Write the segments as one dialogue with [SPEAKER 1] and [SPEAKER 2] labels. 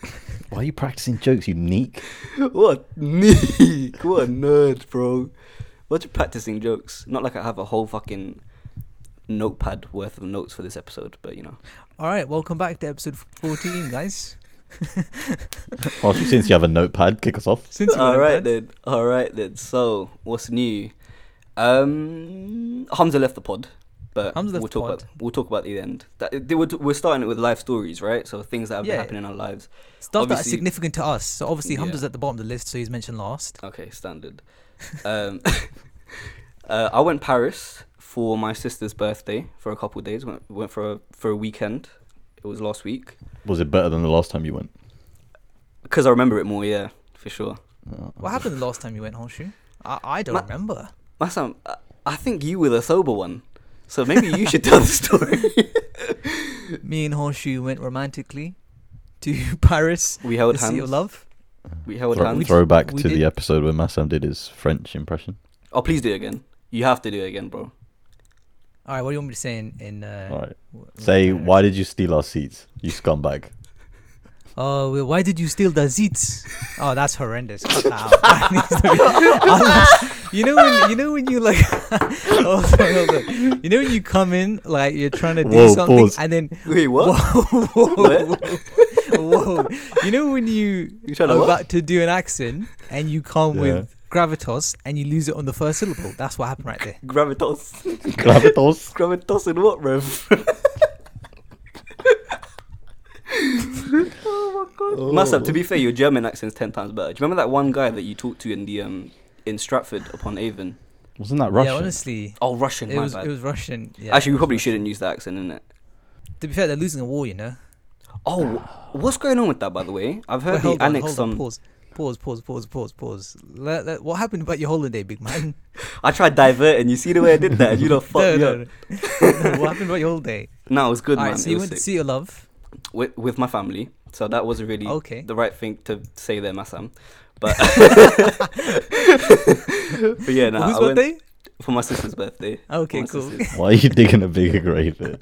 [SPEAKER 1] Why are you practicing jokes, you neek?
[SPEAKER 2] what neek? What a nerd, bro. What's your practicing jokes? Not like I have a whole fucking notepad worth of notes for this episode, but you know.
[SPEAKER 3] All right, welcome back to episode 14, guys.
[SPEAKER 1] Well, since you have a notepad, kick us off.
[SPEAKER 3] Since
[SPEAKER 2] All right then. All right then. So, what's new? Um, Hamza left the pod, but
[SPEAKER 3] Hamza left
[SPEAKER 2] we'll
[SPEAKER 3] the
[SPEAKER 2] talk
[SPEAKER 3] pod.
[SPEAKER 2] about we'll talk about the end. That, they were t- we're starting it with life stories, right? So things that have been
[SPEAKER 3] Yeah.
[SPEAKER 2] happening in our lives.
[SPEAKER 3] Stuff that's
[SPEAKER 2] obviously-
[SPEAKER 3] significant to us. So obviously,
[SPEAKER 2] Yeah.
[SPEAKER 3] Hamza's at the bottom of the list, so he's mentioned last.
[SPEAKER 2] Okay, standard. um, uh, I went Paris for my sister's birthday for a couple of days. Went went for a for a weekend. It was last week
[SPEAKER 1] Was it better than the last time you went?
[SPEAKER 2] because I remember it more. Yeah, for sure.
[SPEAKER 1] Oh.
[SPEAKER 3] What happened the last time you went horseshoe? I, I don't
[SPEAKER 2] Ma-
[SPEAKER 3] remember.
[SPEAKER 2] Masam, I- I think you were the sober one, so maybe you should tell the story.
[SPEAKER 3] Me and horseshoe went romantically to Paris,
[SPEAKER 2] We held
[SPEAKER 3] the city of
[SPEAKER 2] hands.
[SPEAKER 3] love.
[SPEAKER 2] We held
[SPEAKER 1] Thro-
[SPEAKER 2] hands.
[SPEAKER 1] throwback
[SPEAKER 3] we
[SPEAKER 1] to
[SPEAKER 3] did-
[SPEAKER 1] the episode where Massam did his French impression.
[SPEAKER 2] Oh, please do it again. You have to do it again, bro.
[SPEAKER 3] All right, what do you want me to say in? in uh,
[SPEAKER 1] All right.
[SPEAKER 3] w-
[SPEAKER 1] Say,
[SPEAKER 3] in Paris?
[SPEAKER 1] why did you steal our seats, you scumbag?
[SPEAKER 3] Oh, well, why did you steal the zits? Oh, that's horrendous. Cut that out. That needs to be- Unless- you know when you know when you like. hold on, hold on. You know when you come in like you're trying to do
[SPEAKER 1] Whoa,
[SPEAKER 3] something
[SPEAKER 1] pause.
[SPEAKER 3] and then
[SPEAKER 2] Wait, what?
[SPEAKER 3] whoa, whoa,
[SPEAKER 2] What?
[SPEAKER 3] whoa. You know when you
[SPEAKER 2] You
[SPEAKER 3] are
[SPEAKER 2] trying to what?
[SPEAKER 3] about to do an accent and you come
[SPEAKER 1] Yeah.
[SPEAKER 3] with gravitas and you lose it on the first syllable. That's what happened right there.
[SPEAKER 2] Gravitas.
[SPEAKER 1] Gravitos.
[SPEAKER 2] Gravitas in what, Rev? oh my god. Masab, to be fair, your German accent's ten times better. Do you remember that one guy that you talked to in the um in Stratford upon Avon?
[SPEAKER 1] Wasn't that Russian?
[SPEAKER 3] Yeah, honestly,
[SPEAKER 2] Oh, Russian.
[SPEAKER 3] it
[SPEAKER 2] my
[SPEAKER 3] was
[SPEAKER 2] bad.
[SPEAKER 3] it was Russian. Yeah.
[SPEAKER 2] Actually, we probably shouldn't use that accent, innit?
[SPEAKER 3] to be fair, they're losing a war. You know.
[SPEAKER 2] Oh, what's going on with that, by the way? I've
[SPEAKER 3] Wait,
[SPEAKER 2] heard
[SPEAKER 3] Ah. hold
[SPEAKER 2] they
[SPEAKER 3] on,
[SPEAKER 2] annexed
[SPEAKER 3] hold on,
[SPEAKER 2] some.
[SPEAKER 3] Pause, pause, pause, pause, pause, pause. Let- let- what happened about your holiday, big man?
[SPEAKER 2] I tried diverting. You see the way I did that? You know, fuck
[SPEAKER 3] no,
[SPEAKER 2] me up.
[SPEAKER 3] no, no. No, What happened about your holiday?
[SPEAKER 2] No, it was good,
[SPEAKER 3] All right,
[SPEAKER 2] man.
[SPEAKER 3] so
[SPEAKER 2] It
[SPEAKER 3] you
[SPEAKER 2] was
[SPEAKER 3] went to
[SPEAKER 2] sick.
[SPEAKER 3] see your love.
[SPEAKER 2] with, with my family. So that was really
[SPEAKER 3] Okay.
[SPEAKER 2] the right thing to say there, Masam. But but yeah, no,
[SPEAKER 3] Well, whose
[SPEAKER 2] I went
[SPEAKER 3] birthday?
[SPEAKER 2] for my sister's birthday. For
[SPEAKER 3] Okay,
[SPEAKER 2] my
[SPEAKER 3] cool.
[SPEAKER 2] sister's.
[SPEAKER 1] Why are you digging a bigger grave there?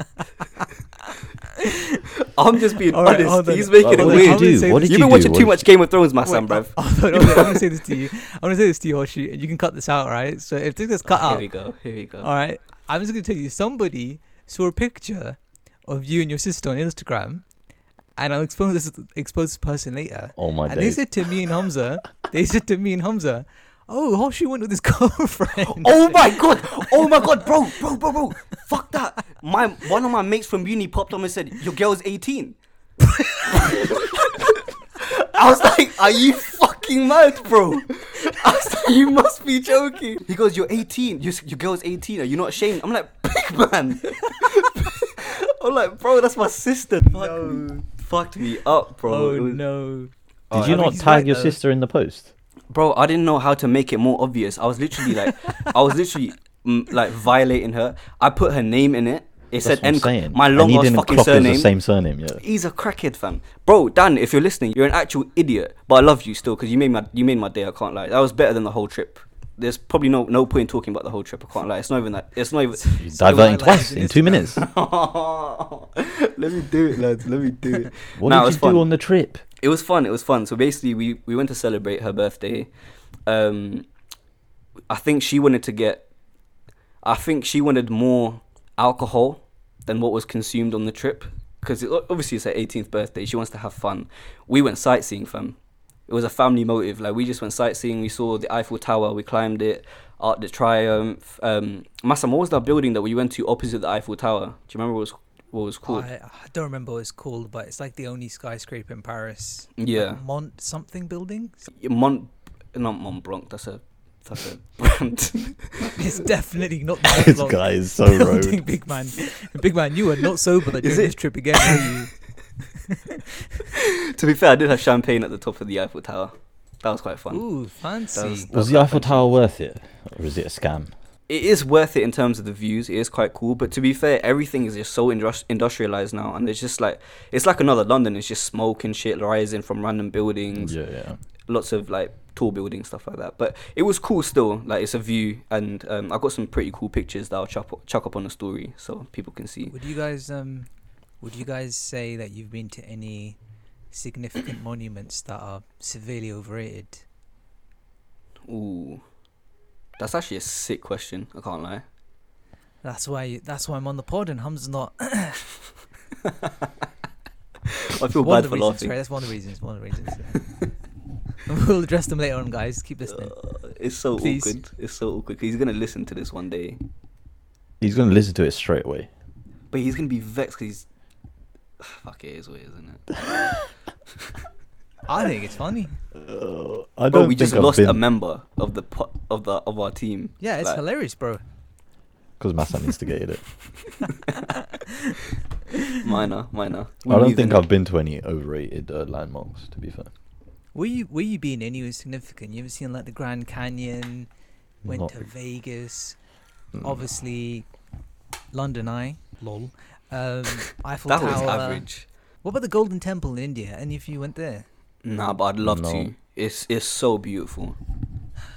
[SPEAKER 2] I'm just being
[SPEAKER 3] All right,
[SPEAKER 2] honest.
[SPEAKER 3] hold on.
[SPEAKER 2] He's making
[SPEAKER 1] What
[SPEAKER 2] it
[SPEAKER 3] Hold
[SPEAKER 1] did you
[SPEAKER 3] on, hold
[SPEAKER 2] weird.
[SPEAKER 3] on.
[SPEAKER 1] do?
[SPEAKER 3] say
[SPEAKER 1] What
[SPEAKER 3] this.
[SPEAKER 1] did
[SPEAKER 2] You've
[SPEAKER 1] you
[SPEAKER 2] been
[SPEAKER 1] do?
[SPEAKER 2] watching
[SPEAKER 1] What
[SPEAKER 2] too
[SPEAKER 1] did-
[SPEAKER 2] much Game of Thrones, Masam, bruv.
[SPEAKER 3] hold on, hold on, I'm gonna say this to you. I'm gonna say this to you, Hoshi, and you can cut this out, right? So if this gets cut
[SPEAKER 2] Here
[SPEAKER 3] out,
[SPEAKER 2] we go. Here we go.
[SPEAKER 3] all right, I'm just gonna tell you. Somebody saw a picture of you and your sister on Instagram, and I'll expose this expose this person later.
[SPEAKER 1] Oh my
[SPEAKER 3] And they
[SPEAKER 1] days.
[SPEAKER 3] said to me and Hamza, they said to me and Hamza, oh, Hoshi went with his girlfriend.
[SPEAKER 2] Oh my god! Oh my god, bro, bro, bro, bro! Fuck that! My one of my mates from uni popped up and said, "Your girl's 18." I was like, "Are you fucking mad, bro?" I was like, "You must be joking." He goes, "You're 18. Your, your girl's 18. Are you not ashamed?" I'm like, "Big man." I'm like, "Bro, that's my sister." Fuck me. Fucked me up, bro.
[SPEAKER 3] Oh
[SPEAKER 2] It was-
[SPEAKER 3] no.
[SPEAKER 1] Did
[SPEAKER 2] Alright,
[SPEAKER 1] you
[SPEAKER 3] I think
[SPEAKER 1] not
[SPEAKER 3] he's
[SPEAKER 1] tag
[SPEAKER 3] right,
[SPEAKER 1] your
[SPEAKER 3] though.
[SPEAKER 1] sister in the post?
[SPEAKER 2] bro i didn't know how to make it more obvious i was literally like i was literally mm, like violating her i put her name in it it said
[SPEAKER 1] That's what I'm
[SPEAKER 2] and
[SPEAKER 1] saying.
[SPEAKER 2] my
[SPEAKER 1] And
[SPEAKER 2] long
[SPEAKER 1] he
[SPEAKER 2] ass
[SPEAKER 1] didn't
[SPEAKER 2] fucking
[SPEAKER 1] clock as
[SPEAKER 2] surname
[SPEAKER 1] the same surname, yeah.
[SPEAKER 2] he's a crackhead fam bro dan if you're listening you're an actual idiot but i love you still because you made my you made my day i can't lie that was better than the whole trip there's probably no no point in talking about the whole trip i can't lie it's not even that it's not even
[SPEAKER 1] You're diverting
[SPEAKER 3] highlighted
[SPEAKER 1] twice
[SPEAKER 3] in
[SPEAKER 1] in two
[SPEAKER 3] Instagram.
[SPEAKER 1] minutes.
[SPEAKER 2] let me do it lads let me do it
[SPEAKER 1] What
[SPEAKER 2] Nah, it
[SPEAKER 1] did
[SPEAKER 2] was
[SPEAKER 1] you
[SPEAKER 2] fun.
[SPEAKER 1] do on the trip?
[SPEAKER 2] it was fun. It was fun. So basically, we we went to celebrate her birthday. Um, I think she wanted to get. I think she wanted more alcohol than what was consumed on the trip because it, obviously it's her 18th birthday. She wants to have fun. We went sightseeing, fam. It was a family motive. Like we just went sightseeing. We saw the Eiffel Tower. We climbed it. Art de Triomphe. Um, Massam, what was that building that we went to opposite the Eiffel Tower? Do you remember what was what it was called?
[SPEAKER 3] I, I don't remember what it's called, but it's like the only skyscraper in Paris. Like
[SPEAKER 2] Yeah.
[SPEAKER 3] Mont something building?
[SPEAKER 2] Mont, not Mont Blanc. That's a that's a brand.
[SPEAKER 3] It's definitely not that
[SPEAKER 1] This
[SPEAKER 3] long.
[SPEAKER 1] guy is so
[SPEAKER 3] building,
[SPEAKER 1] rude.
[SPEAKER 3] Big man. Big man, you were not sober during
[SPEAKER 2] Is it-
[SPEAKER 3] this trip again, were you?
[SPEAKER 2] to be fair, I did have champagne at the top of the Eiffel Tower. That was quite fun.
[SPEAKER 3] Ooh, fancy.
[SPEAKER 2] That was-
[SPEAKER 1] Was the Eiffel Tower worth it? Or is it a scam?
[SPEAKER 2] It is worth it in terms of the views. It is quite cool. But to be fair, everything is just so indus- industrialized now, and it's just like it's like another London. It's just smoke and shit rising from random buildings.
[SPEAKER 1] Yeah, yeah.
[SPEAKER 2] Lots of like tall buildings, stuff like that. But it was cool still. Like it's a view, and um, I got some pretty cool pictures that I'll chuck up, chuck up on the story so people can see.
[SPEAKER 3] Would you guys um would you guys say that you've been to any significant monuments that are severely overrated?
[SPEAKER 2] Ooh, that's actually a sick question. I can't lie.
[SPEAKER 3] That's why. That's why I'm on the pod, and Hum's not.
[SPEAKER 2] I feel
[SPEAKER 3] one
[SPEAKER 2] bad
[SPEAKER 3] of
[SPEAKER 2] for
[SPEAKER 3] the reasons,
[SPEAKER 2] laughing.
[SPEAKER 3] right? That's one of the reasons. One of the reasons. yeah. we'll address them later on, guys. Keep listening.
[SPEAKER 2] Uh, it's so
[SPEAKER 3] Please.
[SPEAKER 2] awkward. It's so awkward. 'cause He's gonna listen to this one day,
[SPEAKER 1] He's gonna listen to it straight away.
[SPEAKER 2] but he's gonna be vexed. 'cause he's fuck it, it is weird, isn't it?
[SPEAKER 3] I think it's funny.
[SPEAKER 1] Uh, I don't
[SPEAKER 2] Bro, we
[SPEAKER 1] think
[SPEAKER 2] just
[SPEAKER 1] I've
[SPEAKER 2] lost a
[SPEAKER 1] been
[SPEAKER 2] member of the po- of the of our team.
[SPEAKER 3] Yeah, it's
[SPEAKER 2] Like,
[SPEAKER 3] hilarious, bro.
[SPEAKER 1] because Massan instigated it.
[SPEAKER 2] Minor, minor.
[SPEAKER 1] I don't
[SPEAKER 2] We've
[SPEAKER 1] think
[SPEAKER 2] been-
[SPEAKER 1] I've been to any overrated uh, landmarks. To be fair,
[SPEAKER 3] Were you were you being anywhere significant? You ever seen like the Grand Canyon? Went
[SPEAKER 1] Not-
[SPEAKER 3] to Vegas.
[SPEAKER 1] Mm.
[SPEAKER 3] Obviously, London Eye. Lol. Um, Eiffel
[SPEAKER 2] That
[SPEAKER 3] Tower.
[SPEAKER 2] was average.
[SPEAKER 3] What about the Golden Temple in India? Any of you went there?
[SPEAKER 2] Nah, but I'd love to.
[SPEAKER 1] No.
[SPEAKER 2] It's it's so beautiful.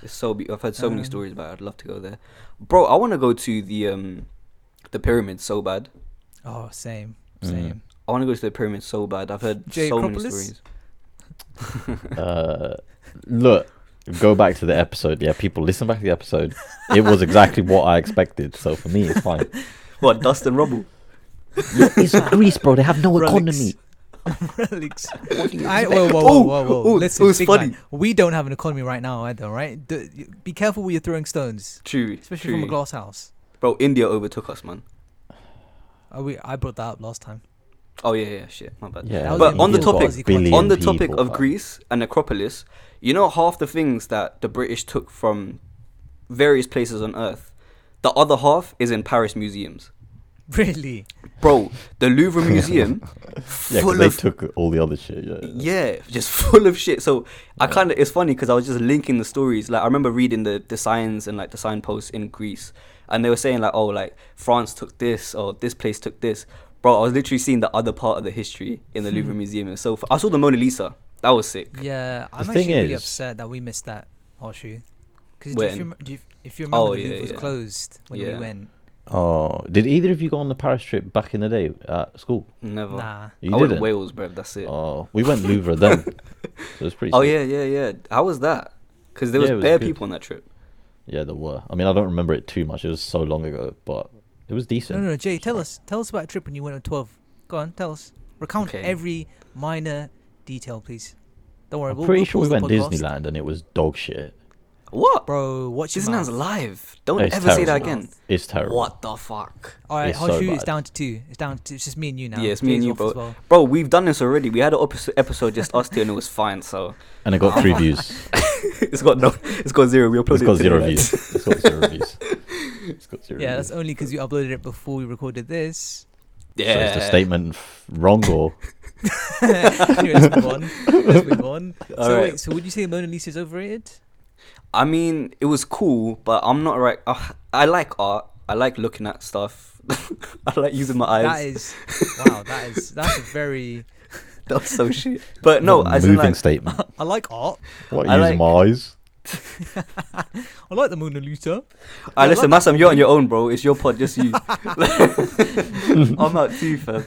[SPEAKER 2] It's so be- I've heard so many
[SPEAKER 3] Um,
[SPEAKER 2] stories about. it. I'd love to go there, bro. I want to go to the um, the pyramids so bad.
[SPEAKER 3] Oh, same,
[SPEAKER 1] Mm.
[SPEAKER 3] same.
[SPEAKER 2] I want to go to the pyramids so bad. I've heard
[SPEAKER 3] Jay
[SPEAKER 2] so many
[SPEAKER 3] Acropolis?
[SPEAKER 2] stories.
[SPEAKER 1] Uh, look, go back to the episode. Yeah, people, listen back to the episode. It was exactly what I expected. So for me, it's fine.
[SPEAKER 2] What dust and rubble?
[SPEAKER 1] it's Greece, bro. They have no
[SPEAKER 3] Relics. Relics. I,
[SPEAKER 2] expect?
[SPEAKER 3] whoa, whoa, whoa,
[SPEAKER 2] Oh,
[SPEAKER 3] whoa, whoa.
[SPEAKER 2] oh,
[SPEAKER 3] Listen,
[SPEAKER 2] it was
[SPEAKER 3] big man,
[SPEAKER 2] funny.
[SPEAKER 3] We don't have an economy right now either, right? D- y- be careful where you're throwing stones,
[SPEAKER 2] True,
[SPEAKER 3] especially
[SPEAKER 2] true.
[SPEAKER 3] from a glass house.
[SPEAKER 2] Bro, India overtook us, man.
[SPEAKER 3] Oh, we, I brought that up last time.
[SPEAKER 2] Oh yeah, yeah, shit, my bad.
[SPEAKER 1] Yeah,
[SPEAKER 3] That was
[SPEAKER 2] but on the
[SPEAKER 3] India's
[SPEAKER 2] topic,
[SPEAKER 3] got a
[SPEAKER 2] on the
[SPEAKER 1] billion
[SPEAKER 2] topic
[SPEAKER 1] people,
[SPEAKER 2] of
[SPEAKER 1] man.
[SPEAKER 2] Greece and Acropolis, you know half the things that the British took from various places on Earth, the other half is in Paris museums.
[SPEAKER 3] Really?
[SPEAKER 2] Bro, the Louvre Museum,
[SPEAKER 1] Yeah, 'cause
[SPEAKER 2] full
[SPEAKER 1] they
[SPEAKER 2] of
[SPEAKER 1] took all the other shit. Yeah, yeah.
[SPEAKER 2] yeah, just full of shit. So I kind of it's funny because I was just linking the stories. Like I remember reading the the signs and like the signposts in Greece, and they were saying like, oh, like France took this or this place took this. Bro, I was literally seeing the other part of the history in
[SPEAKER 3] Hmm.
[SPEAKER 2] the Louvre Museum. It was So fu- I saw the Mona Lisa. That was sick.
[SPEAKER 3] Yeah, I'm
[SPEAKER 1] thing
[SPEAKER 3] actually really
[SPEAKER 1] is-
[SPEAKER 3] upset that we missed that horseshoe. Because
[SPEAKER 2] When?
[SPEAKER 3] if you, rem- do you, if you remember,
[SPEAKER 2] Oh,
[SPEAKER 3] the
[SPEAKER 2] yeah,
[SPEAKER 3] Louvre was
[SPEAKER 2] yeah.
[SPEAKER 3] closed when
[SPEAKER 2] Yeah.
[SPEAKER 3] we went.
[SPEAKER 1] Oh, did either of you go on the Paris trip back in the day at school?
[SPEAKER 2] Never.
[SPEAKER 3] Nah.
[SPEAKER 1] You
[SPEAKER 2] I went
[SPEAKER 1] didn't.
[SPEAKER 2] to Wales, bro. That's it. Oh,
[SPEAKER 1] Oh, we went Louvre then. So it's pretty. sick.
[SPEAKER 2] yeah, yeah, yeah. How was that? Because there was,
[SPEAKER 1] Yeah, it was
[SPEAKER 2] bare
[SPEAKER 1] good.
[SPEAKER 2] people on that trip.
[SPEAKER 1] Yeah, there were. I mean, I don't remember it too much. It was so long ago, but it was
[SPEAKER 3] No,
[SPEAKER 1] decent.
[SPEAKER 3] no, no, Jay, tell us. Tell us about a trip when you went on 12. Go on, tell us. Recount
[SPEAKER 2] Okay.
[SPEAKER 3] every minor detail, please. Don't worry.
[SPEAKER 1] I'm
[SPEAKER 3] we'll-
[SPEAKER 1] pretty
[SPEAKER 3] we'll
[SPEAKER 1] sure we
[SPEAKER 3] pause
[SPEAKER 1] went
[SPEAKER 3] the podcast.
[SPEAKER 1] Disneyland and it was dog shit.
[SPEAKER 2] What, bro?
[SPEAKER 3] Bro, watch your
[SPEAKER 2] This man's
[SPEAKER 3] mouth.
[SPEAKER 2] live. Don't
[SPEAKER 1] It's
[SPEAKER 2] ever say that
[SPEAKER 1] terrible.
[SPEAKER 2] again.
[SPEAKER 1] It's terrible.
[SPEAKER 2] What the fuck?
[SPEAKER 3] All right,
[SPEAKER 1] It's so
[SPEAKER 3] Honshu, it's
[SPEAKER 1] bad.
[SPEAKER 3] down to two. It's down to it's just me and you now.
[SPEAKER 2] Yeah, it's me and
[SPEAKER 3] Jay's
[SPEAKER 2] you,
[SPEAKER 3] off as
[SPEAKER 2] bro.
[SPEAKER 3] well.
[SPEAKER 2] Bro, we've done this already. We had an opis- episode just us two, and it was fine. So
[SPEAKER 1] And it got three views.
[SPEAKER 2] it's got no, it's got zero. We uploaded.
[SPEAKER 1] It's got
[SPEAKER 2] it
[SPEAKER 1] zero
[SPEAKER 2] today.
[SPEAKER 1] views. It's got zero views. It's got zero.
[SPEAKER 3] Yeah, that's
[SPEAKER 1] views.
[SPEAKER 3] only because you uploaded it before we recorded this.
[SPEAKER 2] Yeah.
[SPEAKER 1] So is the statement f- wrong or
[SPEAKER 3] anyway, let's move on. Let's move on.
[SPEAKER 2] All
[SPEAKER 3] so
[SPEAKER 2] right.
[SPEAKER 3] wait, so would you say Mona Lisa is overrated?
[SPEAKER 2] I mean, it was cool, but I'm not right. Uh, I like art. I like looking at stuff. I like using my eyes.
[SPEAKER 3] That is wow. That is that's a very.
[SPEAKER 2] That was so shit. But no,
[SPEAKER 1] What a
[SPEAKER 2] as in
[SPEAKER 1] moving
[SPEAKER 2] like,
[SPEAKER 1] statement?
[SPEAKER 3] I like art.
[SPEAKER 1] What
[SPEAKER 2] I
[SPEAKER 1] using my eyes?
[SPEAKER 3] I like the Mona Lisa.
[SPEAKER 2] I uh, listen, Massam, you're on your own, bro. It's your pod, just you. I'm out too, fam.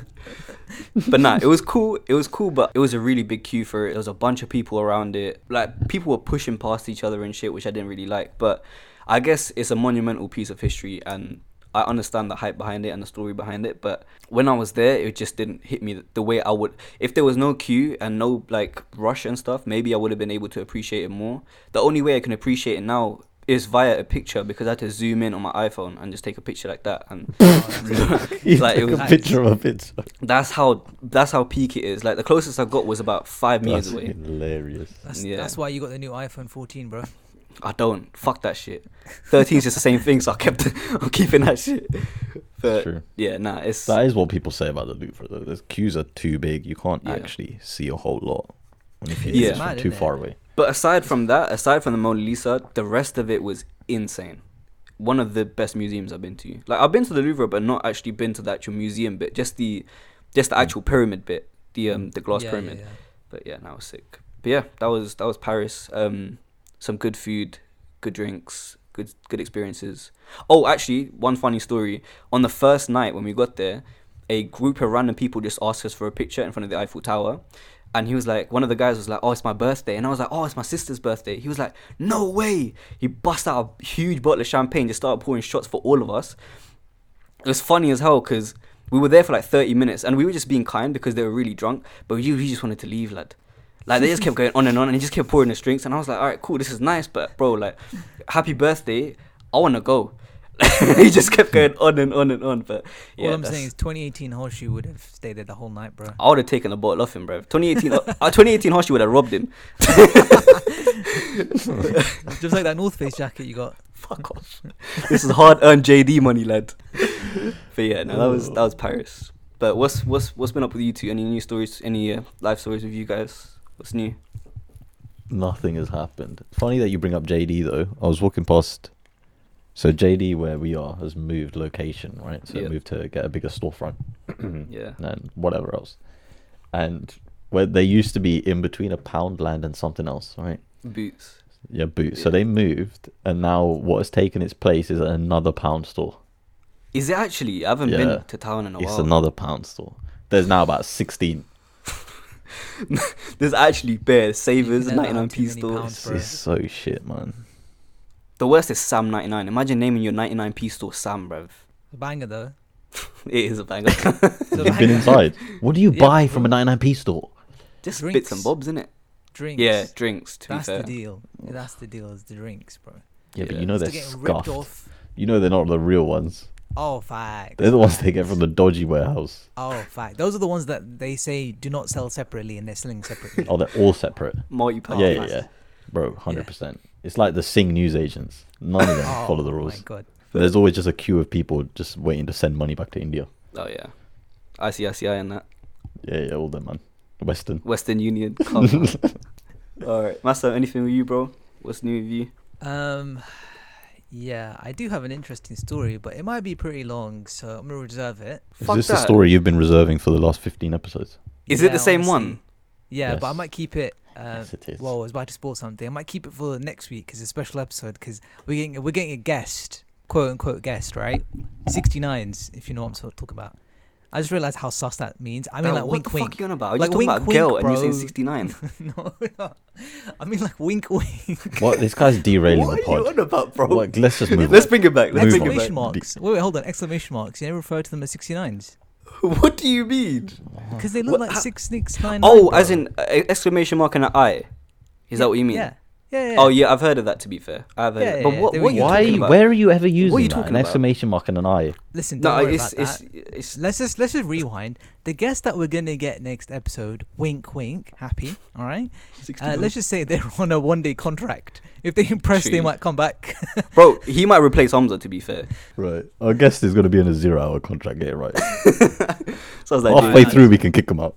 [SPEAKER 2] But nah, it was cool. It was cool, but it was a really big queue for it. There was a bunch of people around it. Like people were pushing past each other and shit, which I didn't really like. But I guess it's a monumental piece of history, and I understand the hype behind it and the story behind it. But when I was there, it just didn't hit me the way I would. If there was no queue and no like rush and stuff, maybe I would have been able to appreciate it more. The only way I can appreciate it now is via a picture because I had to zoom in on my iPhone and just take a picture like that and
[SPEAKER 1] You
[SPEAKER 2] Like, it
[SPEAKER 1] took
[SPEAKER 2] was-
[SPEAKER 1] a picture of it.
[SPEAKER 2] that's how that's how peak it is. Like the closest I got was about five
[SPEAKER 1] That's
[SPEAKER 2] meters away.
[SPEAKER 1] hilarious.
[SPEAKER 3] That's,
[SPEAKER 2] Yeah.
[SPEAKER 3] that's why you got the new iPhone 14, bro.
[SPEAKER 2] I don't fuck that shit. Thirteen's just the same thing, so I kept I'm keeping that shit. But
[SPEAKER 1] True.
[SPEAKER 2] yeah, nah, it's
[SPEAKER 1] That is what people say about the Louvre. Though. The queues are too big. You can't
[SPEAKER 2] Yeah.
[SPEAKER 1] actually see a whole lot. And if you
[SPEAKER 2] Yeah.
[SPEAKER 1] yeah.
[SPEAKER 2] It's
[SPEAKER 1] from
[SPEAKER 3] mad,
[SPEAKER 1] too
[SPEAKER 3] isn't it?
[SPEAKER 1] far away.
[SPEAKER 2] But aside from that, aside from the Mona Lisa, the rest of it was insane. One of the best museums I've been to. Like I've been to the Louvre, but not actually been to the actual museum bit. Just the, just
[SPEAKER 1] Mm.
[SPEAKER 2] the actual pyramid bit, the um the glass
[SPEAKER 3] Yeah, yeah,
[SPEAKER 2] pyramid.
[SPEAKER 3] yeah.
[SPEAKER 2] But yeah, that was sick. But yeah, that was that was Paris. Um, some good food, good drinks, good good experiences. Oh, actually, one funny story. On the first night when we got there, a group of random people just asked us for a picture in front of the Eiffel Tower, and he was like, one of the guys was like, "Oh, it's my birthday," and I was like, "Oh, it's my sister's birthday." He was like, "No way!" He bust out a huge bottle of champagne, just started pouring shots for all of us. It was funny as hell because we were there for like thirty minutes, and we were just being kind because they were really drunk, but we, we just wanted to leave, lad. Like they just kept going on and on, and he just kept pouring us drinks, and I was like, "All right, cool, this is nice, but bro, like, happy birthday, I want to go." he just kept going on and on and on, but yeah,
[SPEAKER 3] All I'm
[SPEAKER 2] that's- Oh.
[SPEAKER 3] saying is 2018 Horseshoe would have stayed there the whole night, bro.
[SPEAKER 2] I would have taken the bottle off him, bro. 2018, uh, 2018 Hoshi would have robbed him.
[SPEAKER 3] Just like that North Face jacket you got.
[SPEAKER 2] Fuck off. This is hard earned JD money, lad. But yeah, no, that was that was Paris. But what's what's what's been up with you two? Any new stories? Any uh, life stories with you guys? What's new?
[SPEAKER 1] Nothing has happened. Funny that you bring up JD though. I was walking past. So JD, where we are, has moved location, right? So
[SPEAKER 2] Yeah.
[SPEAKER 1] it moved to get a bigger storefront
[SPEAKER 2] Yeah.
[SPEAKER 1] and whatever else. And where they used to be in between a pound land and something else, right?
[SPEAKER 2] Boots.
[SPEAKER 1] Yeah, boots. So
[SPEAKER 2] Yeah.
[SPEAKER 1] they moved, and now what has taken its place is another pound store.
[SPEAKER 2] Is it actually? I haven't
[SPEAKER 1] Yeah.
[SPEAKER 2] been to town
[SPEAKER 3] Oh,
[SPEAKER 2] in a
[SPEAKER 1] it's
[SPEAKER 2] while.
[SPEAKER 1] another pound store. There's now about sixteen.
[SPEAKER 2] There's actually bare savers,
[SPEAKER 3] never
[SPEAKER 2] 99
[SPEAKER 3] have too
[SPEAKER 2] p
[SPEAKER 3] many
[SPEAKER 2] store.
[SPEAKER 3] pounds.
[SPEAKER 1] This
[SPEAKER 3] bro.
[SPEAKER 1] is so shit, man.
[SPEAKER 2] The worst is Sam 99. Imagine naming your 99 p store Sam, bruv.
[SPEAKER 3] Banger though.
[SPEAKER 2] It is a banger.
[SPEAKER 3] So
[SPEAKER 1] You've been
[SPEAKER 3] like,
[SPEAKER 1] inside. What do you
[SPEAKER 3] Yeah,
[SPEAKER 1] buy from a 99p store?
[SPEAKER 2] Just bits
[SPEAKER 3] Drinks.
[SPEAKER 2] and bobs, innit?
[SPEAKER 3] Drinks.
[SPEAKER 2] Yeah, drinks. To
[SPEAKER 3] That's
[SPEAKER 2] be fair.
[SPEAKER 3] the deal. That's the deal. Is the drinks, bro.
[SPEAKER 1] Yeah, but
[SPEAKER 2] Yeah.
[SPEAKER 1] you know they're
[SPEAKER 3] Still getting ripped
[SPEAKER 1] scuffed.
[SPEAKER 3] off.
[SPEAKER 1] You know they're not the real ones.
[SPEAKER 3] Oh, facts.
[SPEAKER 1] They're the ones they get
[SPEAKER 3] facts.
[SPEAKER 1] from the dodgy warehouse.
[SPEAKER 3] Oh, fact. Those are the ones that they say do not sell separately, and they're selling separately.
[SPEAKER 1] Oh, they're all separate.
[SPEAKER 2] Multi
[SPEAKER 1] Yeah,
[SPEAKER 2] pack.
[SPEAKER 1] yeah, yeah. Bro, hundred percent. It's like the Sing news agents. None of them
[SPEAKER 3] Oh,
[SPEAKER 1] follow the
[SPEAKER 3] My
[SPEAKER 1] rules.
[SPEAKER 3] God.
[SPEAKER 1] There's always just a queue of people just waiting to send money back to India.
[SPEAKER 2] Oh yeah, ICICI and that
[SPEAKER 1] Yeah, yeah, all them man. Western.
[SPEAKER 2] Western Union. Come on. All right, Master. Anything with you, bro? What's new with you?
[SPEAKER 3] Um, yeah, I do have an interesting story, but it might be pretty long, so I'm gonna reserve it.
[SPEAKER 1] Is this the story you've been reserving for the last fifteen episodes?
[SPEAKER 2] Is it
[SPEAKER 3] Yeah,
[SPEAKER 2] the same one?
[SPEAKER 3] honestly. Yeah, but I
[SPEAKER 1] Yes.
[SPEAKER 3] might keep it. Uh,
[SPEAKER 1] yes, it is.
[SPEAKER 3] well, I was about to spoil something. I might keep it for next week because it's a special episode because we're getting we're getting a guest, quote unquote guest, right? Sixty nines, if you know what I'm sort of talking about. I just realized how sus that means. I mean,
[SPEAKER 2] Bro,
[SPEAKER 3] like
[SPEAKER 2] what
[SPEAKER 3] wink,
[SPEAKER 2] the
[SPEAKER 3] wink.
[SPEAKER 2] fuck you on about? I was
[SPEAKER 3] Like,
[SPEAKER 2] just talking
[SPEAKER 3] wink,
[SPEAKER 2] about girl
[SPEAKER 3] wink,
[SPEAKER 2] and you're saying
[SPEAKER 3] bro.
[SPEAKER 2] 69.
[SPEAKER 3] no, no. I mean like wink, wink.
[SPEAKER 1] What this guy's derailing
[SPEAKER 2] what
[SPEAKER 1] the
[SPEAKER 2] are you
[SPEAKER 1] pod.
[SPEAKER 2] on about, bro?
[SPEAKER 1] What, let's just move
[SPEAKER 2] Let's
[SPEAKER 1] on.
[SPEAKER 2] bring it back. Let's
[SPEAKER 1] Move
[SPEAKER 2] bring it
[SPEAKER 1] on.
[SPEAKER 2] back.
[SPEAKER 3] exclamation marks. Wait, wait, hold on. Exclamation marks. You never refer to them as sixty nines
[SPEAKER 2] What do you mean?
[SPEAKER 1] Uh-huh.
[SPEAKER 3] because they look
[SPEAKER 2] What-
[SPEAKER 3] like
[SPEAKER 2] how-
[SPEAKER 3] six, six, nine.
[SPEAKER 2] Oh,
[SPEAKER 3] nine,
[SPEAKER 2] as
[SPEAKER 3] bro.
[SPEAKER 2] in uh, exclamation mark and an I. Is that what you mean?
[SPEAKER 3] Yeah. Yeah. yeah.
[SPEAKER 2] Oh yeah, I've heard of that. To be fair, I've heard.
[SPEAKER 3] Yeah,
[SPEAKER 2] of it. But
[SPEAKER 3] yeah, yeah,
[SPEAKER 2] what?
[SPEAKER 3] there
[SPEAKER 2] what are
[SPEAKER 3] we go.
[SPEAKER 2] you
[SPEAKER 1] Why?
[SPEAKER 2] talking about?
[SPEAKER 1] Where are you ever using
[SPEAKER 2] you
[SPEAKER 1] that?
[SPEAKER 2] talking
[SPEAKER 1] An
[SPEAKER 2] about?
[SPEAKER 1] exclamation mark and an eye.
[SPEAKER 3] Listen, don't
[SPEAKER 2] No,
[SPEAKER 3] worry
[SPEAKER 2] it's
[SPEAKER 3] about that.
[SPEAKER 2] it's it's.
[SPEAKER 3] Let's just let's just rewind. The guest that we're gonna get next episode, wink, wink, happy. All right. Uh,
[SPEAKER 2] 69.
[SPEAKER 3] let's just say they're on a one-day contract. If they impress, they
[SPEAKER 2] True.
[SPEAKER 3] might come back.
[SPEAKER 2] Bro, he might replace Hamza. To be fair,
[SPEAKER 1] Right. I guess there's going to be in a zero hour contract. Yeah, right.
[SPEAKER 2] so I was like, dude,
[SPEAKER 1] Halfway through, we can kick them out.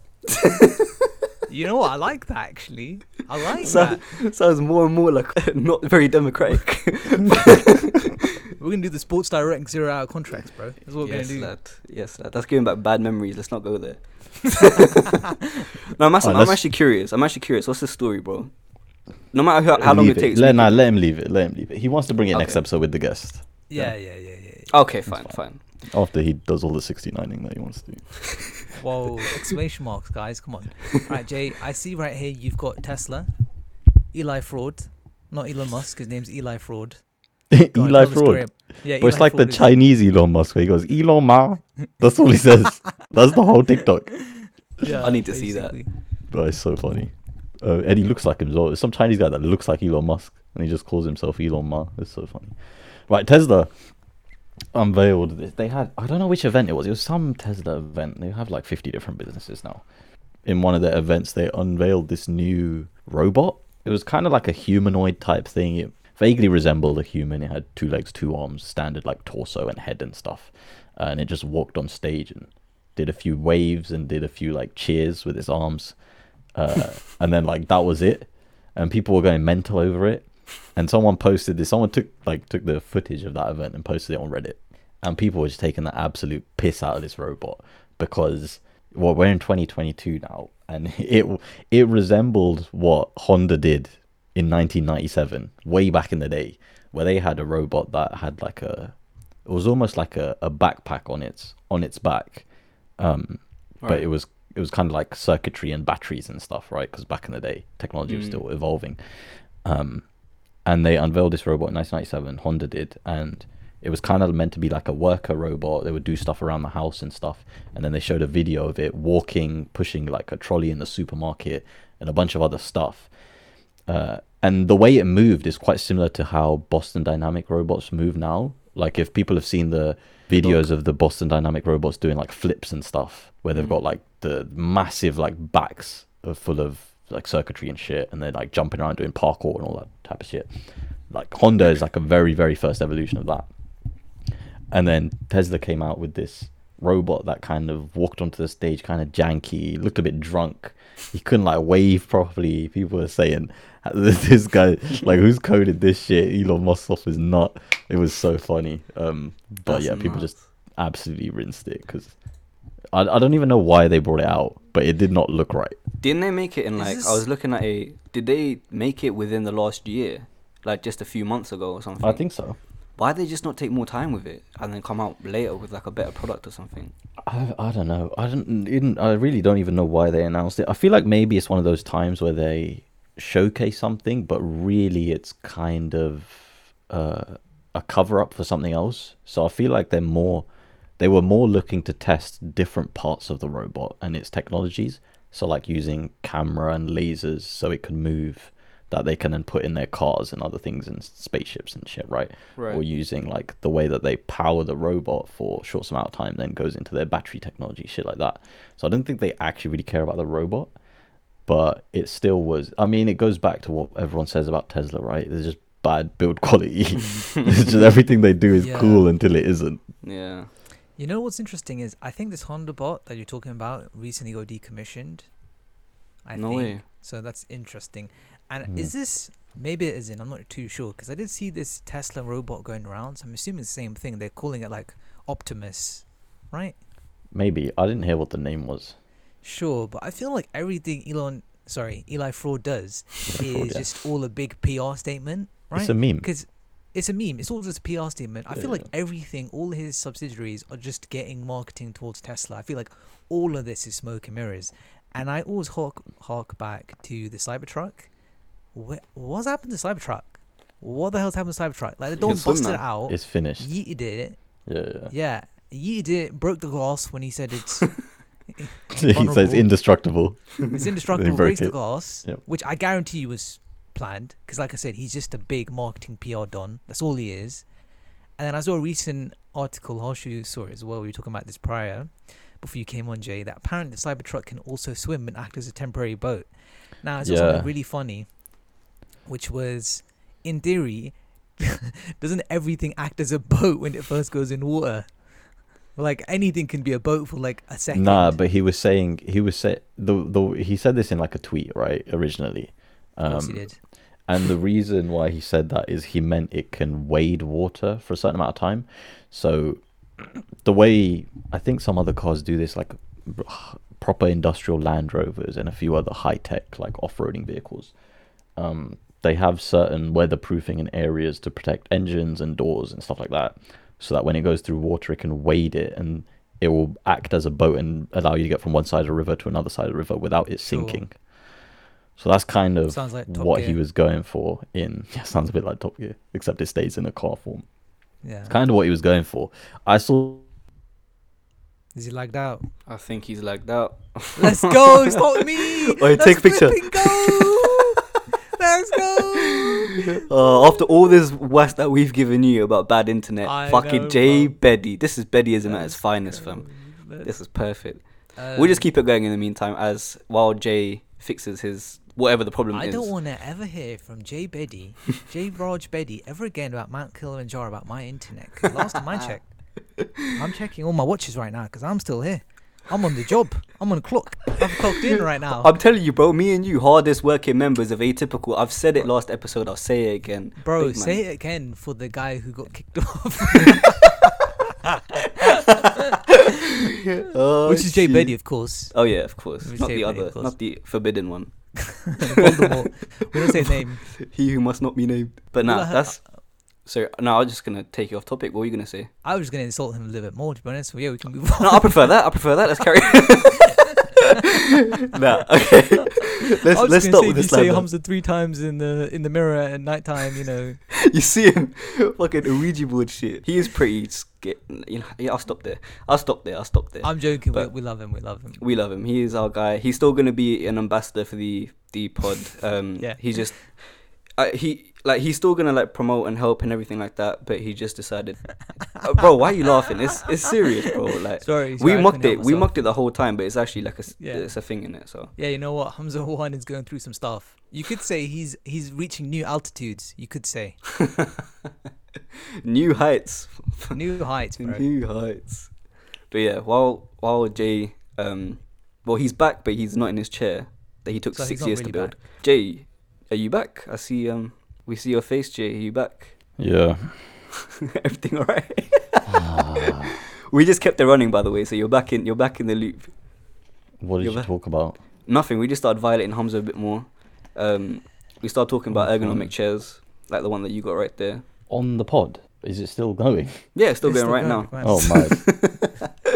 [SPEAKER 3] you know what? I like that actually. I like
[SPEAKER 2] So,
[SPEAKER 3] that.
[SPEAKER 2] sounds more and more like not very democratic.
[SPEAKER 3] We're gonna do the Sports Direct zero-hour contracts, bro. That's what we're
[SPEAKER 2] yes,
[SPEAKER 3] gonna do.
[SPEAKER 2] lad. Yes, lad. That's giving back bad memories. Let's not go there. no, I'm, actually,
[SPEAKER 1] Alright,
[SPEAKER 2] I'm
[SPEAKER 1] let's-
[SPEAKER 2] actually curious. I'm actually curious. What's the story, bro? No matter how, how long
[SPEAKER 1] leave
[SPEAKER 2] it takes.
[SPEAKER 1] Let,
[SPEAKER 2] we
[SPEAKER 1] nah,
[SPEAKER 2] can-
[SPEAKER 1] let him leave it. Let him leave it. He wants to bring it next
[SPEAKER 2] Okay.
[SPEAKER 1] episode with the guest
[SPEAKER 3] Yeah, yeah, yeah, yeah. yeah.
[SPEAKER 2] Okay, fine,
[SPEAKER 1] fine.
[SPEAKER 2] fine.
[SPEAKER 1] after he does all the 69ing that he wants to do.
[SPEAKER 3] Whoa! Exclamation marks, guys. Come on. Right, Jay. I see right here you've got Tesla, Eli Fraud, not Elon Musk. His name's Eli Fraud. Go on,
[SPEAKER 1] Eli
[SPEAKER 3] tell the story
[SPEAKER 1] Fraud.
[SPEAKER 3] ab- Yeah,
[SPEAKER 1] But it's
[SPEAKER 3] Eli
[SPEAKER 1] like the
[SPEAKER 3] Fraud is-
[SPEAKER 1] Chinese Elon Musk where he goes, Elon Ma. That's all he says. That's the whole TikTok.
[SPEAKER 3] Yeah,
[SPEAKER 2] I need to see that.
[SPEAKER 3] basically.
[SPEAKER 1] But it's so funny. Uh, and he looks like him as well. There's some Chinese guy that looks like Elon Musk and he just calls himself Elon Ma. It's so funny. Right, Tesla unveiled this. They had, I don't know which event it was. It was some Tesla event. They have like 50 different businesses now. In one of their events, they unveiled this new robot. It was kind of like a humanoid type thing. It vaguely resembled a human. It had two legs, two arms, standard like torso and head and stuff. and it just walked on stage and did a few waves and did a few like cheers with its arms uh, and then like that was it and people were going mental over it and someone posted this someone took like took the footage of that event and posted it on reddit and people were just taking the absolute piss out of this robot because well we're in 2022 now and it it resembled what honda did in 1997 way back in the day where they had a robot that had like a it was almost like a, a backpack on its on its back um but
[SPEAKER 2] Right.
[SPEAKER 1] it was it was kind of like circuitry and batteries and stuff, right? Because back in the day, technology was
[SPEAKER 2] Mm.
[SPEAKER 1] still evolving. Um, and they unveiled this robot in 1997, Honda did, and it was kind of meant to be like a worker robot. They would do stuff around the house and stuff, and then they showed a video of it walking, pushing like a trolley in the supermarket, and a bunch of other stuff. Uh, and the way it moved is quite similar to how Boston Dynamic robots move now. Like if people have seen the videos of the Boston Dynamic robots doing like flips and stuff, where they've
[SPEAKER 2] Mhm.
[SPEAKER 1] got like the massive like backs of full of like circuitry and shit, and they're like jumping around doing parkour and all that type of shit. Like Honda is like a very very first evolution of that. And then Tesla came out with this robot that kind of walked onto the stage kind of janky, looked a bit drunk. He couldn't like wave properly. People were saying, "This, this guy, like, who's coded this shit?" Elon Musk off is not. It was so funny. Um, but
[SPEAKER 2] That's
[SPEAKER 1] yeah, people
[SPEAKER 2] nuts.
[SPEAKER 1] just absolutely rinsed it because I, I don't even know why they brought it out, but it did not look right.
[SPEAKER 2] Didn't they make it in
[SPEAKER 3] Is
[SPEAKER 2] like
[SPEAKER 3] this-
[SPEAKER 2] I was looking at a? Did they make it within the last year, like just a few months ago or something?
[SPEAKER 1] I think so.
[SPEAKER 2] Why they just not take more time with it and then come out later with like a better product or something?
[SPEAKER 1] I, I don't know. I don't. Didn't, I really don't even know why they announced it. I feel like maybe it's one of those times where they showcase something, but really it's kind of uh, a cover up for something else. So I feel like they're more. They were more looking to test different parts of the robot and its technologies. So like using camera and lasers so it can move, that they can then put in their cars and other things and spaceships and shit, right? or using like the way that they power the robot for short amount of time then goes into their battery technology shit like that so i don't think they actually really care about the robot but it still was i mean it goes back to what everyone says about tesla right there's just bad build quality it's just everything they do is
[SPEAKER 3] Yeah.
[SPEAKER 1] cool until it isn't
[SPEAKER 2] Yeah.
[SPEAKER 3] You know what's interesting is I think this Honda bot that you're talking about recently got decommissioned. I
[SPEAKER 2] no
[SPEAKER 3] think.
[SPEAKER 2] way.
[SPEAKER 3] So that's interesting. And
[SPEAKER 1] Hmm.
[SPEAKER 3] is this maybe it isn't? I'm not too sure because I did see this Tesla robot going around. So I'm assuming it's the same thing. They're calling it like Optimus, right?
[SPEAKER 1] maybe i didn't hear what the name was
[SPEAKER 3] Sure, but I feel like everything Elon, sorry, Eli Fraud does
[SPEAKER 1] Eli Fraud,
[SPEAKER 3] is
[SPEAKER 1] yeah.
[SPEAKER 3] just all a big PR statement, right?
[SPEAKER 1] it's a meme
[SPEAKER 3] because it's a meme. It's all just a PR statement. I
[SPEAKER 1] Yeah,
[SPEAKER 3] feel like everything, all his subsidiaries are just getting marketing towards Tesla. I feel like all of this is smoke and mirrors. And I always hark, hark back to the Cybertruck. Wh- what's happened to Cybertruck? What the hell's happened to Cybertruck? Like, they
[SPEAKER 2] can
[SPEAKER 3] don't
[SPEAKER 2] swim
[SPEAKER 3] bust it
[SPEAKER 2] now.
[SPEAKER 3] out.
[SPEAKER 1] it's finished
[SPEAKER 3] Yeeted it.
[SPEAKER 1] yeah, yeah.
[SPEAKER 3] Yeah. Yeeted it. Broke the glass when he said it's,
[SPEAKER 1] he says
[SPEAKER 3] Vulnerable.
[SPEAKER 1] indestructible
[SPEAKER 3] it's indestructible.
[SPEAKER 1] broke
[SPEAKER 3] Breaks the
[SPEAKER 1] it.
[SPEAKER 3] glass,
[SPEAKER 1] Yep.
[SPEAKER 3] which I guarantee you was planned. Because, like I said, he's just a big marketing PR don. That's all he is. And then I saw a recent article, Harshu you saw it as well. We were talking about this prior, before you came on, Jay, that apparently the Cybertruck can also swim and act as a temporary boat. Now, I saw
[SPEAKER 1] Yeah.
[SPEAKER 3] something really funny, which was, in theory, doesn't everything act as a boat when it first goes in water? Like anything can be a boat for like a second.
[SPEAKER 1] Nah, but he was saying he was say the the he said this in like a tweet, right? Originally,
[SPEAKER 3] Of course
[SPEAKER 1] Um,
[SPEAKER 3] he did.
[SPEAKER 1] and the reason why he said that is he meant it can wade water for a certain amount of time. So the way I think some other cars do this, like proper industrial Land Rovers and a few other high tech like off roading vehicles, um, they have certain weatherproofing in areas to protect engines and doors and stuff like that, so that when it goes through water, it can wade it and it will act as a boat and allow you to get from one side of the river to another side of the river without it
[SPEAKER 3] Sure.
[SPEAKER 1] sinking. So that's kind of
[SPEAKER 3] Sounds like Top
[SPEAKER 1] what he
[SPEAKER 3] Gear.
[SPEAKER 1] was going for in yeah, sounds a bit like Top Gear, except it stays in a car form.
[SPEAKER 3] Yeah.
[SPEAKER 1] It's kind of what he was going for. I saw
[SPEAKER 3] Is he lagged out?
[SPEAKER 2] I think he's lagged out.
[SPEAKER 3] Let's go. It's not me.
[SPEAKER 2] Oi,
[SPEAKER 3] Let's
[SPEAKER 2] take a picture.
[SPEAKER 3] flipping Go. Let's go.
[SPEAKER 2] Uh, after all this west that we've given you about bad internet,
[SPEAKER 3] I
[SPEAKER 2] fucking
[SPEAKER 3] know,
[SPEAKER 2] J
[SPEAKER 3] bro.
[SPEAKER 2] Beddy. This is Beddyism at its finest, fam. This is perfect. we'll just keep it going in the meantime as while Jay fixes his whatever the problem
[SPEAKER 3] Um, I
[SPEAKER 2] is.
[SPEAKER 3] don't want to ever hear from Jay Beddy, Jay Raj Beddy, ever again about Mount Kilimanjaro, about my internet. 'cause Last time I checked, I'm checking all my watches right now because I'm still here. I'm on the job. I'm on the clock. I've clocked in right now.
[SPEAKER 2] I'm telling you, bro. Me and you, hardest working members of Atypical. I've said it last episode. I'll say it again.
[SPEAKER 3] Bro,
[SPEAKER 2] Big man.
[SPEAKER 3] say it again for the guy who got kicked off,
[SPEAKER 2] Oh,
[SPEAKER 3] which is Jay
[SPEAKER 2] shit.
[SPEAKER 3] Beddy, of course.
[SPEAKER 2] Oh yeah, of course.
[SPEAKER 3] We
[SPEAKER 2] Not
[SPEAKER 3] say
[SPEAKER 2] the
[SPEAKER 3] Beddy,
[SPEAKER 2] other,
[SPEAKER 3] of course.
[SPEAKER 2] not the forbidden one.
[SPEAKER 3] Voldemort. We don't say his name.
[SPEAKER 2] He who must not be named. But
[SPEAKER 3] All
[SPEAKER 2] nah,
[SPEAKER 3] I heard-
[SPEAKER 2] that's. Sorry, no. I'm just gonna take you off topic. What were you gonna say?
[SPEAKER 3] I was going to insult him a little bit more, to be honest. Well, yeah, we can move on.
[SPEAKER 2] No, I prefer that. I prefer that. Let's carry. nah, okay.
[SPEAKER 3] I
[SPEAKER 2] let's
[SPEAKER 3] was
[SPEAKER 2] let's
[SPEAKER 3] just gonna
[SPEAKER 2] start
[SPEAKER 3] say,
[SPEAKER 2] with
[SPEAKER 3] if you
[SPEAKER 2] this
[SPEAKER 3] say
[SPEAKER 2] lad. though.
[SPEAKER 3] Hamza three times in the in the mirror at nighttime, you know.
[SPEAKER 2] You see him, fucking Ouija board shit. He is pretty. Sca- you know, yeah, I'll stop there. I'll stop there. I'll stop there.
[SPEAKER 3] I'm joking. We,
[SPEAKER 2] But-
[SPEAKER 3] we love him. We love him.
[SPEAKER 2] we love him. He is our guy. He's still gonna be an ambassador for the the pod. Um,
[SPEAKER 3] Yeah.
[SPEAKER 2] He just uh, he like he's still gonna like promote and help and everything like that. But he just decided, Uh, bro, why are you laughing? It's it's serious, bro. Like
[SPEAKER 3] Sorry, sorry,
[SPEAKER 2] we
[SPEAKER 3] I
[SPEAKER 2] mocked
[SPEAKER 3] couldn't help
[SPEAKER 2] it. We
[SPEAKER 3] myself.
[SPEAKER 2] mocked it the whole time, but it's actually like a s-
[SPEAKER 3] Yeah.
[SPEAKER 2] it's a thing in it. So
[SPEAKER 3] Yeah, you know what? Hamza One is going through some stuff. You could say he's he's reaching new altitudes. You could say
[SPEAKER 2] new heights,
[SPEAKER 3] new heights, bro.
[SPEAKER 2] new heights. But yeah, while while Jay, um, well, he's back, but he's not in his chair that he took
[SPEAKER 3] So he's
[SPEAKER 2] six
[SPEAKER 3] not
[SPEAKER 2] years
[SPEAKER 3] really
[SPEAKER 2] to build. Jay, are you back? I see. Um, we see your face, Jay. Are you back?
[SPEAKER 1] Yeah.
[SPEAKER 2] Everything all right? we just kept it running, by the way. So you're back in. You're back in the loop.
[SPEAKER 1] What did
[SPEAKER 2] You're
[SPEAKER 1] you
[SPEAKER 2] back.
[SPEAKER 1] talk about?
[SPEAKER 2] Nothing. We just started violating Hamza a bit more. Um, we started talking about ergonomic chairs, like the one that you got right there.
[SPEAKER 1] On the pod? Is it still going?
[SPEAKER 2] Yeah, it's still
[SPEAKER 3] It's
[SPEAKER 2] going right now.
[SPEAKER 3] right, man.
[SPEAKER 1] Oh my.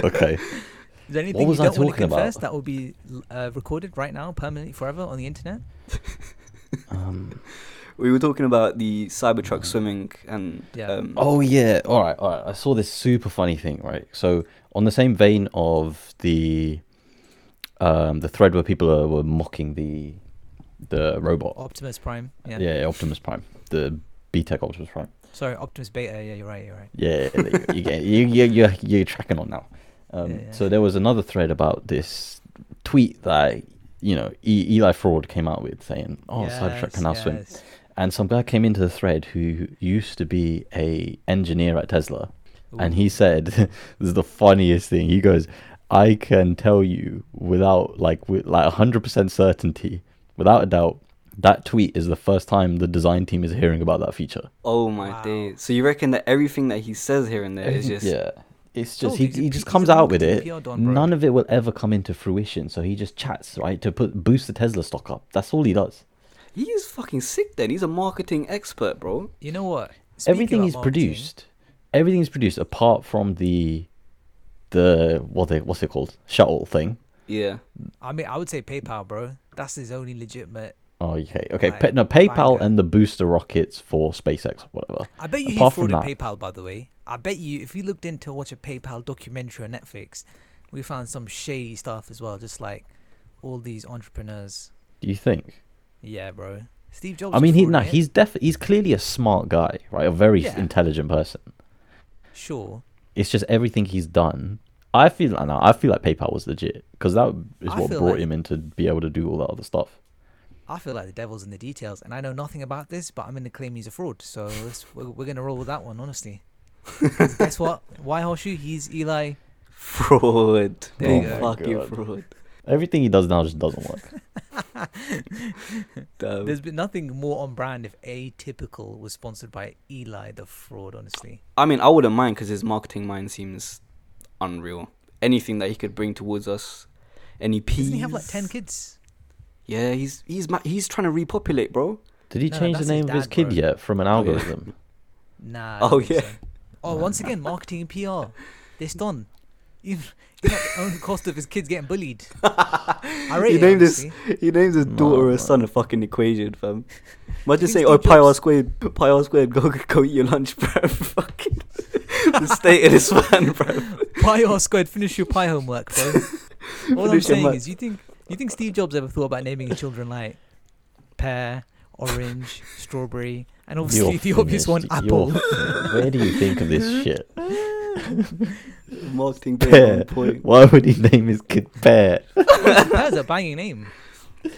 [SPEAKER 1] okay.
[SPEAKER 3] Is there anything
[SPEAKER 1] was
[SPEAKER 3] you
[SPEAKER 1] I
[SPEAKER 3] don't want
[SPEAKER 1] talking
[SPEAKER 3] to
[SPEAKER 1] about?
[SPEAKER 3] confess that will be uh, recorded right now, permanently, forever on the internet?
[SPEAKER 1] Um,
[SPEAKER 2] We were talking about the Cybertruck swimming and
[SPEAKER 3] Yeah.
[SPEAKER 2] um,
[SPEAKER 1] oh yeah. All right. All right. I saw this super funny thing. Right. So on the same vein of the um the thread where people are, were mocking the the robot.
[SPEAKER 3] Optimus Prime. Yeah.
[SPEAKER 1] Yeah. Optimus Prime. The B Tech Optimus Prime.
[SPEAKER 3] Sorry, Optimus Beta. Yeah, you're right. You're right.
[SPEAKER 1] Yeah, there you, go. you get you you you you're tracking on now. Um,
[SPEAKER 3] Yeah, yeah.
[SPEAKER 1] So there was another thread about this tweet that you know e- Eli Fraud came out with saying, "Oh, Cybertruck can now swim,"
[SPEAKER 3] yes.
[SPEAKER 1] and some guy came into the thread who used to be a engineer at Tesla, and
[SPEAKER 3] Ooh.
[SPEAKER 1] he said, "This is the funniest thing." He goes, "I can tell you without like with like hundred percent certainty, without a doubt." That tweet is the first time the design team is hearing about that feature.
[SPEAKER 2] Oh my
[SPEAKER 3] Wow.
[SPEAKER 2] days! So you reckon that everything that he says here and there is just
[SPEAKER 1] yeah. It's
[SPEAKER 3] Told
[SPEAKER 1] just he,
[SPEAKER 3] you, he's a-
[SPEAKER 1] he just
[SPEAKER 3] he's a
[SPEAKER 1] comes out with
[SPEAKER 3] marketing
[SPEAKER 1] it.
[SPEAKER 3] PR don, bro.
[SPEAKER 1] None of it will ever come into fruition. So he just chats right to put boost the Tesla stock up. That's all he does.
[SPEAKER 2] he is fucking sick. Then he's a marketing expert, bro.
[SPEAKER 3] You know what?
[SPEAKER 1] Everything
[SPEAKER 3] about
[SPEAKER 1] is
[SPEAKER 3] marketing,
[SPEAKER 1] produced. Everything is produced apart from the the what they what's it called shuttle thing.
[SPEAKER 2] Yeah,
[SPEAKER 3] I mean, I would say PayPal, bro. That's his only legitimate.
[SPEAKER 1] Oh, okay, okay.
[SPEAKER 3] Right,
[SPEAKER 1] Pa- no, PayPal
[SPEAKER 3] banger.
[SPEAKER 1] and the booster rockets for SpaceX, whatever.
[SPEAKER 3] I bet you he
[SPEAKER 1] Apart from
[SPEAKER 3] frauded
[SPEAKER 1] that-
[SPEAKER 3] PayPal, by the way. I bet you if you looked into watch a PayPal documentary on Netflix, we found some shady stuff as well. Just like all these entrepreneurs.
[SPEAKER 1] Do you think?
[SPEAKER 3] Yeah, bro. Steve Jobs.
[SPEAKER 1] I mean, he
[SPEAKER 3] fraud,
[SPEAKER 1] nah,
[SPEAKER 3] right?
[SPEAKER 1] he's def- he's clearly a smart guy, right? A very
[SPEAKER 3] Yeah.
[SPEAKER 1] intelligent person.
[SPEAKER 3] sure.
[SPEAKER 1] it's just everything he's done. I feel like I feel like PayPal was legit because that is
[SPEAKER 3] I
[SPEAKER 1] what
[SPEAKER 3] feel
[SPEAKER 1] brought
[SPEAKER 3] like-
[SPEAKER 1] him in to be able to do all that other stuff.
[SPEAKER 3] I feel like the devil's in the details, and I know nothing about this, but I'm going to claim he's a fraud. So it's, we're, we're going to roll with that one, honestly. 'Cause guess what? Why horseshoe? He's Eli.
[SPEAKER 2] fraud.
[SPEAKER 3] There you
[SPEAKER 2] Big
[SPEAKER 3] go.
[SPEAKER 2] Fucking
[SPEAKER 1] God.
[SPEAKER 2] fraud.
[SPEAKER 1] Everything he does now just doesn't work.
[SPEAKER 2] Damn.
[SPEAKER 3] There's been nothing more on brand if Atypical was sponsored by Eli the fraud. Honestly,
[SPEAKER 2] I mean, I wouldn't mind because his marketing mind seems unreal. Anything that he could bring towards us, any peas.
[SPEAKER 3] doesn't he have like ten kids?
[SPEAKER 2] Yeah, he's he's ma- he's trying to repopulate, bro.
[SPEAKER 1] Did he
[SPEAKER 3] No,
[SPEAKER 1] change the
[SPEAKER 3] that's his
[SPEAKER 1] name of his
[SPEAKER 3] dad,
[SPEAKER 1] kid
[SPEAKER 3] bro.
[SPEAKER 1] yet from an
[SPEAKER 2] Oh, yeah.
[SPEAKER 1] algorithm?
[SPEAKER 3] Nah. I
[SPEAKER 2] Oh,
[SPEAKER 3] don't think
[SPEAKER 2] yeah.
[SPEAKER 3] so. Oh, once again, marketing and PR. This done. You you know, the own cost of his kids getting bullied. I rate
[SPEAKER 2] he
[SPEAKER 3] it,
[SPEAKER 2] named his
[SPEAKER 3] honestly.
[SPEAKER 2] he names his
[SPEAKER 1] No,
[SPEAKER 2] daughter
[SPEAKER 1] bro.
[SPEAKER 2] a son a fucking equation, fam. Imagine
[SPEAKER 3] Think
[SPEAKER 2] saying,
[SPEAKER 3] Steve
[SPEAKER 2] "Oh, pi r
[SPEAKER 3] Jobs-
[SPEAKER 2] squared, pi r squared, go go eat your lunch, bro." fucking the state of this man, bro.
[SPEAKER 3] Pi R squared. Finish your pi homework, bro. All I'm
[SPEAKER 2] Finish your
[SPEAKER 3] saying
[SPEAKER 2] ma-
[SPEAKER 3] is, you think you think Steve Jobs ever thought about naming his children like pear, orange, strawberry, and obviously the obvious one,
[SPEAKER 1] finished.
[SPEAKER 3] apple.
[SPEAKER 1] You're finished. Where do you think of this shit?
[SPEAKER 2] Marketing
[SPEAKER 1] Pear.
[SPEAKER 2] bit on point.
[SPEAKER 1] Why would he name his kid Pear?
[SPEAKER 3] Pear's a banging name.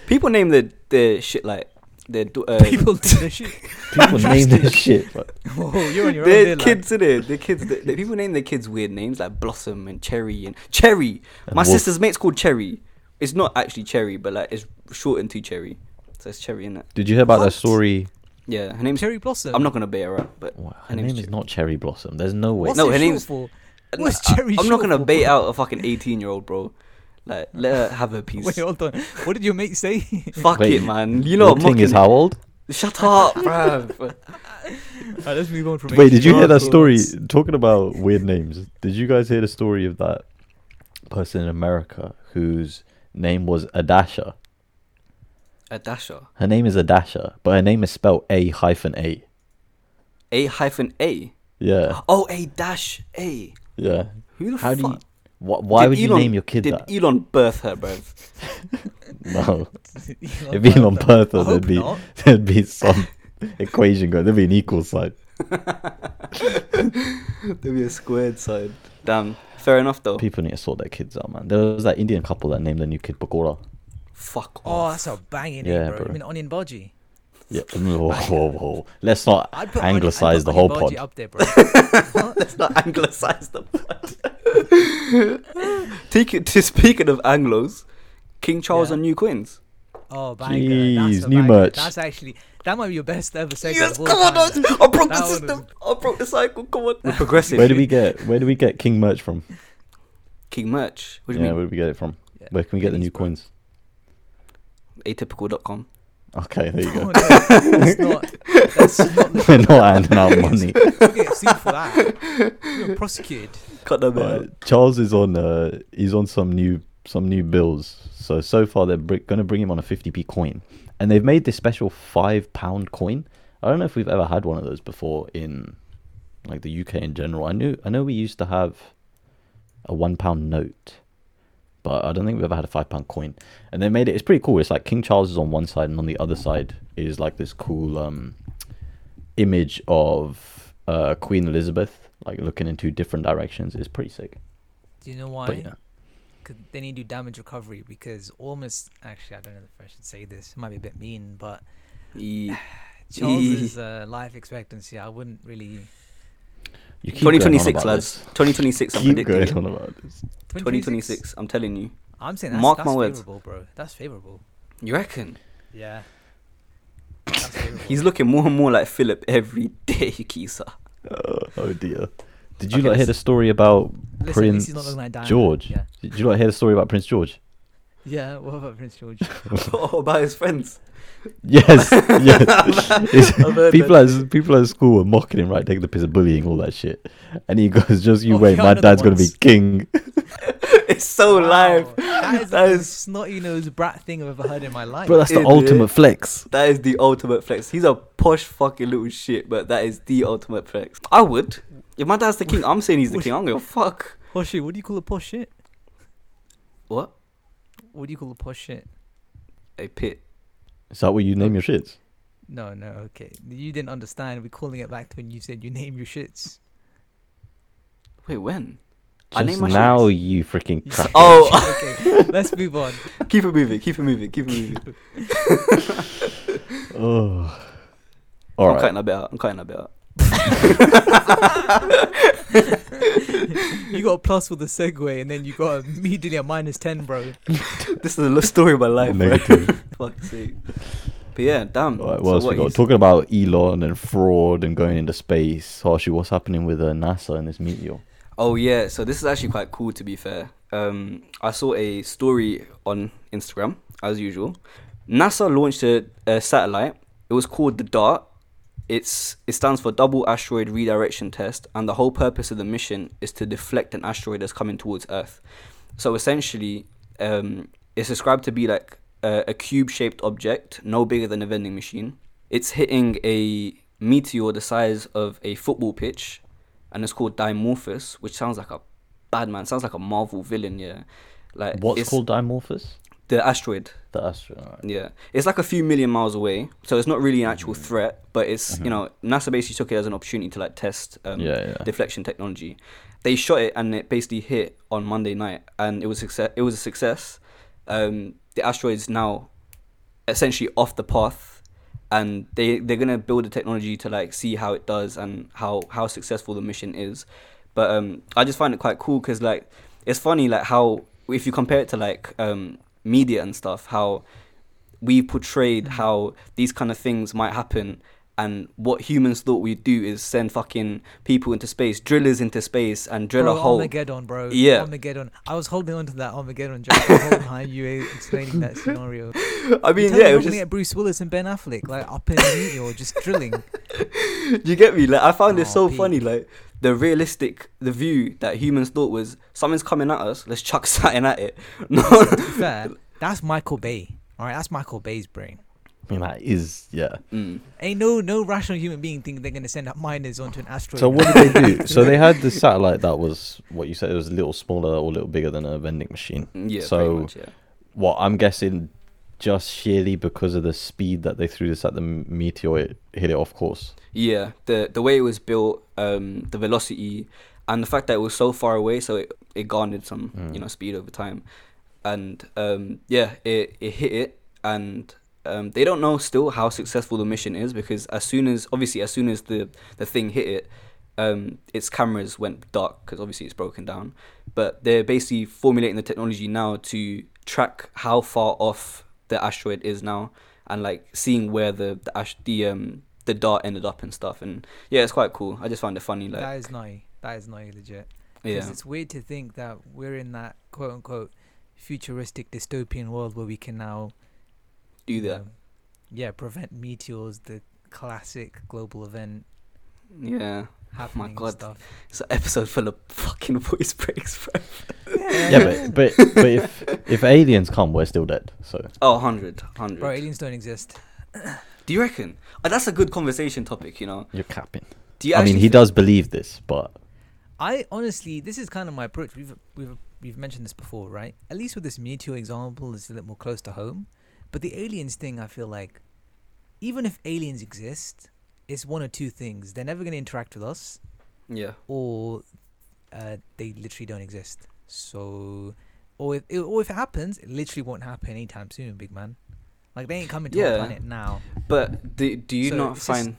[SPEAKER 2] People name their their shit like their do- uh,
[SPEAKER 3] People do this shit.
[SPEAKER 1] People name this shit. Like,
[SPEAKER 3] Oh, you're on your own.
[SPEAKER 2] their
[SPEAKER 3] there, lad.
[SPEAKER 2] kids in it. Their kids. Their, their people name their kids weird names like Blossom and Cherry and Cherry.
[SPEAKER 1] And
[SPEAKER 2] My
[SPEAKER 1] Wolf.
[SPEAKER 2] sister's mate's called Cherry. It's not actually Cherry, but like it's shortened to Cherry. So it's Cherry in it.
[SPEAKER 1] did you hear about
[SPEAKER 3] What?
[SPEAKER 1] that story?
[SPEAKER 2] Yeah, her name's.
[SPEAKER 3] Cherry Blossom.
[SPEAKER 2] I'm not gonna bait her up, but
[SPEAKER 1] Wow,
[SPEAKER 2] her
[SPEAKER 1] her name
[SPEAKER 2] name's
[SPEAKER 1] is
[SPEAKER 2] Cherry.
[SPEAKER 1] not Cherry Blossom. There's no way.
[SPEAKER 3] What's
[SPEAKER 2] No,
[SPEAKER 3] it
[SPEAKER 2] her
[SPEAKER 3] short
[SPEAKER 2] name's-
[SPEAKER 3] for?
[SPEAKER 2] No,
[SPEAKER 3] What's
[SPEAKER 2] I-
[SPEAKER 3] Cherry
[SPEAKER 2] I'm not gonna
[SPEAKER 3] short for?
[SPEAKER 2] bait out a fucking 18 year old, bro. Like, let her have her peace.
[SPEAKER 3] Wait, hold on. What did your mate say?
[SPEAKER 2] Fuck
[SPEAKER 1] Wait,
[SPEAKER 2] it, man. You know, I'm
[SPEAKER 1] Ting
[SPEAKER 2] mocking
[SPEAKER 1] is how old?
[SPEAKER 2] Shut up, bruv.
[SPEAKER 3] Alright, let's move on from.
[SPEAKER 1] Wait, did you
[SPEAKER 2] Sure,
[SPEAKER 1] hear that
[SPEAKER 2] cool.
[SPEAKER 1] story? Talking about weird names, did you guys hear the story of that person in America whose name was Adasha.
[SPEAKER 2] A dasher.
[SPEAKER 1] Her name is Adasha, but her name is spelled A hyphen A.
[SPEAKER 2] A hyphen A.
[SPEAKER 1] Yeah,
[SPEAKER 2] Oh, A dash A.
[SPEAKER 1] yeah.
[SPEAKER 2] Who the
[SPEAKER 1] How do you?
[SPEAKER 2] fuck?
[SPEAKER 1] Wh- why
[SPEAKER 2] Did
[SPEAKER 1] would you
[SPEAKER 2] Elon-
[SPEAKER 1] name your kid
[SPEAKER 2] Did
[SPEAKER 1] that?
[SPEAKER 2] Elon birth her, bro?
[SPEAKER 1] no,
[SPEAKER 3] Elon
[SPEAKER 1] if Elon
[SPEAKER 3] Musk.
[SPEAKER 1] birthed
[SPEAKER 3] I
[SPEAKER 1] her,
[SPEAKER 3] hope
[SPEAKER 1] there'd be
[SPEAKER 3] not.
[SPEAKER 1] there'd be some equation going. There'd be an equal sign.
[SPEAKER 2] There'd be a squared side. Damn. Fair enough though.
[SPEAKER 1] People need to sort their kids out, man. There was that Indian couple that named their new kid Bakura.
[SPEAKER 2] Fuck
[SPEAKER 3] Oh,
[SPEAKER 2] off.
[SPEAKER 3] that's a banging name,
[SPEAKER 1] Yeah,
[SPEAKER 3] bro.
[SPEAKER 1] bro.
[SPEAKER 3] I mean, Onion Bodgy.
[SPEAKER 1] Yeah. Whoa, whoa, whoa. Let's not
[SPEAKER 3] I'd put Onion- I'd
[SPEAKER 1] anglicize
[SPEAKER 3] put
[SPEAKER 1] the whole
[SPEAKER 3] Onion
[SPEAKER 1] pod.
[SPEAKER 3] Bodgy up there, bro.
[SPEAKER 2] Let's not anglicize the blood. Take it to speaking of Anglos, King Charles
[SPEAKER 3] Yeah.
[SPEAKER 2] and New Queens.
[SPEAKER 3] Oh, banger. that's
[SPEAKER 1] Jeez,
[SPEAKER 3] a
[SPEAKER 1] new
[SPEAKER 3] banger.
[SPEAKER 1] merch.
[SPEAKER 3] That's actually, that might be your best ever
[SPEAKER 2] Yes,
[SPEAKER 3] segment. of all
[SPEAKER 2] come on,
[SPEAKER 3] time.
[SPEAKER 2] I I broke the
[SPEAKER 3] That one
[SPEAKER 2] system. I broke the cycle. Come on, we're progressive.
[SPEAKER 1] Where do we get where do we get King merch from?
[SPEAKER 2] King merch? What do you
[SPEAKER 1] Yeah,
[SPEAKER 2] mean?
[SPEAKER 1] where do we get it from?
[SPEAKER 3] Yeah,
[SPEAKER 1] Where can we get the
[SPEAKER 3] please,
[SPEAKER 1] new
[SPEAKER 3] bro.
[SPEAKER 1] coins?
[SPEAKER 2] Atypical.com.
[SPEAKER 1] Okay, there you
[SPEAKER 3] No,
[SPEAKER 1] go.
[SPEAKER 3] no, that's not. That's not the
[SPEAKER 1] We're not handing out money.
[SPEAKER 3] We'll get sued for that. We're prosecuted.
[SPEAKER 2] Cut that bit
[SPEAKER 1] Uh,
[SPEAKER 2] out.
[SPEAKER 1] Charles is on uh, he's on some new some new bills. So so far they're br- going to bring him on a 50p coin, and they've made this special five pound coin. I don't know if we've ever had one of those before in like the UK in general. I knew I know we used to have a one pound note, but I don't think we've ever had a five pound coin. And they made it. It's pretty cool. It's like King Charles is on one side, and on the other side is like this cool um, image of uh, Queen Elizabeth, like looking in two different directions. It's pretty sick.
[SPEAKER 3] Do you know
[SPEAKER 1] But
[SPEAKER 3] why?
[SPEAKER 1] yeah,
[SPEAKER 3] 'Cause They need to do damage recovery because almost. Actually, I don't know if I should say this. It might be a bit mean, but
[SPEAKER 2] Ye-
[SPEAKER 3] Charles's uh, life expectancy, I wouldn't really.
[SPEAKER 1] you keep going on
[SPEAKER 2] 2026,
[SPEAKER 1] about
[SPEAKER 2] lads.
[SPEAKER 1] this.
[SPEAKER 2] 2026, I'm
[SPEAKER 1] Keep going
[SPEAKER 2] predicting.
[SPEAKER 1] on about this.
[SPEAKER 2] 2026, I'm telling you.
[SPEAKER 3] I'm saying that's,
[SPEAKER 2] Mark
[SPEAKER 3] that's
[SPEAKER 2] my words.
[SPEAKER 3] favorable, bro. That's favorable.
[SPEAKER 2] You reckon?
[SPEAKER 3] Yeah. That's favorable.
[SPEAKER 2] He's looking more and more like Philip every day, Kisa.
[SPEAKER 1] Uh, oh dear. Did you
[SPEAKER 2] Okay,
[SPEAKER 1] not hear
[SPEAKER 2] let's-
[SPEAKER 1] the story about
[SPEAKER 3] Listen, at least
[SPEAKER 1] Prince
[SPEAKER 3] he's not looking like Diamond.
[SPEAKER 1] George?
[SPEAKER 3] Yeah.
[SPEAKER 1] Did you not hear the story about Prince George?
[SPEAKER 3] Yeah. What about Prince George?
[SPEAKER 2] oh, by his friends.
[SPEAKER 1] Yes, yes. It's-
[SPEAKER 2] I've heard
[SPEAKER 1] people at people at school were mocking him, right? Taking the piss of bullying, all that shit. And he goes, "Just you
[SPEAKER 3] Oh,
[SPEAKER 1] wait,
[SPEAKER 3] yeah, I
[SPEAKER 1] my
[SPEAKER 3] know the
[SPEAKER 1] dad's gonna be
[SPEAKER 3] ones.
[SPEAKER 1] king."
[SPEAKER 2] It's so live.
[SPEAKER 3] That is
[SPEAKER 2] That
[SPEAKER 3] the
[SPEAKER 2] is-
[SPEAKER 3] most snotty nosed brat thing I've ever heard in my life.
[SPEAKER 1] Bro, that's the
[SPEAKER 2] Idiot.
[SPEAKER 1] ultimate flex.
[SPEAKER 2] That is the ultimate flex. He's a posh fucking little shit, but that is the ultimate flex. I would. If my dad's the king, I'm saying he's the king. I'm gonna fuck.
[SPEAKER 3] Posh shit. What do you call a posh shit?
[SPEAKER 2] What?
[SPEAKER 3] What do you call a posh shit?
[SPEAKER 2] A pit.
[SPEAKER 1] Is that what you name your shits?
[SPEAKER 3] No, no, okay. You didn't understand. We're calling it back to when you said you name your shits.
[SPEAKER 2] Wait, when? I
[SPEAKER 1] Just
[SPEAKER 2] name my
[SPEAKER 1] now,
[SPEAKER 2] shits.
[SPEAKER 1] you freaking
[SPEAKER 3] You
[SPEAKER 1] crack.
[SPEAKER 3] said-
[SPEAKER 2] Oh,
[SPEAKER 3] okay, let's move on.
[SPEAKER 2] keep it moving. Keep it moving. Keep it moving.
[SPEAKER 1] Oh.
[SPEAKER 2] I'm
[SPEAKER 1] All right.
[SPEAKER 2] cutting that bit out. I'm cutting that bit out.
[SPEAKER 3] You got a plus with the segue, and then you got immediately a minus 10, bro.
[SPEAKER 2] This is a lo- story of my life. bro.
[SPEAKER 1] Negative.
[SPEAKER 2] Fuck's sake. But yeah, damn.
[SPEAKER 1] All right,
[SPEAKER 2] So
[SPEAKER 1] what else we
[SPEAKER 2] what,
[SPEAKER 1] got?
[SPEAKER 2] he's-
[SPEAKER 1] Talking about Elon and fraud and going into space. Harshu, what's happening with uh, NASA and this meteor?
[SPEAKER 2] Oh yeah, so this is actually quite cool to be fair. Um, I saw a story on Instagram as usual. NASA launched a, a satellite. It was called the DART. It's it stands for Double Asteroid Redirection Test, and the whole purpose of the mission is to deflect an asteroid that's coming towards Earth. So essentially, um, it's described to be like a, a cube-shaped object, no bigger than a vending machine. It's hitting a meteor the size of a football pitch, and it's called Dimorphos, which sounds like a bad man. Sounds like a Marvel villain, yeah. Like
[SPEAKER 1] What's
[SPEAKER 2] it's
[SPEAKER 1] called Dimorphos?
[SPEAKER 2] the asteroid.
[SPEAKER 1] The astronaut.
[SPEAKER 2] Yeah, it's like a few million miles away, so it's not really an
[SPEAKER 1] Mm-hmm.
[SPEAKER 2] actual threat, but it's you know NASA basically took it as an opportunity to like test um,
[SPEAKER 1] Yeah, yeah.
[SPEAKER 2] deflection technology. They shot it and it basically hit on Monday night, and it was success. It was a success. Um, the asteroid's now essentially off the path, and they they're gonna build a technology to like see how it does and how how successful the mission is. But um, I just find it quite cool because like it's funny like how if you compare it to like um, media and stuff, how we
[SPEAKER 3] Mm.
[SPEAKER 2] portrayed how these kind of things might happen and what humans thought we'd do is send fucking people into space, drillers into space and drill
[SPEAKER 3] bro,
[SPEAKER 2] a hole.
[SPEAKER 3] Armageddon, bro.
[SPEAKER 2] Yeah.
[SPEAKER 3] Armageddon. I was holding on to that Armageddon joke the whole time you were explaining that scenario.
[SPEAKER 2] I
[SPEAKER 3] You're
[SPEAKER 2] mean, yeah,
[SPEAKER 3] telling me
[SPEAKER 2] it
[SPEAKER 3] we're
[SPEAKER 2] was
[SPEAKER 3] gonna
[SPEAKER 2] just,
[SPEAKER 3] get Bruce Willis and Ben Affleck like up in a meteor, just drilling.
[SPEAKER 2] you get me? Like, I found it
[SPEAKER 3] Aw,
[SPEAKER 2] so
[SPEAKER 3] Oh, Pete.
[SPEAKER 2] funny, like, the realistic, the view that humans thought was something's coming at us, let's chuck something at it. No,
[SPEAKER 3] To be fair, That's Michael Bay. All right, that's Michael Bay's brain.
[SPEAKER 1] I mean, that is yeah.
[SPEAKER 2] Mm.
[SPEAKER 3] Ain't no no rational human being think they're gonna send up miners onto an asteroid.
[SPEAKER 1] So what did they do? so they had this satellite that was what you said it was a little smaller or a little bigger than a vending machine.
[SPEAKER 2] Mm, Yeah,
[SPEAKER 1] So-
[SPEAKER 2] pretty much, yeah.
[SPEAKER 1] What I'm guessing, just sheerly because of the speed that they threw this at the m- meteor, it hit it off course.
[SPEAKER 2] Yeah, the the way it was built, um, the velocity, and the fact that it was so far away, so it, it garnered some you know speed over time, and um, yeah, it it hit it, and um, they don't know still how successful the mission is because as soon as obviously as soon as the the thing hit it, um, its cameras went dark because obviously it's broken down, but they're basically formulating the technology now to track how far off the asteroid is now and like seeing where the the ash the um the dart ended up and stuff and yeah it's quite cool i just found it funny like
[SPEAKER 3] that is nutty. That is nutty legit. Because
[SPEAKER 2] yeah
[SPEAKER 3] it's weird to think that we're in that quote unquote futuristic dystopian world where we can now
[SPEAKER 2] do
[SPEAKER 3] you
[SPEAKER 2] that
[SPEAKER 3] know, yeah, prevent meteors, the classic global event
[SPEAKER 2] yeah
[SPEAKER 3] happening and
[SPEAKER 2] God.
[SPEAKER 3] stuff.
[SPEAKER 2] it's an episode full of fucking voice breaks bro.
[SPEAKER 1] Yeah, but but, but if if aliens come, we're still dead. So
[SPEAKER 2] oh 100 100
[SPEAKER 3] Bro, aliens don't exist.
[SPEAKER 2] do you reckon oh, that's a good conversation topic you know
[SPEAKER 1] you're capping.
[SPEAKER 2] do you
[SPEAKER 1] I mean,
[SPEAKER 2] actually
[SPEAKER 1] he does believe this, but
[SPEAKER 3] I honestly, this is kind of my approach. We've we've we've mentioned this before, right? At least with this meteor example, it's a little more close to home. But the aliens thing, I feel like, even if aliens exist, it's one or two things: they're never going to interact with us,
[SPEAKER 2] think- yeah
[SPEAKER 3] or uh, they literally don't exist. So, or if it, or if it happens, it literally won't happen anytime soon, big man. Like they ain't coming to
[SPEAKER 2] Yeah.
[SPEAKER 3] our planet now.
[SPEAKER 2] but do, do you
[SPEAKER 3] So
[SPEAKER 2] not
[SPEAKER 3] it's just-
[SPEAKER 2] find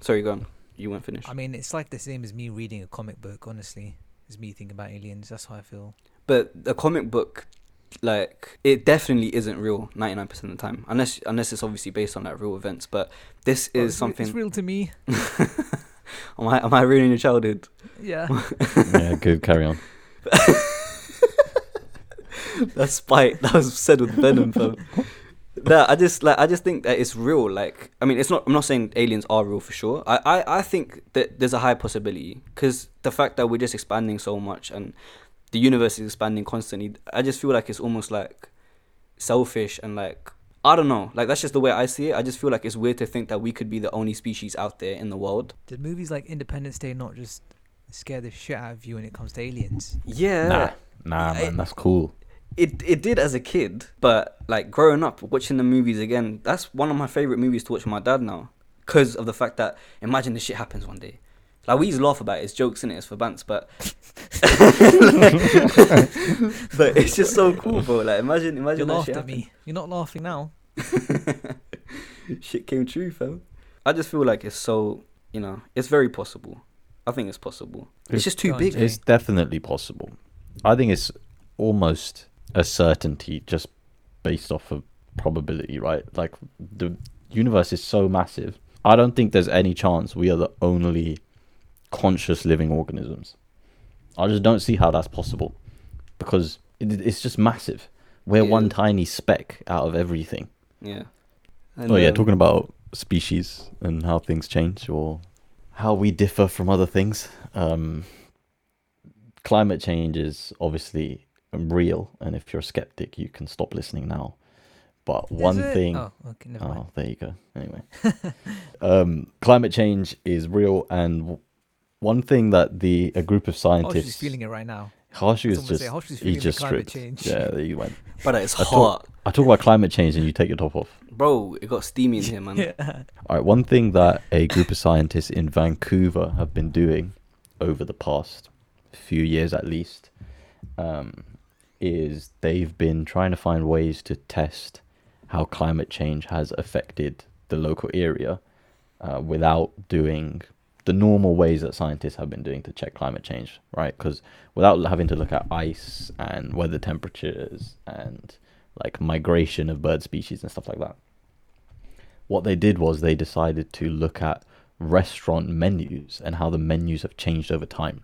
[SPEAKER 2] sorry go on you weren't finished
[SPEAKER 3] I mean, it's like the same as me reading a comic book. Honestly, is me thinking about aliens. That's how I feel.
[SPEAKER 2] but a comic book like it definitely isn't real 99% of the time unless unless it's obviously based on like real events but this
[SPEAKER 3] Well,
[SPEAKER 2] is
[SPEAKER 3] it's re-
[SPEAKER 2] something
[SPEAKER 3] It's real to me.
[SPEAKER 2] am i am i ruining your childhood
[SPEAKER 3] Yeah.
[SPEAKER 1] yeah, good. Carry on.
[SPEAKER 2] That's spite that was said with venom fam. no i just like i just think that it's real like i mean it's not i'm not saying aliens are real for sure i i, I think that there's a high possibility because the fact that we're just expanding so much and the universe is expanding constantly i just feel like it's almost like selfish and like i don't know like that's just the way i see it i just feel like it's weird to think that we could be the only species out there in the world
[SPEAKER 3] Did movies like Independence Day not just scare the shit out of you when it comes to aliens?
[SPEAKER 2] yeah
[SPEAKER 1] Nah, nah, man, that's cool.
[SPEAKER 2] it it did as a kid, but like growing up, watching the movies again, that's one of my favorite movies to watch with my dad now, because of the fact that imagine this shit happens one day. Like we used to laugh about it, it's jokes in it, it's for bants, but but it's just so cool, bro. Like imagine
[SPEAKER 3] You
[SPEAKER 2] imagine that
[SPEAKER 3] laughed
[SPEAKER 2] shit
[SPEAKER 3] at me. You're not laughing now.
[SPEAKER 2] happened. shit came true, fam. I just feel like it's so you know it's very possible. I think it's possible. It's,
[SPEAKER 1] It's-
[SPEAKER 2] just too
[SPEAKER 3] Go on,
[SPEAKER 2] big.
[SPEAKER 3] Jay.
[SPEAKER 1] It's definitely possible. I think it's almost a certainty just based off of probability, right? Like the universe is so massive. I don't think there's any chance we are the only conscious living organisms. I just don't see how that's possible because it, it's just massive. We're
[SPEAKER 2] Yeah.
[SPEAKER 1] one tiny speck out of everything.
[SPEAKER 2] Yeah.
[SPEAKER 1] oh, yeah,
[SPEAKER 2] um,
[SPEAKER 1] talking about species and how things change or how we differ from other things. Um, climate change is obviously real, and if you're a skeptic, you can stop listening now. But one
[SPEAKER 3] Is it?
[SPEAKER 1] thing.
[SPEAKER 3] Oh, okay, never mind.
[SPEAKER 1] Oh, there you go. Anyway, um, climate change is real, and w- one thing that the a group of
[SPEAKER 3] Hosh is
[SPEAKER 1] scientists.
[SPEAKER 3] feeling it right now.
[SPEAKER 1] Harshu is
[SPEAKER 3] Someone say
[SPEAKER 1] just.
[SPEAKER 3] Hosh is
[SPEAKER 1] He
[SPEAKER 3] feeling the
[SPEAKER 1] just
[SPEAKER 3] climate
[SPEAKER 1] stripped.
[SPEAKER 3] change.
[SPEAKER 1] Yeah, there you went.
[SPEAKER 2] But it's
[SPEAKER 1] I thought-
[SPEAKER 2] hot,
[SPEAKER 1] I talk about climate change, and you take your top off.
[SPEAKER 2] bro. It got steamy in here, man.
[SPEAKER 1] All right, one thing that a group of scientists in Vancouver have been doing over the past few years at least um, is they've been trying to find ways to test how climate change has affected the local area uh, without doing the normal ways that scientists have been doing to check climate change, right? Because without having to look at ice and weather temperatures and like migration of bird species and stuff like that what they did was they decided to look at restaurant menus and how the menus have changed over time.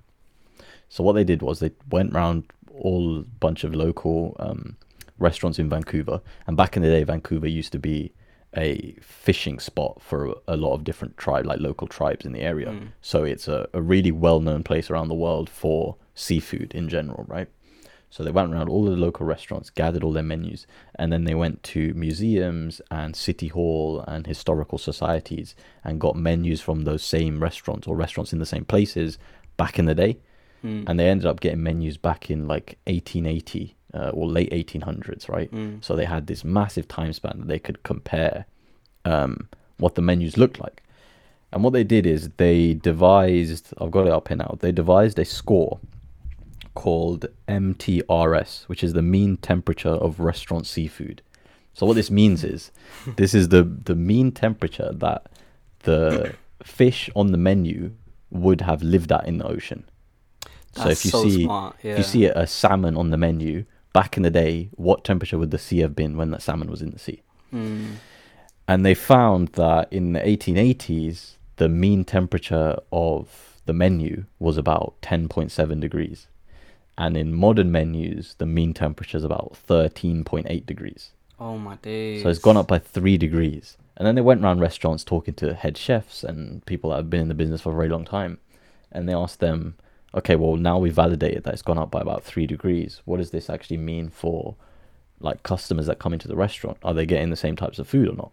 [SPEAKER 1] So what they did was they went round all bunch of local um, restaurants in Vancouver, and back in the day, Vancouver used to be a fishing spot for a lot of different tribe, like local tribes in the area.
[SPEAKER 2] Mm.
[SPEAKER 1] So it's a, a really well known place around the world for seafood in general, right? So they went around all the local restaurants, gathered all their menus, and then they went to museums and city hall and historical societies and got menus from those same restaurants or restaurants in the same places back in the day.
[SPEAKER 2] Mm.
[SPEAKER 1] And they ended up getting menus back in like 1880 uh, or late 1800s, right?
[SPEAKER 2] Mm.
[SPEAKER 1] So they had this massive time span that they could compare um, what the menus looked like. And what they did is they devised, I've got it up here now, they devised a score called MTRS, which is the mean temperature of restaurant seafood. So what this means is this is the, the mean temperature that the fish on the menu would have lived at in the ocean. So
[SPEAKER 2] That's
[SPEAKER 1] if you
[SPEAKER 2] so
[SPEAKER 1] see
[SPEAKER 2] smart,
[SPEAKER 1] if
[SPEAKER 2] yeah.
[SPEAKER 1] you see a salmon on the menu back in the day, what temperature would the sea have been when that salmon was in the sea?
[SPEAKER 2] Mm.
[SPEAKER 1] and they found that in the 1880s the mean temperature of the menu was about 10.7 degrees and in modern menus the mean temperature is about 13.8 degrees
[SPEAKER 2] Oh my days.
[SPEAKER 1] so it's gone up by 3 degrees and then they went around restaurants talking to head chefs and people that have been in the business for a very long time and they asked them okay well now we validated that it's gone up by about 3 degrees what does this actually mean for like customers that come into the restaurant are they getting the same types of food or not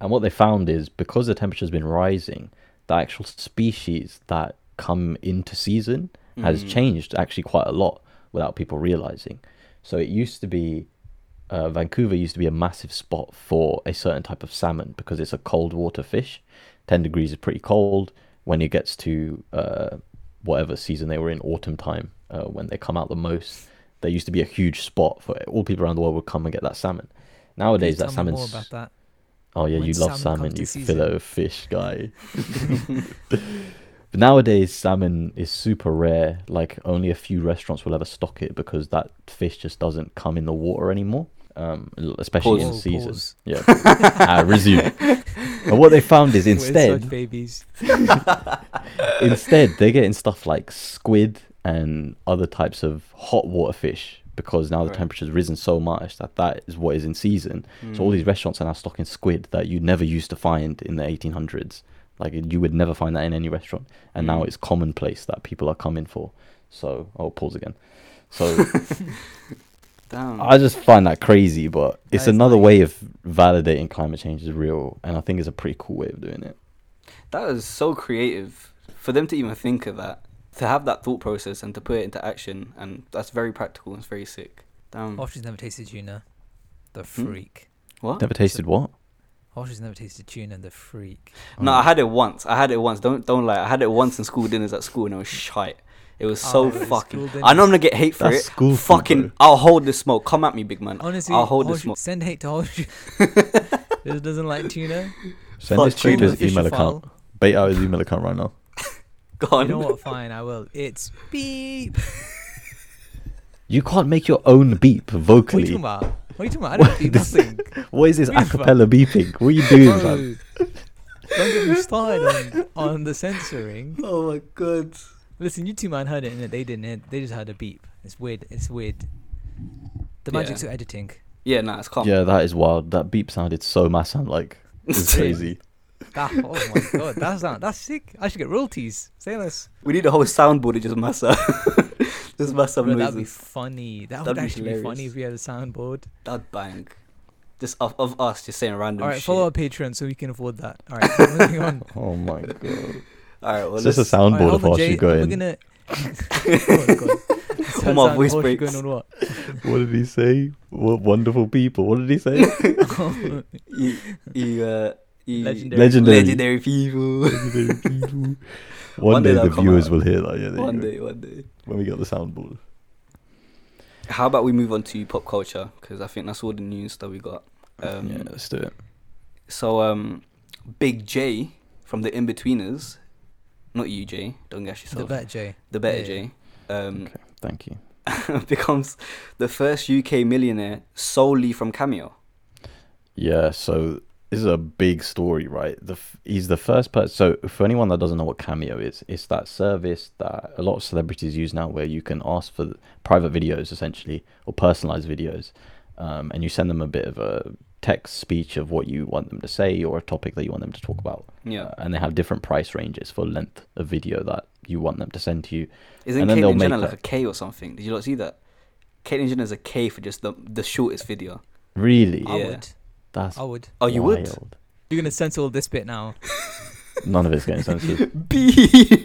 [SPEAKER 1] and what they found is because the temperature's been rising, the actual species that come into season
[SPEAKER 3] Mm.
[SPEAKER 2] Mm,
[SPEAKER 1] has changed actually quite a lot without people realizing. So it used to be uh, Vancouver used to be a massive spot for a certain type of salmon because it's a cold water fish. 10 degrees is pretty cold. When it gets to uh, whatever season they were in, autumn time, uh, when they come out the most, there used to be a huge spot for all people around the world would come and get that salmon. Nowadays,
[SPEAKER 3] Tell
[SPEAKER 1] that
[SPEAKER 3] me more
[SPEAKER 1] salmon's
[SPEAKER 3] about that.
[SPEAKER 1] Oh yeah,
[SPEAKER 3] when
[SPEAKER 1] you love
[SPEAKER 3] salmon
[SPEAKER 1] salmon,
[SPEAKER 3] comes to
[SPEAKER 1] you
[SPEAKER 3] season.
[SPEAKER 1] fillet of fish guy. but nowadays, salmon is super rare. Like only a few restaurants will ever stock it because that fish just doesn't come in the water anymore. Um, l- especially in
[SPEAKER 3] Pause.
[SPEAKER 1] season.
[SPEAKER 3] Pause.
[SPEAKER 1] Yeah. Ah, resume. And what they found is
[SPEAKER 3] We're such
[SPEAKER 1] instead,
[SPEAKER 3] babies.
[SPEAKER 1] instead they're getting stuff like squid and other types of hot water fish because now the
[SPEAKER 2] Right.
[SPEAKER 1] temperature's risen so much that that is what is in season. So
[SPEAKER 2] mm.
[SPEAKER 1] all these restaurants are now stocking squid that you never used to find in the 1800s. Like you would never find that in any restaurant, and now
[SPEAKER 2] Mm.
[SPEAKER 1] it's commonplace that people are coming for. So oh, pause again. So
[SPEAKER 2] Damn.
[SPEAKER 1] I just find that crazy, but it's
[SPEAKER 3] is
[SPEAKER 1] another way of validating climate change is real, and I think it's a pretty cool way of doing it.
[SPEAKER 2] That is so creative for them to even think of that, to have that thought process and to put it into action, and that's very practical. and It's very sick. Damn.
[SPEAKER 3] Ostrich never tasted tuna. The
[SPEAKER 1] Hmm?
[SPEAKER 3] freak.
[SPEAKER 2] What?
[SPEAKER 1] Never tasted what?
[SPEAKER 3] Ostrich never tasted tuna. The freak.
[SPEAKER 2] No,
[SPEAKER 1] um,
[SPEAKER 2] I had it once. I had it once. Don't don't lie. I had it once in school dinners at school, and it was shite. It was so
[SPEAKER 3] Oh,
[SPEAKER 2] fucking.
[SPEAKER 3] school
[SPEAKER 2] I know I'm gonna get hate for
[SPEAKER 1] That's
[SPEAKER 2] it.
[SPEAKER 1] school food,
[SPEAKER 2] fucking,
[SPEAKER 1] bro.
[SPEAKER 2] I'll hold this smoke. Come at me, big man.
[SPEAKER 3] Honestly,
[SPEAKER 2] I'll hold this
[SPEAKER 3] Ostrich-
[SPEAKER 2] smoke.
[SPEAKER 3] send hate to Ostrich. This doesn't like tuna.
[SPEAKER 1] Send
[SPEAKER 2] Fuck
[SPEAKER 1] this tweet to
[SPEAKER 3] tuna.
[SPEAKER 1] his email
[SPEAKER 3] Official
[SPEAKER 1] account. Bait out his email account right now.
[SPEAKER 2] Gone.
[SPEAKER 3] You know what? Fine, I will. It's beep.
[SPEAKER 1] You can't make your own beep
[SPEAKER 3] What are you
[SPEAKER 1] vocally.
[SPEAKER 3] talking about? What are you talking about? I don't do nothing.
[SPEAKER 1] What is this
[SPEAKER 3] What
[SPEAKER 1] a
[SPEAKER 3] are you talking
[SPEAKER 1] cappella beeping? What are you doing, fam?
[SPEAKER 3] Bro, don't get me started on, on the censoring.
[SPEAKER 2] Oh my god.
[SPEAKER 3] Listen, you two man heard it and they didn't. hear- They just heard a beep. It's weird. It's weird. The magic's
[SPEAKER 2] Yeah.
[SPEAKER 3] of editing.
[SPEAKER 2] Yeah, nah, it's calm.
[SPEAKER 1] Yeah, that is wild. That beep sounded so mass. I'm like, it's crazy.
[SPEAKER 3] That, oh my god, that's not, that's sick. I should get royalties. Say this.
[SPEAKER 2] We need a whole soundboard to just mess up. just mess up
[SPEAKER 3] Bro, that'd be
[SPEAKER 2] noises.
[SPEAKER 3] funny. That
[SPEAKER 2] That'd
[SPEAKER 3] would
[SPEAKER 2] be
[SPEAKER 3] actually be funny
[SPEAKER 2] hilarious.
[SPEAKER 3] if we had a soundboard.
[SPEAKER 2] That'd bang. Just of, of us just saying random
[SPEAKER 3] All right,
[SPEAKER 2] shit.
[SPEAKER 3] follow our Patreon so we can afford that. All right, moving on.
[SPEAKER 1] Oh my god.
[SPEAKER 2] All right, well,
[SPEAKER 1] It's just a
[SPEAKER 2] let's,
[SPEAKER 3] Alright,
[SPEAKER 1] soundboard of
[SPEAKER 3] Alpha
[SPEAKER 1] us
[SPEAKER 3] J,
[SPEAKER 1] you going.
[SPEAKER 3] We're gonna. oh, God.
[SPEAKER 2] All my
[SPEAKER 3] Sound-
[SPEAKER 2] voice
[SPEAKER 3] Horseshoe
[SPEAKER 2] breaks.
[SPEAKER 3] Going on what?
[SPEAKER 1] What did he say? What wonderful people. What did he say?
[SPEAKER 2] you, you, uh, you,
[SPEAKER 3] Legendary.
[SPEAKER 1] Legendary.
[SPEAKER 2] legendary people.
[SPEAKER 1] One,
[SPEAKER 2] One day
[SPEAKER 1] day,
[SPEAKER 2] they'll
[SPEAKER 1] the
[SPEAKER 2] come
[SPEAKER 1] viewers
[SPEAKER 2] out.
[SPEAKER 1] will hear that. Yeah, there you
[SPEAKER 2] one
[SPEAKER 1] go.
[SPEAKER 2] day, one day.
[SPEAKER 1] When we get the soundboard.
[SPEAKER 2] How about we move on to pop culture? Because I think that's all the news that we got. Um,
[SPEAKER 1] yeah, let's do it.
[SPEAKER 2] So, um, Big J from the Inbetweeners, not you, Jay. Don't gash
[SPEAKER 3] the
[SPEAKER 2] yourself.
[SPEAKER 3] bet, Jay.
[SPEAKER 2] The better
[SPEAKER 3] Yeah.
[SPEAKER 2] Jay. Um,
[SPEAKER 1] Okay, thank you.
[SPEAKER 2] becomes the first UK millionaire solely from cameo.
[SPEAKER 1] Yeah, so this is a big story, right? The f- he's the first person. So for anyone that doesn't know what Cameo is, it's that service that a lot of celebrities use now, where you can ask for private videos essentially or personalized videos, um, and you send them a bit of a text speech of what you want them to say or a topic that you want them to talk about.
[SPEAKER 2] Yeah.
[SPEAKER 1] Uh, and they have different price ranges for length of video that you want them to send to you.
[SPEAKER 2] Isn't
[SPEAKER 1] and then they'll
[SPEAKER 2] Caitlyn
[SPEAKER 1] make
[SPEAKER 2] Jenner like
[SPEAKER 1] that-
[SPEAKER 2] a K or something? Did you not see that? Caitlyn Jenner is a K for just the the shortest video.
[SPEAKER 1] Really?
[SPEAKER 3] I
[SPEAKER 2] Yeah.
[SPEAKER 3] would.
[SPEAKER 1] That's
[SPEAKER 3] I would.
[SPEAKER 2] Oh, you would?
[SPEAKER 1] wild.
[SPEAKER 3] You're gonna censor all this bit now.
[SPEAKER 1] None of it's getting censored.
[SPEAKER 2] B.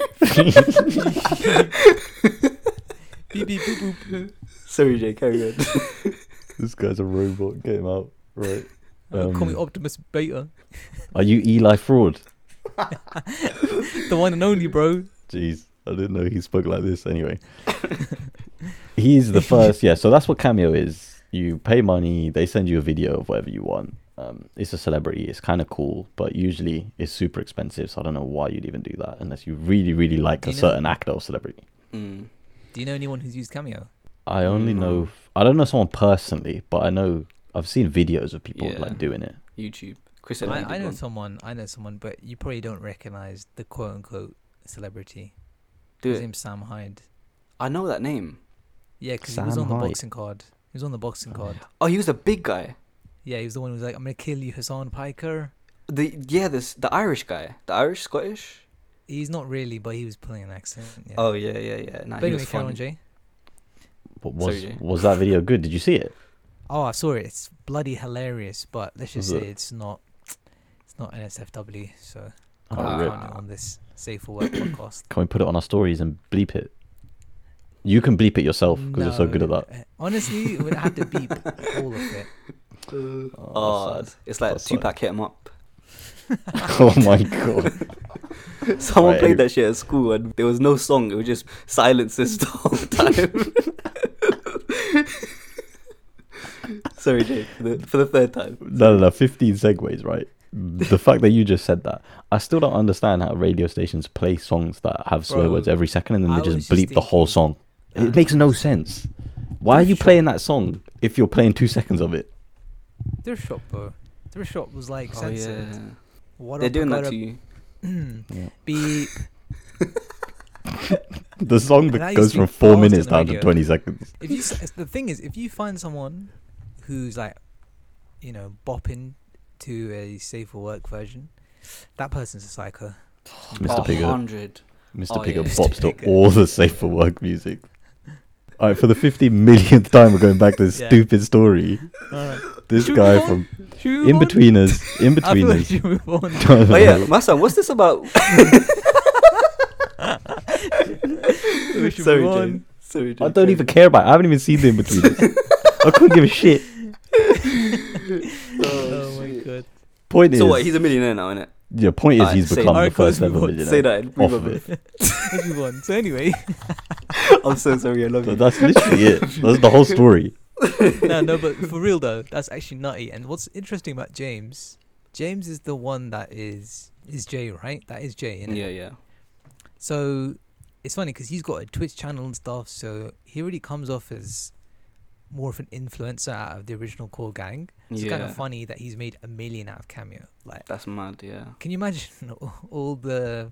[SPEAKER 3] Beep beep boop boop.
[SPEAKER 2] Sorry, Jay. Carry on.
[SPEAKER 1] this guy's a robot. Get him out. Right.
[SPEAKER 3] Oh, Call me
[SPEAKER 1] Um,
[SPEAKER 3] Optimus Beta,
[SPEAKER 1] Are you Eli Fraud?
[SPEAKER 3] the one and only, bro.
[SPEAKER 1] Jeez, I didn't know he spoke like this. Anyway, he's the first. Yeah, so that's what Cameo is. You pay money, they send you a video of whatever you want. Um, it's a celebrity. It's kind of cool, but usually it's super expensive. So I don't know why you'd even do that unless you really, really like
[SPEAKER 3] Do
[SPEAKER 1] a
[SPEAKER 3] you know-
[SPEAKER 1] certain actor or celebrity.
[SPEAKER 2] Mm.
[SPEAKER 3] Do you know anyone who's used Cameo?
[SPEAKER 1] I only
[SPEAKER 3] Hmm.
[SPEAKER 1] know. I don't know someone personally, but I know I've seen videos of people
[SPEAKER 2] Yeah.
[SPEAKER 1] like doing it.
[SPEAKER 2] YouTube. Chris
[SPEAKER 3] I,
[SPEAKER 2] Elliott.
[SPEAKER 3] I
[SPEAKER 2] did
[SPEAKER 3] know
[SPEAKER 2] one.
[SPEAKER 3] someone. I know someone, but you probably don't recognize the quote unquote celebrity.
[SPEAKER 2] Do
[SPEAKER 3] His
[SPEAKER 2] it.
[SPEAKER 3] name's Sam Hyde.
[SPEAKER 2] I know that name.
[SPEAKER 3] Yeah, because he was
[SPEAKER 1] Sam
[SPEAKER 3] on the
[SPEAKER 1] Hyde.
[SPEAKER 3] boxing card. He was on the boxing card.
[SPEAKER 2] Oh, he was a big guy.
[SPEAKER 3] Yeah, he was the one who was like, "I'm gonna kill you, Hassan Piker."
[SPEAKER 2] The yeah, this the Irish guy, the Irish Scottish.
[SPEAKER 3] He's not really, but he was playing an accent. Yeah.
[SPEAKER 2] Oh yeah, yeah, yeah. Nah,
[SPEAKER 3] but
[SPEAKER 2] he was
[SPEAKER 3] anyway, Karen
[SPEAKER 2] funny.
[SPEAKER 3] J.
[SPEAKER 1] But was
[SPEAKER 2] Sorry, Jay.
[SPEAKER 1] was that video good? Did you see it?
[SPEAKER 3] Oh, I saw it. It's bloody hilarious, but let's just
[SPEAKER 1] Is
[SPEAKER 3] say
[SPEAKER 1] it?
[SPEAKER 3] it's not. It's not NSFW, so
[SPEAKER 1] Oh,
[SPEAKER 3] can't
[SPEAKER 1] rip.
[SPEAKER 3] count it on this safe for work podcast.
[SPEAKER 1] Can we put it on our stories and bleep it? You can bleep it yourself because you're so good at
[SPEAKER 3] No.
[SPEAKER 1] that.
[SPEAKER 3] Uh, Honestly, it would have to beep all of it.
[SPEAKER 2] Oh,
[SPEAKER 1] Uh, that's
[SPEAKER 2] it's- it's like
[SPEAKER 1] That's sad.
[SPEAKER 2] Tupac hit him up.
[SPEAKER 1] oh my god.
[SPEAKER 2] Someone
[SPEAKER 1] Right,
[SPEAKER 2] played
[SPEAKER 1] anyway.
[SPEAKER 2] that shit at school, and there was no song. It was just silences the whole time. Sorry, Jake, for the, for the third time.
[SPEAKER 1] No, no, no. 15 segues, right? The fact that you just said that, I still don't understand how radio stations play songs that have swear
[SPEAKER 3] Bro,
[SPEAKER 1] words every second and then
[SPEAKER 3] I
[SPEAKER 1] they
[SPEAKER 3] was
[SPEAKER 1] just
[SPEAKER 3] just
[SPEAKER 1] bleep the whole song.
[SPEAKER 3] thinking-
[SPEAKER 1] It makes no sense. Why are you playing that song if you're playing two seconds of it?
[SPEAKER 3] Thrift shop, bro. Thrift shop was like
[SPEAKER 2] Oh
[SPEAKER 3] censored.
[SPEAKER 2] yeah,
[SPEAKER 3] What
[SPEAKER 2] they're
[SPEAKER 3] up,
[SPEAKER 2] doing that
[SPEAKER 3] gotta
[SPEAKER 2] to you.
[SPEAKER 1] Yeah.
[SPEAKER 3] Beep.
[SPEAKER 1] The song
[SPEAKER 3] And I
[SPEAKER 1] that
[SPEAKER 3] used
[SPEAKER 1] goes
[SPEAKER 3] to be
[SPEAKER 1] from four
[SPEAKER 3] fast
[SPEAKER 1] minutes
[SPEAKER 3] on the
[SPEAKER 1] down to 20
[SPEAKER 3] radio.
[SPEAKER 1] seconds.
[SPEAKER 3] if you s- the thing is if you find someone who's like you know bopping to a safe for work version that person's a psycho
[SPEAKER 2] Oh,
[SPEAKER 1] Mr. Pigger.
[SPEAKER 2] 100.
[SPEAKER 1] Mr.
[SPEAKER 2] Oh,
[SPEAKER 1] Pigger
[SPEAKER 2] yeah.
[SPEAKER 1] bops
[SPEAKER 3] Mr.
[SPEAKER 1] to
[SPEAKER 3] Pigger.
[SPEAKER 1] all the safe for work music. All right, for the 50 millionth time, we're going back to this
[SPEAKER 3] Yeah.
[SPEAKER 1] stupid story. This
[SPEAKER 3] Should we
[SPEAKER 1] guy
[SPEAKER 3] move on?
[SPEAKER 1] from
[SPEAKER 3] Should we move
[SPEAKER 1] In
[SPEAKER 3] on?
[SPEAKER 1] Between Us, In
[SPEAKER 3] I feel
[SPEAKER 1] Between
[SPEAKER 3] like we
[SPEAKER 1] Us.
[SPEAKER 3] should move on.
[SPEAKER 2] Oh yeah, Masan, what's this about?
[SPEAKER 3] We should
[SPEAKER 2] Sorry,
[SPEAKER 3] move
[SPEAKER 2] Jake.
[SPEAKER 3] on.
[SPEAKER 2] Sorry, Jake.
[SPEAKER 1] I don't even care about it. I haven't even seen the In Between Us. I couldn't give a shit.
[SPEAKER 3] oh my god
[SPEAKER 1] Point is,
[SPEAKER 2] So what? He's a millionaire now, innit?
[SPEAKER 1] yeah, point is,
[SPEAKER 2] Alright,
[SPEAKER 1] he's
[SPEAKER 2] say
[SPEAKER 1] become
[SPEAKER 3] that.
[SPEAKER 1] the
[SPEAKER 3] Alright, close,
[SPEAKER 1] first ever
[SPEAKER 3] move on.
[SPEAKER 1] millionaire.
[SPEAKER 2] Say that. and
[SPEAKER 1] Off
[SPEAKER 2] move
[SPEAKER 1] of
[SPEAKER 2] on.
[SPEAKER 1] it.
[SPEAKER 3] let's move on so anyway
[SPEAKER 2] I'm so sorry. I love
[SPEAKER 1] So
[SPEAKER 2] you.
[SPEAKER 1] that's literally it. That's the whole story.
[SPEAKER 3] no no but for real though that's actually nutty and what's interesting about james james is the one that is is jay right that is jay innit?
[SPEAKER 2] Yeah, yeah.
[SPEAKER 3] So it's funny because he's got a Twitch channel and stuff. So he really comes off as more of an influencer out of the original core gang. It's kind
[SPEAKER 2] Yeah.
[SPEAKER 3] of funny that he's made a million out of cameo. Like,
[SPEAKER 2] That's mad. Yeah.
[SPEAKER 3] can you imagine all the?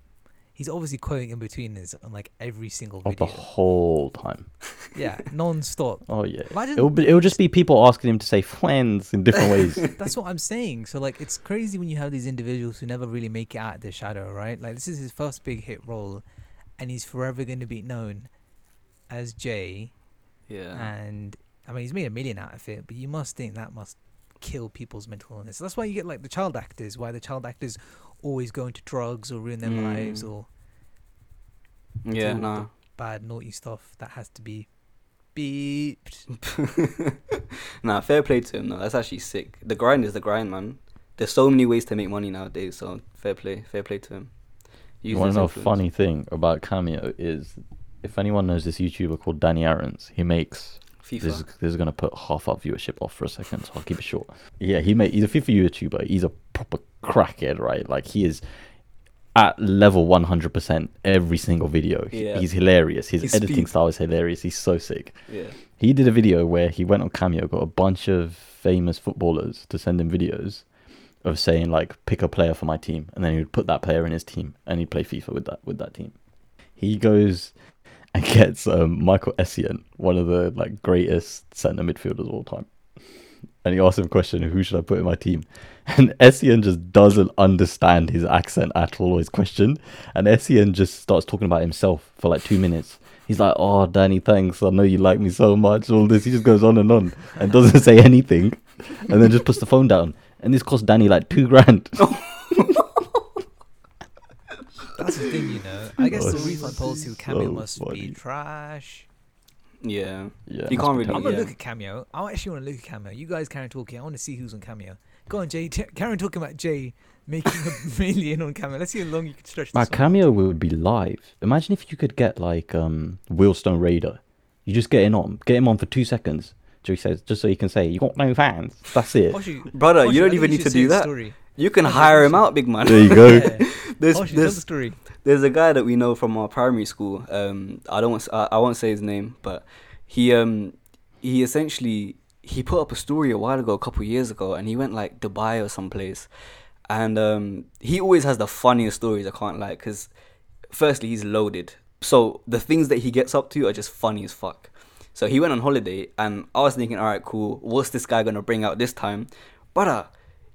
[SPEAKER 3] He's obviously quoting in between us on like every single
[SPEAKER 1] Of the
[SPEAKER 3] video.
[SPEAKER 1] whole time.
[SPEAKER 3] yeah, non-stop.
[SPEAKER 1] Oh, yeah.
[SPEAKER 3] Imagine-
[SPEAKER 1] It'll, be, it'll just be people asking him to say friends in different ways.
[SPEAKER 3] That's what I'm saying. So like, it's crazy when you have these individuals who never really make it out of the shadow, right? Like, this is his first big hit role, and he's forever going to be known as Jay.
[SPEAKER 1] Uh-huh.
[SPEAKER 2] Yeah.
[SPEAKER 3] and I mean he's made a million out of it, but you must think that must kill people's mental illness. That's why you get like the child actors, why the child actors always go into drugs or ruin their lives
[SPEAKER 2] Mm.
[SPEAKER 3] or
[SPEAKER 2] yeah.
[SPEAKER 3] do
[SPEAKER 2] Nah.
[SPEAKER 3] bad naughty stuff that has to be beeped.
[SPEAKER 2] nah. Fair play to him. though. that's actually sick. The grind is the grind, man. There's so many ways to make money nowadays. So fair play. Fair play to him.
[SPEAKER 1] You
[SPEAKER 2] Use
[SPEAKER 1] want
[SPEAKER 2] his
[SPEAKER 1] to know a
[SPEAKER 2] influence.
[SPEAKER 1] funny thing about Cameo is if anyone knows this YouTuber called Danny Aarons, he makes this is,
[SPEAKER 2] FIFA.
[SPEAKER 1] this is gonna put half our viewership off for a second, so I'll keep it short. Yeah, he made he's a FIFA YouTuber. He's a proper crackhead, right? Like he is at level one hundred percent every single video. He-
[SPEAKER 2] Yeah.
[SPEAKER 1] He's hilarious. His
[SPEAKER 2] His
[SPEAKER 1] editing
[SPEAKER 2] speed.
[SPEAKER 1] style is hilarious. He's so sick.
[SPEAKER 2] Yeah.
[SPEAKER 1] He did a video where he went on Cameo, got a bunch of famous footballers to send him videos of saying like pick a player for my team, and then he would put that player in his team, and he'd play FIFA with that with that team. He goes and gets um, Michael Essien, one of the like greatest centre midfielders of all time, and he asked him a question, who should I put in my team? And Essien just doesn't understand his accent at all or his question. And Essien just starts talking about himself for like two minutes. He's like, oh, Danny, thanks. I know you like me so much. All this. He just goes on and on and doesn't say anything. And then just puts the phone down. And this cost Danny like two grand.
[SPEAKER 3] That's the thing, you know. I guess the
[SPEAKER 1] Oh,
[SPEAKER 3] refund policy with Cameo
[SPEAKER 1] so
[SPEAKER 3] must
[SPEAKER 1] funny.
[SPEAKER 3] be trash.
[SPEAKER 2] Yeah.
[SPEAKER 1] Yeah,
[SPEAKER 2] You
[SPEAKER 1] must
[SPEAKER 2] can't
[SPEAKER 1] be
[SPEAKER 2] really.
[SPEAKER 1] terrible.
[SPEAKER 3] I'm
[SPEAKER 2] Yeah.
[SPEAKER 3] gonna look at Cameo. I actually want to look at Cameo. You guys, Karen talking. I want to see who's on Cameo. Go on, Jay. T- Karen talking about Jay making a million on Cameo. Let's see how long you can stretch
[SPEAKER 1] My
[SPEAKER 3] this. one.
[SPEAKER 1] cameo would be live. Imagine if you could get like um Wheelstone Raider. You just get him on, get him on for two seconds. Joey says, just so he can say, "You got no fans." That's it.
[SPEAKER 3] Oshu-
[SPEAKER 2] Brother,
[SPEAKER 3] Oshu,
[SPEAKER 2] you
[SPEAKER 3] I
[SPEAKER 2] don't
[SPEAKER 3] think
[SPEAKER 2] even need
[SPEAKER 3] should
[SPEAKER 2] to
[SPEAKER 3] say
[SPEAKER 2] do
[SPEAKER 3] the
[SPEAKER 2] that.
[SPEAKER 3] Story.
[SPEAKER 2] You can
[SPEAKER 3] Oh, yeah,
[SPEAKER 2] hire
[SPEAKER 3] we
[SPEAKER 2] him
[SPEAKER 3] should.
[SPEAKER 2] out, big man.
[SPEAKER 1] there you go.
[SPEAKER 3] Yeah.
[SPEAKER 2] There's,
[SPEAKER 3] Oshu, tell Oh, the
[SPEAKER 2] there's,
[SPEAKER 3] story.
[SPEAKER 2] there's Oh, a guy that we know from our primary school. Um, I don't want, I, I won't say his name, but he um he essentially he put up a story a while ago, a couple years ago, and he went like Dubai or someplace, and um he always has the funniest stories. I can't like because firstly he's loaded, so the things that he gets up to are just funny as fuck. So he went on holiday, and I was thinking, all right, cool. What's this guy gonna bring out this time? But uh,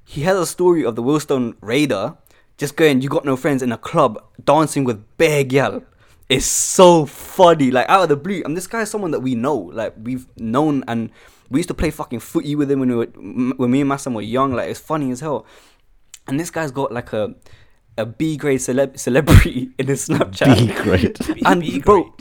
[SPEAKER 2] he has a story of the Willstone Raider just going, "You got no friends" in a club, dancing with bare gal. It's so funny, like out of the blue. And this guy is someone that we know, like we've known, and we used to play fucking footy with him when we were, m- when me and Massam were young. Like it's funny as hell. And this guy's got like a a B grade celeb- celebrity in his Snapchat.
[SPEAKER 1] B grade.
[SPEAKER 2] And
[SPEAKER 3] B
[SPEAKER 2] bro,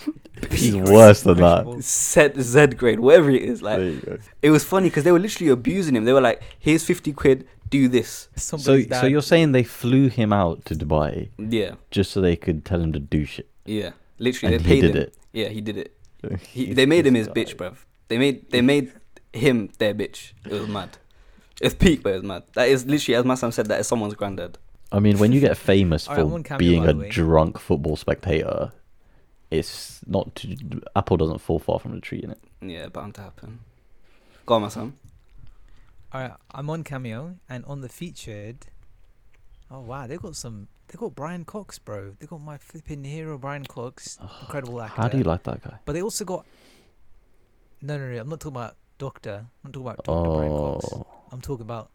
[SPEAKER 1] He's worse than that.
[SPEAKER 2] Z Z grade, whatever it is,
[SPEAKER 1] There
[SPEAKER 2] like
[SPEAKER 1] you go.
[SPEAKER 2] it was funny because they were literally abusing him. They were like, "Here's fifty quid, do this."
[SPEAKER 1] So,
[SPEAKER 3] Somebody's
[SPEAKER 1] so
[SPEAKER 3] dad.
[SPEAKER 1] you're saying they flew him out to Dubai
[SPEAKER 2] Yeah,
[SPEAKER 1] just so they could tell him to do shit?
[SPEAKER 2] yeah, literally,
[SPEAKER 1] And
[SPEAKER 2] they
[SPEAKER 1] he
[SPEAKER 2] paid
[SPEAKER 1] did
[SPEAKER 2] him.
[SPEAKER 1] it.
[SPEAKER 2] Yeah, he did it. He, they made him his bitch, bruv. They made they made him their bitch. It was mad. It's peak, but it was mad. That is literally, as my son said, that is someone's granddad.
[SPEAKER 1] I mean, when you get famous
[SPEAKER 3] Alright, I'm
[SPEAKER 1] for
[SPEAKER 3] on Cameo,
[SPEAKER 1] being
[SPEAKER 3] by
[SPEAKER 1] a
[SPEAKER 3] the way.
[SPEAKER 1] drunk football spectator, it's not. Too, Apple doesn't fall far from the tree in it.
[SPEAKER 2] Yeah, bound to happen. Go on, my son.
[SPEAKER 3] All right, I'm on Cameo and on the featured. Oh wow, they got some. They got Brian Cox, bro. They got my flipping hero, Brian Cox. Incredible actor.
[SPEAKER 1] How do you like that guy?
[SPEAKER 3] But they also got. No, no, no. I'm not talking about Doctor. I'm not talking about Doctor Brian Cox.
[SPEAKER 1] Oh,
[SPEAKER 3] I'm talking about.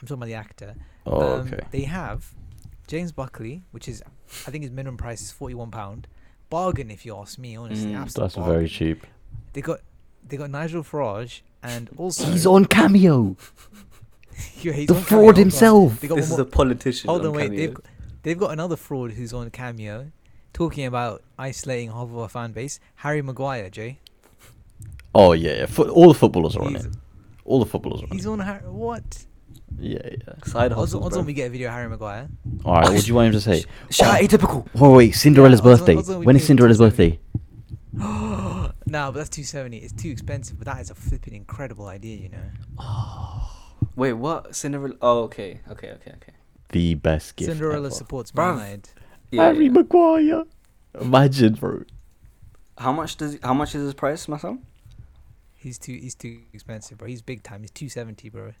[SPEAKER 3] I'm talking about the actor.
[SPEAKER 1] oh,
[SPEAKER 3] Um,
[SPEAKER 1] okay.
[SPEAKER 3] They have James Buckley, which is, I think his minimum price is forty-one pound. Bargain, if you ask me, honestly.
[SPEAKER 2] Mm,
[SPEAKER 3] absolute
[SPEAKER 1] That's
[SPEAKER 3] bargain.
[SPEAKER 1] very cheap.
[SPEAKER 3] They got, they got Nigel Farage, and also
[SPEAKER 1] He's on cameo.
[SPEAKER 3] Yeah, he's
[SPEAKER 1] The
[SPEAKER 3] on
[SPEAKER 1] fraud
[SPEAKER 3] Cameo.
[SPEAKER 1] himself.
[SPEAKER 3] They got
[SPEAKER 2] This
[SPEAKER 3] one
[SPEAKER 2] is
[SPEAKER 3] more-
[SPEAKER 2] a politician.
[SPEAKER 3] Hold
[SPEAKER 2] on
[SPEAKER 3] on, wait.
[SPEAKER 2] Cameo.
[SPEAKER 3] They've, g- they've got another fraud who's on Cameo, talking about isolating half of our fan base. Harry Maguire, Jay.
[SPEAKER 1] Oh yeah, yeah. Fo- all the footballers are on
[SPEAKER 3] He's,
[SPEAKER 1] it. All the footballers are on
[SPEAKER 3] he's
[SPEAKER 1] it.
[SPEAKER 3] on Harry. What?
[SPEAKER 1] Yeah, yeah.
[SPEAKER 2] Side
[SPEAKER 3] Odds
[SPEAKER 2] hustle,
[SPEAKER 3] odds
[SPEAKER 2] bro.
[SPEAKER 3] on we get a video of Harry Maguire.
[SPEAKER 1] All right. What do you want him to say?
[SPEAKER 2] Shout out atypical.
[SPEAKER 1] Oh wait, Cinderella's
[SPEAKER 3] Yeah, I was on-
[SPEAKER 1] birthday.
[SPEAKER 3] I was on
[SPEAKER 1] when is
[SPEAKER 3] Wikipedia
[SPEAKER 1] Cinderella's
[SPEAKER 3] just now.
[SPEAKER 1] birthday?
[SPEAKER 3] no, but that's two seventy. It's too expensive. But that is a flipping incredible idea, you know.
[SPEAKER 2] Wait, what? Cinderella? Oh, okay, okay, okay, okay.
[SPEAKER 1] The best gift.
[SPEAKER 3] Cinderella
[SPEAKER 1] ever.
[SPEAKER 3] supports Man
[SPEAKER 2] Bruv.
[SPEAKER 3] United.
[SPEAKER 2] Yeah,
[SPEAKER 1] Harry
[SPEAKER 2] yeah.
[SPEAKER 1] Maguire. Imagine, bro.
[SPEAKER 2] How much does? How much is his price, my son?
[SPEAKER 3] He's too. He's too expensive, bro. He's big time. He's two seventy, bro.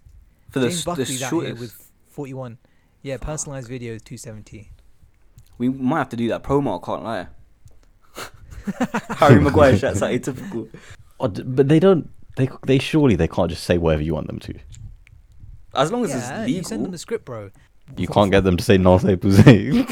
[SPEAKER 2] For the,
[SPEAKER 3] James
[SPEAKER 2] s- the
[SPEAKER 3] Buckley that here
[SPEAKER 2] shortest.
[SPEAKER 3] with forty one. Yeah, personalized video is two seventy.
[SPEAKER 2] We might have to do that promo. I can't lie. Harry Maguire shouts out atypical.
[SPEAKER 1] Oh, d- but they don't. They they surely they can't just say whatever you want them to.
[SPEAKER 2] As long as
[SPEAKER 3] Yeah,
[SPEAKER 2] it's
[SPEAKER 3] you
[SPEAKER 2] legal.
[SPEAKER 3] send them the script, bro.
[SPEAKER 1] You can't get them to say North Apuzay.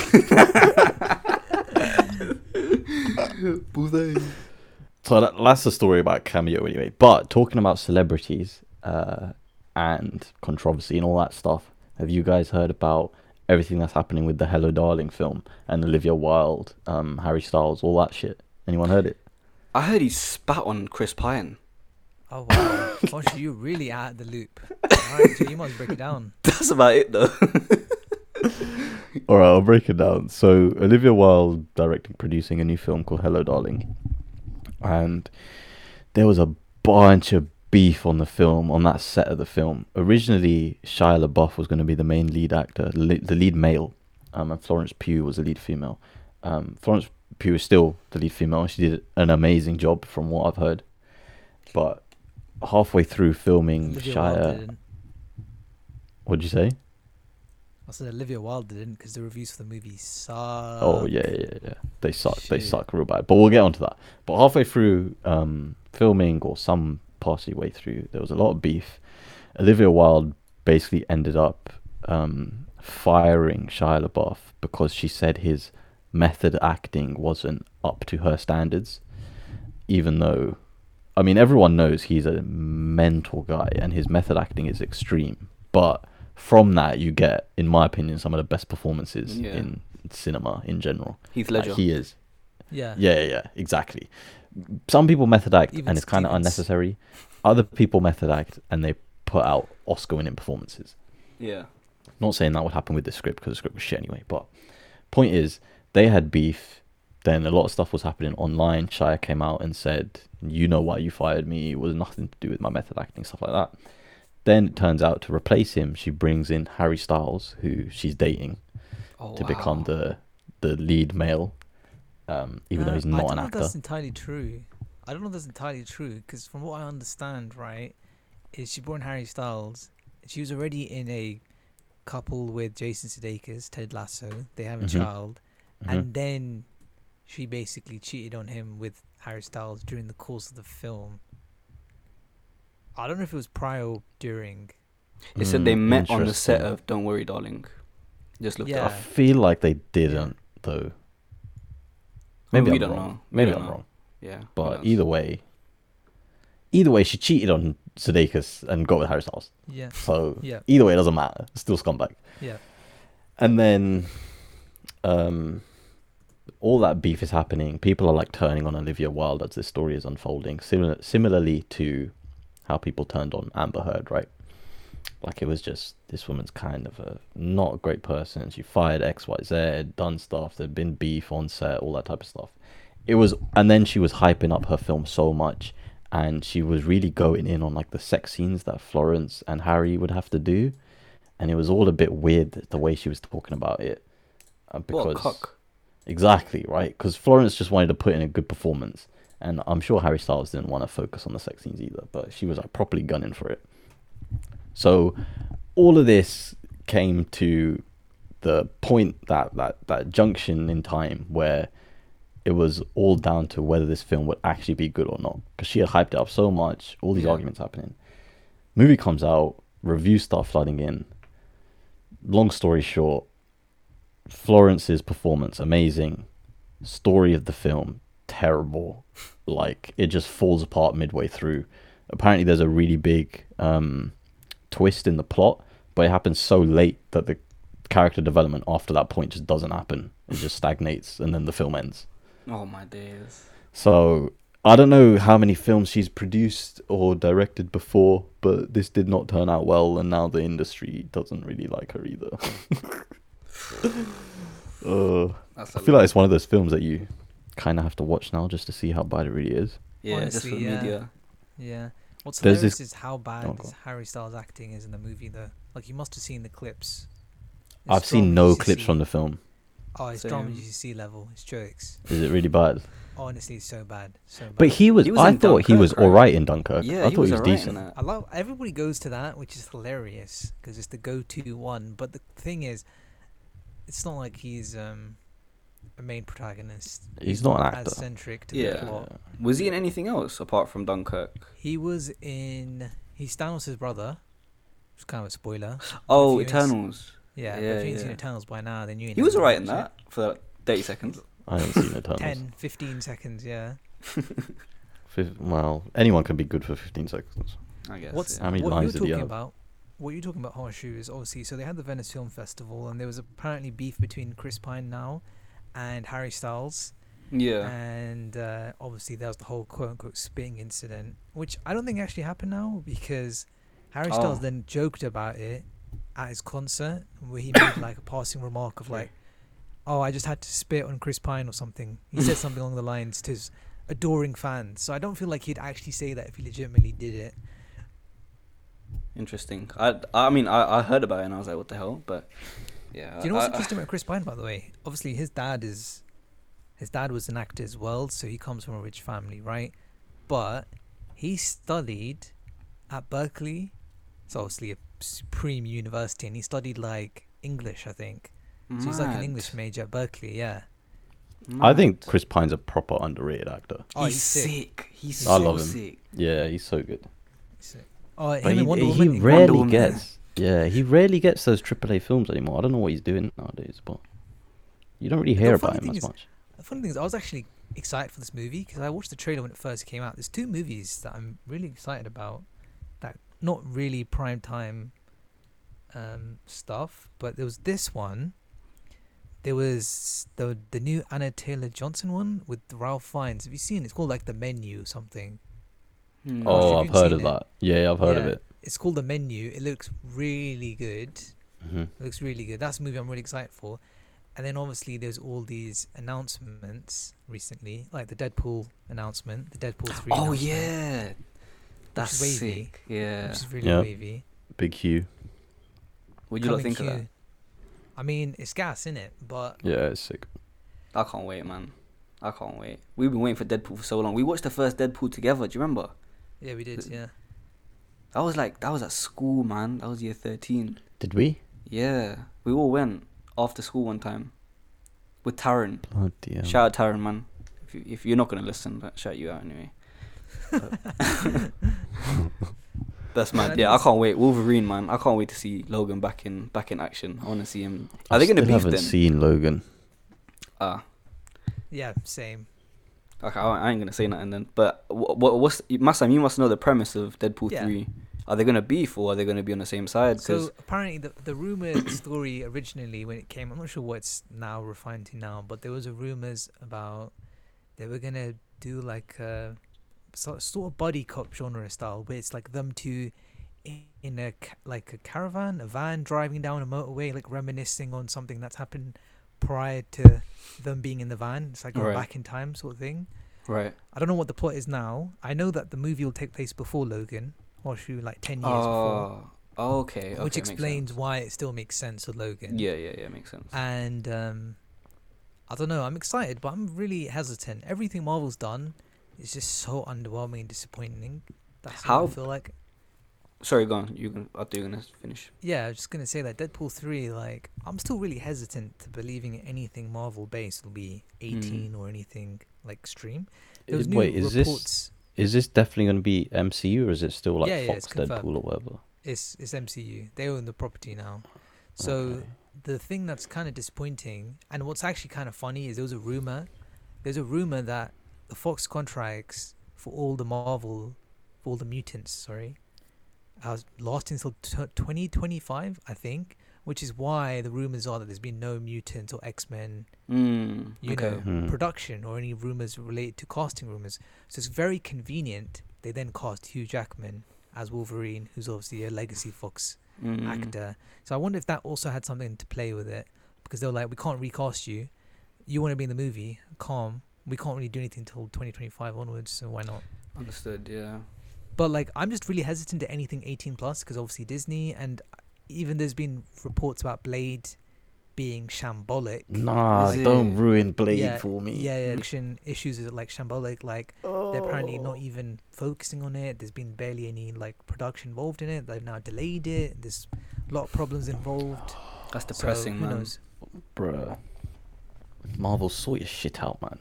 [SPEAKER 1] so that, that's the story about Cameo anyway. But talking about celebrities uh, and controversy and all that stuff, have you guys heard about everything that's happening with the Hello Darling film and Olivia Wilde, um, Harry Styles, all that shit? Anyone heard it?
[SPEAKER 2] I heard he spat on Chris Pine.
[SPEAKER 3] Oh wow, Oshu, you're really out of the loop. Alright, so you must break it down.
[SPEAKER 2] That's about it though.
[SPEAKER 1] All right, I'll break it down. So Olivia Wilde directing, producing a new film called Hello Darling, and there was a bunch of beef on the film on that set of the film. Originally, Shia LaBeouf was going to be the main lead actor, the lead- the lead male, um, and Florence Pugh was the lead female. Um, Florence Pugh is still the lead female. and She did an amazing job, from what I've heard. But halfway through filming,
[SPEAKER 3] Olivia Wilde
[SPEAKER 1] Shia,
[SPEAKER 3] didn't.
[SPEAKER 1] what'd you say?
[SPEAKER 3] I said Olivia Wilde didn't because the reviews for the movie suck.
[SPEAKER 1] Oh yeah, yeah, yeah. They suck. They
[SPEAKER 3] shit.
[SPEAKER 1] suck real bad. But we'll get onto that. But halfway through um, filming or some partially way through, there was a lot of beef, Olivia Wilde basically ended up um, firing Shia LaBeouf because she said his method acting wasn't up to her standards, even though, I mean, everyone knows he's a mental guy and his method acting is extreme. But from that, you get, in my opinion, some of the best performances
[SPEAKER 2] Yeah.
[SPEAKER 1] in cinema in general.
[SPEAKER 2] Heath
[SPEAKER 1] Like,
[SPEAKER 2] Ledger.
[SPEAKER 1] he is
[SPEAKER 3] Yeah.
[SPEAKER 1] yeah, yeah, yeah, exactly. Some people method act
[SPEAKER 3] Even
[SPEAKER 1] and it's kind of
[SPEAKER 3] Stevens.
[SPEAKER 1] unnecessary. Other people method act and they put out Oscar winning performances.
[SPEAKER 2] yeah.
[SPEAKER 1] Not saying that would happen with the script because the script was shit anyway, but point is, they had beef. Then a lot of stuff was happening online. Shia came out and said, You know why you fired me. It was nothing to do with my method acting, stuff like that. Then it turns out to replace him, she brings in Harry Styles, who she's dating
[SPEAKER 3] Oh,
[SPEAKER 1] to become the the lead male, um, even though
[SPEAKER 3] Uh,
[SPEAKER 1] he's
[SPEAKER 3] I
[SPEAKER 1] not
[SPEAKER 3] don't
[SPEAKER 1] an
[SPEAKER 3] know
[SPEAKER 1] actor.
[SPEAKER 3] If that's entirely true. I don't know if that's entirely true because from what I understand, right, is she born Harry Styles. She was already in a couple with Jason Sudeikis, Ted Lasso. They have a
[SPEAKER 1] Mhm.
[SPEAKER 3] child,
[SPEAKER 1] Mhm.
[SPEAKER 3] and then she basically cheated on him with Harry Styles during the course of the film. I don't know if it was prior or during.
[SPEAKER 2] It said they
[SPEAKER 1] Mm,
[SPEAKER 2] met on the set
[SPEAKER 1] interesting.
[SPEAKER 2] of Don't Worry, Darling. Just looked
[SPEAKER 1] I
[SPEAKER 3] Yeah.
[SPEAKER 2] it up.
[SPEAKER 1] feel like they didn't though. Maybe
[SPEAKER 2] we
[SPEAKER 1] I'm
[SPEAKER 2] don't
[SPEAKER 1] wrong.
[SPEAKER 2] know. We
[SPEAKER 1] Maybe
[SPEAKER 2] don't
[SPEAKER 1] I'm
[SPEAKER 2] know.
[SPEAKER 1] wrong.
[SPEAKER 2] Yeah. who
[SPEAKER 1] But
[SPEAKER 2] knows?
[SPEAKER 1] either way, either way, she cheated on Sudeikis and got with Harry Styles.
[SPEAKER 3] Yeah,
[SPEAKER 1] So
[SPEAKER 3] yeah,
[SPEAKER 1] either way, it doesn't matter. Still scumbag.
[SPEAKER 3] yeah.
[SPEAKER 1] And then, um, all that beef is happening. People are like turning on Olivia Wilde as this story is unfolding. Similar, similarly to how people turned on Amber Heard, right? Like it was just this woman's kind of a not a great person. She fired X, Y, Z, done stuff. There'd been beef on set, all that type of stuff. It was, and then she was hyping up her film so much, and she was really going in on like the sex scenes that Florence and Harry would have to do, and it was all a bit weird th- the way she was talking about it. uh,
[SPEAKER 2] What a cock.
[SPEAKER 1] Exactly, right? Because Florence just wanted to put in a good performance. And I'm sure Harry Styles didn't want to focus on the sex scenes either, but she was like properly gunning for it. So all of this came to the point that, that, that junction in time where it was all down to whether this film would actually be good or not. Because she had hyped it up so much, all these
[SPEAKER 2] Yeah.
[SPEAKER 1] arguments happening. Movie comes out, reviews start flooding in. Long story short, Florence's performance amazing, story of the film terrible. Like it just falls apart midway through. Apparently, there's a really big um, twist in the plot, but it happens so late that the character development after that point just doesn't happen. It just stagnates, and then the film ends.
[SPEAKER 2] Oh my days.
[SPEAKER 1] So I don't know how many films she's produced or directed before, but this did not turn out well, and now the industry doesn't really like her either. uh,
[SPEAKER 2] That's
[SPEAKER 1] I
[SPEAKER 2] a
[SPEAKER 1] feel
[SPEAKER 2] lot.
[SPEAKER 1] like it's one of those films that you kind of have to watch now just to see how bad it really is.
[SPEAKER 2] yeah, just
[SPEAKER 3] Honestly,
[SPEAKER 2] for
[SPEAKER 3] yeah.
[SPEAKER 2] media.
[SPEAKER 3] Yeah. What's
[SPEAKER 1] There's
[SPEAKER 3] hilarious
[SPEAKER 1] this-
[SPEAKER 3] is how bad
[SPEAKER 1] Oh, go
[SPEAKER 3] is Harry Styles acting is in the movie, though. Like you must have seen the clips. It's
[SPEAKER 1] I've seen
[SPEAKER 3] from
[SPEAKER 1] no
[SPEAKER 3] UCC.
[SPEAKER 1] clips from the film.
[SPEAKER 3] Oh, it's drama
[SPEAKER 2] Same.
[SPEAKER 3] UCC level. It's jokes.
[SPEAKER 1] Is it really bad?
[SPEAKER 3] Honestly, it's so bad. So bad.
[SPEAKER 1] But he was.
[SPEAKER 2] He was
[SPEAKER 1] I
[SPEAKER 2] in
[SPEAKER 1] thought he was
[SPEAKER 2] Dunkirk, right?
[SPEAKER 1] all right in Dunkirk.
[SPEAKER 2] Yeah,
[SPEAKER 1] I thought
[SPEAKER 2] he was, alright in
[SPEAKER 1] decent.
[SPEAKER 2] that.
[SPEAKER 3] I love everybody goes to that, which is hilarious because it's the go-to one. But the thing is, it's not like he's um a main protagonist.
[SPEAKER 1] He's not an actor.
[SPEAKER 3] As centric to
[SPEAKER 2] Yeah.
[SPEAKER 3] the plot.
[SPEAKER 2] Was he in anything else apart from Dunkirk?
[SPEAKER 3] He was in. He's Thanos' brother. It's kind of a spoiler.
[SPEAKER 2] Oh,
[SPEAKER 3] you ain't s-
[SPEAKER 2] Eternals.
[SPEAKER 3] Yeah,
[SPEAKER 2] Yeah,
[SPEAKER 3] but if you ain't seen
[SPEAKER 2] yeah.
[SPEAKER 3] Eternals by now, then you ain't
[SPEAKER 2] He was
[SPEAKER 3] never
[SPEAKER 2] alright in
[SPEAKER 3] watched it.
[SPEAKER 2] that for like 30 seconds.
[SPEAKER 1] I haven't seen Eternals.
[SPEAKER 3] 10, 15 seconds, yeah.
[SPEAKER 1] Fif- well, anyone can be good for 15 seconds.
[SPEAKER 2] I guess.
[SPEAKER 3] What's
[SPEAKER 1] How many
[SPEAKER 3] what
[SPEAKER 1] lines
[SPEAKER 3] you're
[SPEAKER 1] did he
[SPEAKER 3] talking
[SPEAKER 1] have?
[SPEAKER 3] about? What you're talking about, Horseshoe, is obviously so they had the Venice Film Festival, and there was apparently beef between Chris Pine now and Harry Styles,
[SPEAKER 2] yeah.
[SPEAKER 3] and uh, obviously there was the whole quote unquote spitting incident, which I don't think actually happened now because Harry Styles
[SPEAKER 2] Oh.
[SPEAKER 3] then joked about it at his concert where he made like a passing remark of
[SPEAKER 2] Sorry.
[SPEAKER 3] like, "Oh, I just had to spit on Chris Pine or something." He said something along the lines to his adoring fans, so I don't feel like he'd actually say that if he legitimately did it.
[SPEAKER 2] Interesting. I, I mean, I, I heard about it and I was like, what the hell? But yeah.
[SPEAKER 3] Do you know
[SPEAKER 2] Uh, I-
[SPEAKER 3] what's
[SPEAKER 2] I-
[SPEAKER 3] interesting about Chris Pine, by the way? Obviously, his dad is, his dad was an actor as well, so he comes from a rich family, right? But he studied at Berkeley, it's obviously a supreme university, and he studied like English, I think. So he's like an
[SPEAKER 2] Mad.
[SPEAKER 3] English major at Berkeley, yeah.
[SPEAKER 1] I think
[SPEAKER 2] Mad.
[SPEAKER 1] Chris Pine's a proper underrated actor.
[SPEAKER 3] Oh,
[SPEAKER 2] he's,
[SPEAKER 3] he's sick.
[SPEAKER 2] sick. He's
[SPEAKER 1] I
[SPEAKER 2] so
[SPEAKER 1] love him.
[SPEAKER 2] sick.
[SPEAKER 1] Yeah, he's so good.
[SPEAKER 3] He's sick. Oh, him
[SPEAKER 1] But he,
[SPEAKER 3] and Wonder
[SPEAKER 1] he
[SPEAKER 3] Woman. in
[SPEAKER 1] rarely
[SPEAKER 3] Wonder Woman.
[SPEAKER 1] gets. Yeah, he rarely gets those AAA films anymore. I don't know what he's doing nowadays, but you don't really
[SPEAKER 3] The
[SPEAKER 1] hear
[SPEAKER 3] funny
[SPEAKER 1] about him
[SPEAKER 3] thing
[SPEAKER 1] as
[SPEAKER 3] is-
[SPEAKER 1] much.
[SPEAKER 3] The funny thing is, I was actually excited for this movie because I watched the trailer when it first came out. There's two movies that I'm really excited about that not really prime time um, stuff, but there was this one. There was the the new Anna Taylor Johnson one with Ralph Fiennes. Have you seen? it? It's called like the Menu or something.
[SPEAKER 2] Hmm.
[SPEAKER 3] Oh,
[SPEAKER 1] Oh,
[SPEAKER 3] if
[SPEAKER 1] I've
[SPEAKER 3] you've
[SPEAKER 1] heard
[SPEAKER 3] seen
[SPEAKER 1] of
[SPEAKER 3] it.
[SPEAKER 1] that. Yeah, I've heard of
[SPEAKER 3] Yeah.
[SPEAKER 1] it.
[SPEAKER 3] It's called the Menu. It looks really good.
[SPEAKER 1] hmm
[SPEAKER 3] It looks really good. That's a movie I'm really excited for. And then obviously there's all these announcements recently, like the Deadpool announcement, the Deadpool three.
[SPEAKER 2] Oh
[SPEAKER 3] announcement,
[SPEAKER 2] yeah, that's
[SPEAKER 3] is wavy.
[SPEAKER 2] sick. Yeah.
[SPEAKER 3] which is really
[SPEAKER 1] Yeah.
[SPEAKER 3] wavy.
[SPEAKER 1] Big Hugh.
[SPEAKER 2] What do you lot
[SPEAKER 3] Coming
[SPEAKER 2] think of that?
[SPEAKER 3] Q. I mean, it's gas in it, but
[SPEAKER 1] Yeah, it's sick.
[SPEAKER 2] I can't wait, man. I can't wait. We've been waiting for Deadpool for so long. We watched the first Deadpool together. Do you remember?
[SPEAKER 3] yeah, we did. Yeah,
[SPEAKER 2] That was like that was at school, man. That was year thirteen.
[SPEAKER 1] Did we?
[SPEAKER 2] Yeah, we all went after school one time with Taron.
[SPEAKER 1] Bloody hell.
[SPEAKER 2] Shout out Taron, man. If, you, if you're not gonna listen, but shout you out anyway. That's mad. Yeah, I can't wait. Wolverine, man. I can't wait to see Logan back in back in action. I want to see him. Are they
[SPEAKER 1] I
[SPEAKER 2] gonna
[SPEAKER 1] still
[SPEAKER 2] beef
[SPEAKER 1] haven't
[SPEAKER 2] then?
[SPEAKER 1] seen Logan.
[SPEAKER 2] Ah,
[SPEAKER 3] yeah, same.
[SPEAKER 2] okay. I, I ain't gonna say nothing then. But what, what what's Masam? You must know the premise of Deadpool
[SPEAKER 3] Yeah.
[SPEAKER 2] three. Are they gonna beef or are they gonna be on the same side? Because
[SPEAKER 3] So apparently, the the rumored story originally when it came, I'm not sure what's now refined to now, but there was a rumors about they were gonna do like a so, sort of buddy cop genre style, where it's like them two i- in a ca- like a caravan, a van driving down a motorway, like reminiscing on something that's happened prior to them being in the van. It's like going
[SPEAKER 2] Right.
[SPEAKER 3] back in time sort of thing.
[SPEAKER 2] right.
[SPEAKER 3] I don't know what the plot is now. I know that the movie will take place before Logan, or should like ten years before
[SPEAKER 2] Oh, okay. okay,
[SPEAKER 3] which
[SPEAKER 2] makes
[SPEAKER 3] explains
[SPEAKER 2] sense.
[SPEAKER 3] why it still makes sense with Logan.
[SPEAKER 2] Yeah, yeah, yeah. Makes sense.
[SPEAKER 3] And um, I don't know. I'm excited, but I'm really hesitant. Everything Marvel's done is just so underwhelming and disappointing. That's how
[SPEAKER 2] How-
[SPEAKER 3] I feel like.
[SPEAKER 2] Sorry, go on. You can. I thought you were gonna finish.
[SPEAKER 3] Yeah, I was just gonna say that Deadpool three. Like, I'm still really hesitant to believing anything Marvel based will be 18 or anything like extreme. There was
[SPEAKER 1] Is-
[SPEAKER 3] new
[SPEAKER 1] wait, is this
[SPEAKER 3] reports.
[SPEAKER 1] is this definitely going to be MCU or is it still like
[SPEAKER 3] Yeah, yeah, it's
[SPEAKER 1] Fox
[SPEAKER 3] confirmed.
[SPEAKER 1] Deadpool or whatever?
[SPEAKER 3] It's it's MCU. They own the property now. So
[SPEAKER 1] Okay.
[SPEAKER 3] the thing that's kind of disappointing, and what's actually kind of funny, is there was a rumor. There's a rumor that the Fox contracts for all the Marvel, for all the mutants, sorry, has lost until t- 2025, I think, which is why the rumors are that there's been no mutants or X Men,
[SPEAKER 2] Mm,
[SPEAKER 3] you
[SPEAKER 2] okay.
[SPEAKER 3] know,
[SPEAKER 1] Hmm.
[SPEAKER 3] production or any rumors related to casting rumors. So it's very convenient. They then cast Hugh Jackman as Wolverine, who's obviously a legacy Fox
[SPEAKER 2] Mm.
[SPEAKER 3] actor. So I wonder if that also had something to play with it because they were like, we can't recast you. You want to be in the movie, calm. We can't really do anything until 2025 onwards, so why not?
[SPEAKER 2] Understood. Yeah.
[SPEAKER 3] But like, I'm just really hesitant to anything 18 plus because obviously Disney, and even there's been reports about Blade being shambolic.
[SPEAKER 1] Nah,
[SPEAKER 2] Is
[SPEAKER 1] don't
[SPEAKER 2] it-
[SPEAKER 1] ruin Blade
[SPEAKER 3] Yeah,
[SPEAKER 1] for me.
[SPEAKER 3] Yeah, yeah, action issues is like shambolic. Like they're apparently not
[SPEAKER 1] Oh.
[SPEAKER 3] even focusing on it. There's been barely any like production involved in it. They've now delayed it. There's a lot of problems involved.
[SPEAKER 2] That's
[SPEAKER 3] So,
[SPEAKER 2] depressing,
[SPEAKER 3] who
[SPEAKER 2] man.
[SPEAKER 3] knows?
[SPEAKER 1] Bruh. Marvel, sort your shit out, man.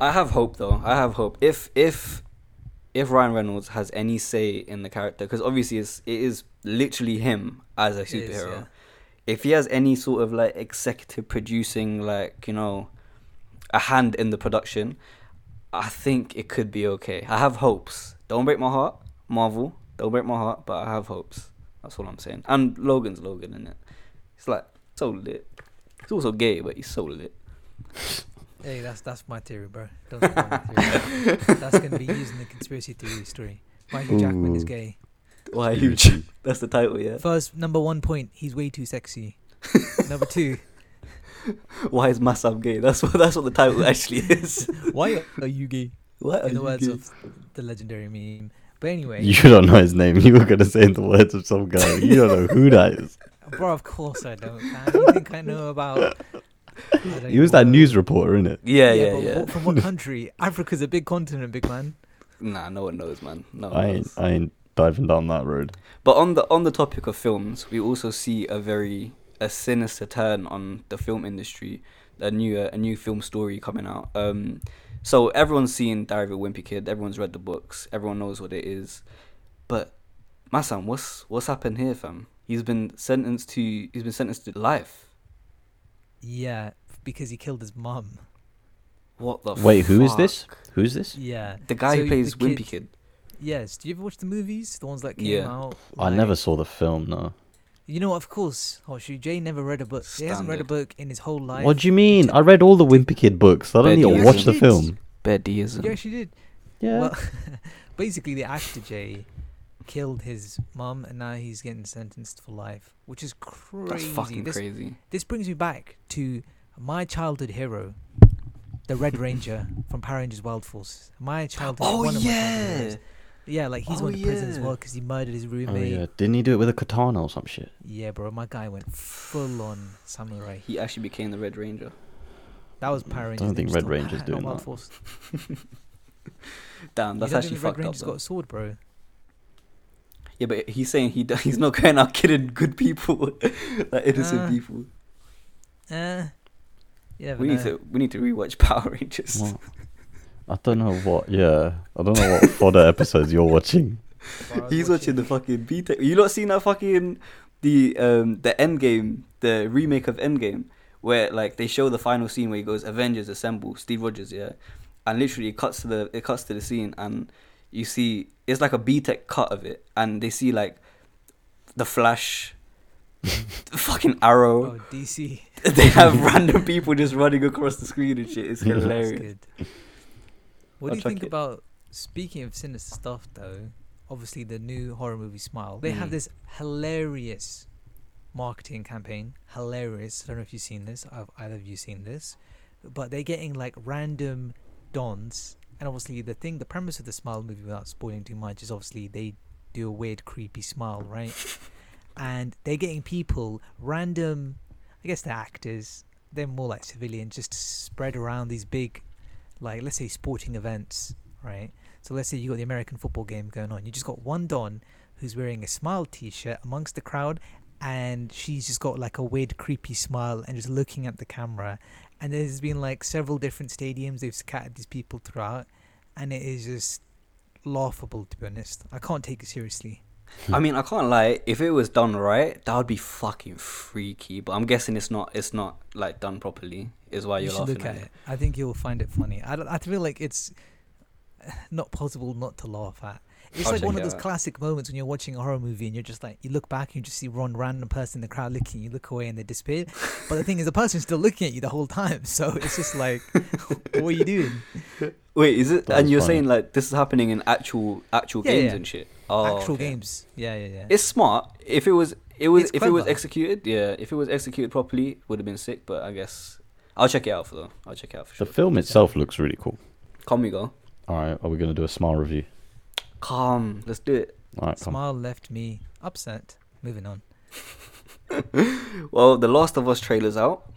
[SPEAKER 2] I have hope though. I have hope. If if if Ryan Reynolds has any say in the character, because obviously it's it is literally him as a
[SPEAKER 3] It is,
[SPEAKER 2] superhero.
[SPEAKER 3] yeah.
[SPEAKER 2] If he has any sort of like executive producing, like you know, a hand in the production, I think it could be okay. I have hopes. Don't break my heart, Marvel. Don't break my heart, but I have hopes. That's all I'm saying. And Logan's Logan in it. It's like so lit. He's also gay, but he's so lit.
[SPEAKER 3] Hey, that's that's my theory, bro. Don't get on my theory. that's gonna be using the conspiracy theory story. Why Hugh Jackman is
[SPEAKER 1] Ooh.
[SPEAKER 3] gay.
[SPEAKER 2] Why That's the title, yeah.
[SPEAKER 3] First, number one point, he's way too sexy. number two,
[SPEAKER 2] Why is Masab gay? That's what that's what the title actually is.
[SPEAKER 3] why are you gay?
[SPEAKER 2] Why are
[SPEAKER 3] In the
[SPEAKER 2] you
[SPEAKER 3] words
[SPEAKER 2] gay?
[SPEAKER 3] of the legendary meme. But anyway,
[SPEAKER 1] You don't know his name. You were gonna say in the words of some guy. You don't know who that is.
[SPEAKER 3] bro, of course I don't. Man. You think I know about? I don't
[SPEAKER 1] He was that
[SPEAKER 3] know.
[SPEAKER 1] news reporter, innit?
[SPEAKER 2] Yeah, yeah, yeah.
[SPEAKER 3] but What, from what country? Africa's a big continent, big man.
[SPEAKER 2] Nah, no one knows, man.
[SPEAKER 3] Oh,
[SPEAKER 2] No one
[SPEAKER 1] I ain't,
[SPEAKER 2] knows.
[SPEAKER 1] I ain't diving down that road.
[SPEAKER 2] But on the on the topic of films, we also see a very a sinister turn on the film industry. A new uh, a new film story coming out. Um, so everyone's seen Diary of a Wimpy Kid. Everyone's read the books. Everyone knows what it is. But my son, what's what's happened here, fam? He's been sentenced to he's been sentenced to life.
[SPEAKER 3] Yeah, because he killed his mom.
[SPEAKER 2] What the
[SPEAKER 1] Wait, who is
[SPEAKER 2] fuck?
[SPEAKER 1] this? Who's this?
[SPEAKER 3] Yeah.
[SPEAKER 2] The guy
[SPEAKER 3] So
[SPEAKER 2] who plays
[SPEAKER 3] the
[SPEAKER 2] Wimpy
[SPEAKER 3] kid-
[SPEAKER 2] Kid.
[SPEAKER 3] Yes. Do you ever watch the movies? The ones that came
[SPEAKER 2] Yeah.
[SPEAKER 3] out.
[SPEAKER 1] I
[SPEAKER 3] like-
[SPEAKER 1] never saw the film. No.
[SPEAKER 3] You know, of course, Hoshu Jay never read a book. He hasn't read a book in his whole life.
[SPEAKER 1] What do you mean? I read all the Wimpy Kid books. I don't
[SPEAKER 2] Bad
[SPEAKER 1] need to
[SPEAKER 2] dudes.
[SPEAKER 1] watch the
[SPEAKER 3] Kids.
[SPEAKER 1] film.
[SPEAKER 2] Bear Diaz.
[SPEAKER 3] Yeah, she did.
[SPEAKER 1] Yeah.
[SPEAKER 3] Well, basically, the actor Jay killed his mom, and now he's getting sentenced for life, which is crazy.
[SPEAKER 2] That's fucking
[SPEAKER 3] this,
[SPEAKER 2] crazy.
[SPEAKER 3] this brings me back to my childhood hero, the Red Ranger from Power Rangers Wild Force. My childhood.
[SPEAKER 2] Oh
[SPEAKER 3] one of my childhood
[SPEAKER 2] yeah.
[SPEAKER 3] heroes. yeah, like he's
[SPEAKER 2] Oh,
[SPEAKER 3] going to prison as
[SPEAKER 2] yeah.
[SPEAKER 3] well because he murdered his
[SPEAKER 1] oh
[SPEAKER 3] roommate.
[SPEAKER 1] yeah.
[SPEAKER 3] yeah.
[SPEAKER 1] Didn't he do it with a katana or some shit?
[SPEAKER 3] bro, my guy went full on samurai.
[SPEAKER 2] He actually became the Red Ranger.
[SPEAKER 3] That was Power Rangers.
[SPEAKER 1] think
[SPEAKER 3] Ninja
[SPEAKER 1] Red
[SPEAKER 3] Storm,
[SPEAKER 1] Ranger's
[SPEAKER 3] not
[SPEAKER 1] doing
[SPEAKER 3] Wild
[SPEAKER 1] that.
[SPEAKER 3] Force.
[SPEAKER 2] Damn, that's
[SPEAKER 3] you don't
[SPEAKER 2] actually
[SPEAKER 3] think the Red
[SPEAKER 2] fucked up.
[SPEAKER 3] Ranger's
[SPEAKER 2] though.
[SPEAKER 3] got a sword, bro.
[SPEAKER 2] Yeah, but he's saying he do- he's not going out killing good people, like innocent
[SPEAKER 3] Uh,
[SPEAKER 2] people.
[SPEAKER 3] Uh, yeah,
[SPEAKER 2] We need to we need to rewatch Power Rangers.
[SPEAKER 1] What? I don't know what. Yeah. I don't know what fodder episodes you're watching.
[SPEAKER 2] He's watching the fucking B Tech. You not seen that fucking the um the Endgame, the remake of Endgame, where like they show the final scene where he goes Avengers Assemble, Steve Rogers, yeah, and literally it cuts to the it cuts to the scene and you see it's like a B Tech cut of it, and they see like the Flash, the fucking Arrow.
[SPEAKER 3] Oh, DC.
[SPEAKER 2] they have random people just running across the screen and shit. It's
[SPEAKER 1] Yeah. That's
[SPEAKER 3] That's
[SPEAKER 2] hilarious.
[SPEAKER 3] good. What
[SPEAKER 2] I'll
[SPEAKER 3] do you
[SPEAKER 2] check
[SPEAKER 3] think
[SPEAKER 2] it.
[SPEAKER 3] about speaking of sinister stuff though? Obviously, the new horror movie Smile. They have
[SPEAKER 2] Mm.
[SPEAKER 3] this hilarious marketing campaign. Hilarious. I don't know if you've seen this. I've either of you seen this, but they're getting like random dons. And obviously, the thing, the premise of the Smile movie, without spoiling too much, is obviously they do a weird, creepy smile, right? and they're getting people, random, I guess they're actors, they're more like civilians, just spread around these big, like, let's say sporting events, right? So let's say you got the American football game going on. You just got one Don who's wearing a smile t shirt amongst the crowd, and she's just got like a weird, creepy smile and just looking at the camera. And there's been like several different stadiums they've scattered these people throughout, and it is just laughable to be honest. I can't take it seriously.
[SPEAKER 2] I mean, I can't lie. If it was done right, that would be fucking freaky. But I'm guessing it's not. It's not like done properly. Is why
[SPEAKER 3] you
[SPEAKER 2] you're
[SPEAKER 3] should
[SPEAKER 2] laughing
[SPEAKER 3] look at
[SPEAKER 2] it.
[SPEAKER 3] it. I think you'll find it funny. I, don't- I feel like it's not possible not to laugh at. It's
[SPEAKER 2] I'll
[SPEAKER 3] like one
[SPEAKER 2] check
[SPEAKER 3] of
[SPEAKER 2] it
[SPEAKER 3] those
[SPEAKER 2] out.
[SPEAKER 3] classic moments when you're watching a horror movie and you're just like, you look back and you just see one random person in the crowd looking, you look away and they disappear. But the thing is, the person's still looking at you the whole time. So it's just like, what are you doing?
[SPEAKER 2] Wait, is it?
[SPEAKER 1] That
[SPEAKER 2] and
[SPEAKER 1] was
[SPEAKER 2] you're
[SPEAKER 1] funny.
[SPEAKER 2] saying like this is happening in actual actual
[SPEAKER 3] Yeah,
[SPEAKER 2] games
[SPEAKER 3] yeah.
[SPEAKER 2] and shit. Oh,
[SPEAKER 3] Actual
[SPEAKER 2] okay.
[SPEAKER 3] games. Yeah, yeah, yeah.
[SPEAKER 2] It's smart. If it was, it was.
[SPEAKER 3] It's
[SPEAKER 2] if it was
[SPEAKER 3] clever.
[SPEAKER 2] executed, yeah. If it was executed properly, would have been sick. But I guess I'll check it out for though. I'll check it out for
[SPEAKER 1] The
[SPEAKER 2] sure.
[SPEAKER 1] film itself looks really cool.
[SPEAKER 2] Come we go.
[SPEAKER 1] All right. Are we gonna do a smile review?
[SPEAKER 2] Come, let's do it.
[SPEAKER 1] All right. Come.
[SPEAKER 3] Smile left me upset. Moving on.
[SPEAKER 2] Well, the Last of Us trailer's out.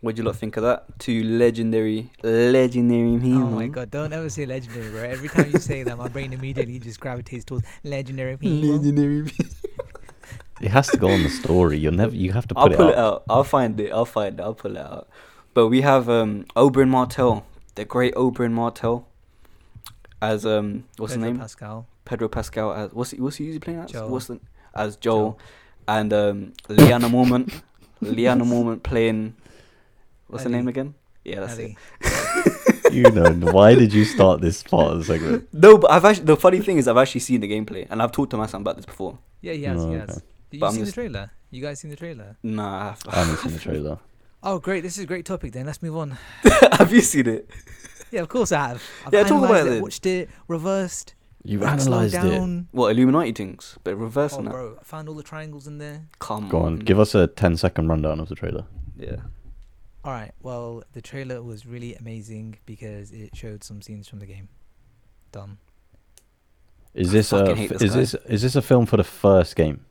[SPEAKER 2] What do you lot think of that? Two legendary, legendary
[SPEAKER 3] Oh
[SPEAKER 2] people.
[SPEAKER 3] my god, don't ever say legendary, bro. Every time you say that, my brain immediately just gravitates towards legendary people.
[SPEAKER 1] It has to go on the story. You're never. You have to put
[SPEAKER 2] I'll pull
[SPEAKER 1] it
[SPEAKER 2] it
[SPEAKER 1] up.
[SPEAKER 2] out. I'll find it. I'll find it. I'll pull it out. But we have um Oberyn Martell, the great Oberyn Martell, as um what's
[SPEAKER 3] Pedro
[SPEAKER 2] the name?
[SPEAKER 3] Pascal.
[SPEAKER 2] Pedro Pascal as what's he, what's he usually playing as?
[SPEAKER 3] Joel.
[SPEAKER 2] What's the, as Joel, and um Liana Mormont, Liana Mormont playing what's her
[SPEAKER 3] Ellie.
[SPEAKER 2] name again? Yeah, that's
[SPEAKER 3] Ellie.
[SPEAKER 2] it.
[SPEAKER 1] You know. Why did you start this part of the segment?
[SPEAKER 2] No, but I've actually the funny thing is I've actually seen the gameplay and I've talked to my son about this before.
[SPEAKER 3] Yeah, he has.
[SPEAKER 1] Oh,
[SPEAKER 3] he
[SPEAKER 1] okay.
[SPEAKER 3] has.
[SPEAKER 2] But
[SPEAKER 3] Did you
[SPEAKER 2] I'm
[SPEAKER 3] see the
[SPEAKER 2] just-
[SPEAKER 3] trailer? You guys seen the trailer?
[SPEAKER 2] Nah, I have-
[SPEAKER 1] I haven't seen the trailer.
[SPEAKER 3] Oh, great! This is a great topic. Then let's move on.
[SPEAKER 2] have you seen it?
[SPEAKER 3] Yeah, of course I have. I've
[SPEAKER 2] Yeah, talk about
[SPEAKER 3] analysed
[SPEAKER 2] it then.
[SPEAKER 3] Watched it, reversed,
[SPEAKER 1] You
[SPEAKER 3] then
[SPEAKER 1] analyzed
[SPEAKER 3] slowed
[SPEAKER 1] it.
[SPEAKER 3] down.
[SPEAKER 2] What Illuminati things, but reverse
[SPEAKER 3] Oh,
[SPEAKER 2] and that.
[SPEAKER 3] bro, I found all the triangles in there.
[SPEAKER 2] Come
[SPEAKER 1] Go on. Give us a 10 second rundown of the trailer.
[SPEAKER 2] yeah.
[SPEAKER 3] All right. Well, the trailer was really amazing because it showed some scenes from the game. Done.
[SPEAKER 1] Is this
[SPEAKER 2] fucking
[SPEAKER 1] a
[SPEAKER 2] hate
[SPEAKER 1] f-
[SPEAKER 2] this
[SPEAKER 1] is
[SPEAKER 2] guy.
[SPEAKER 1] this is this a film for the first game,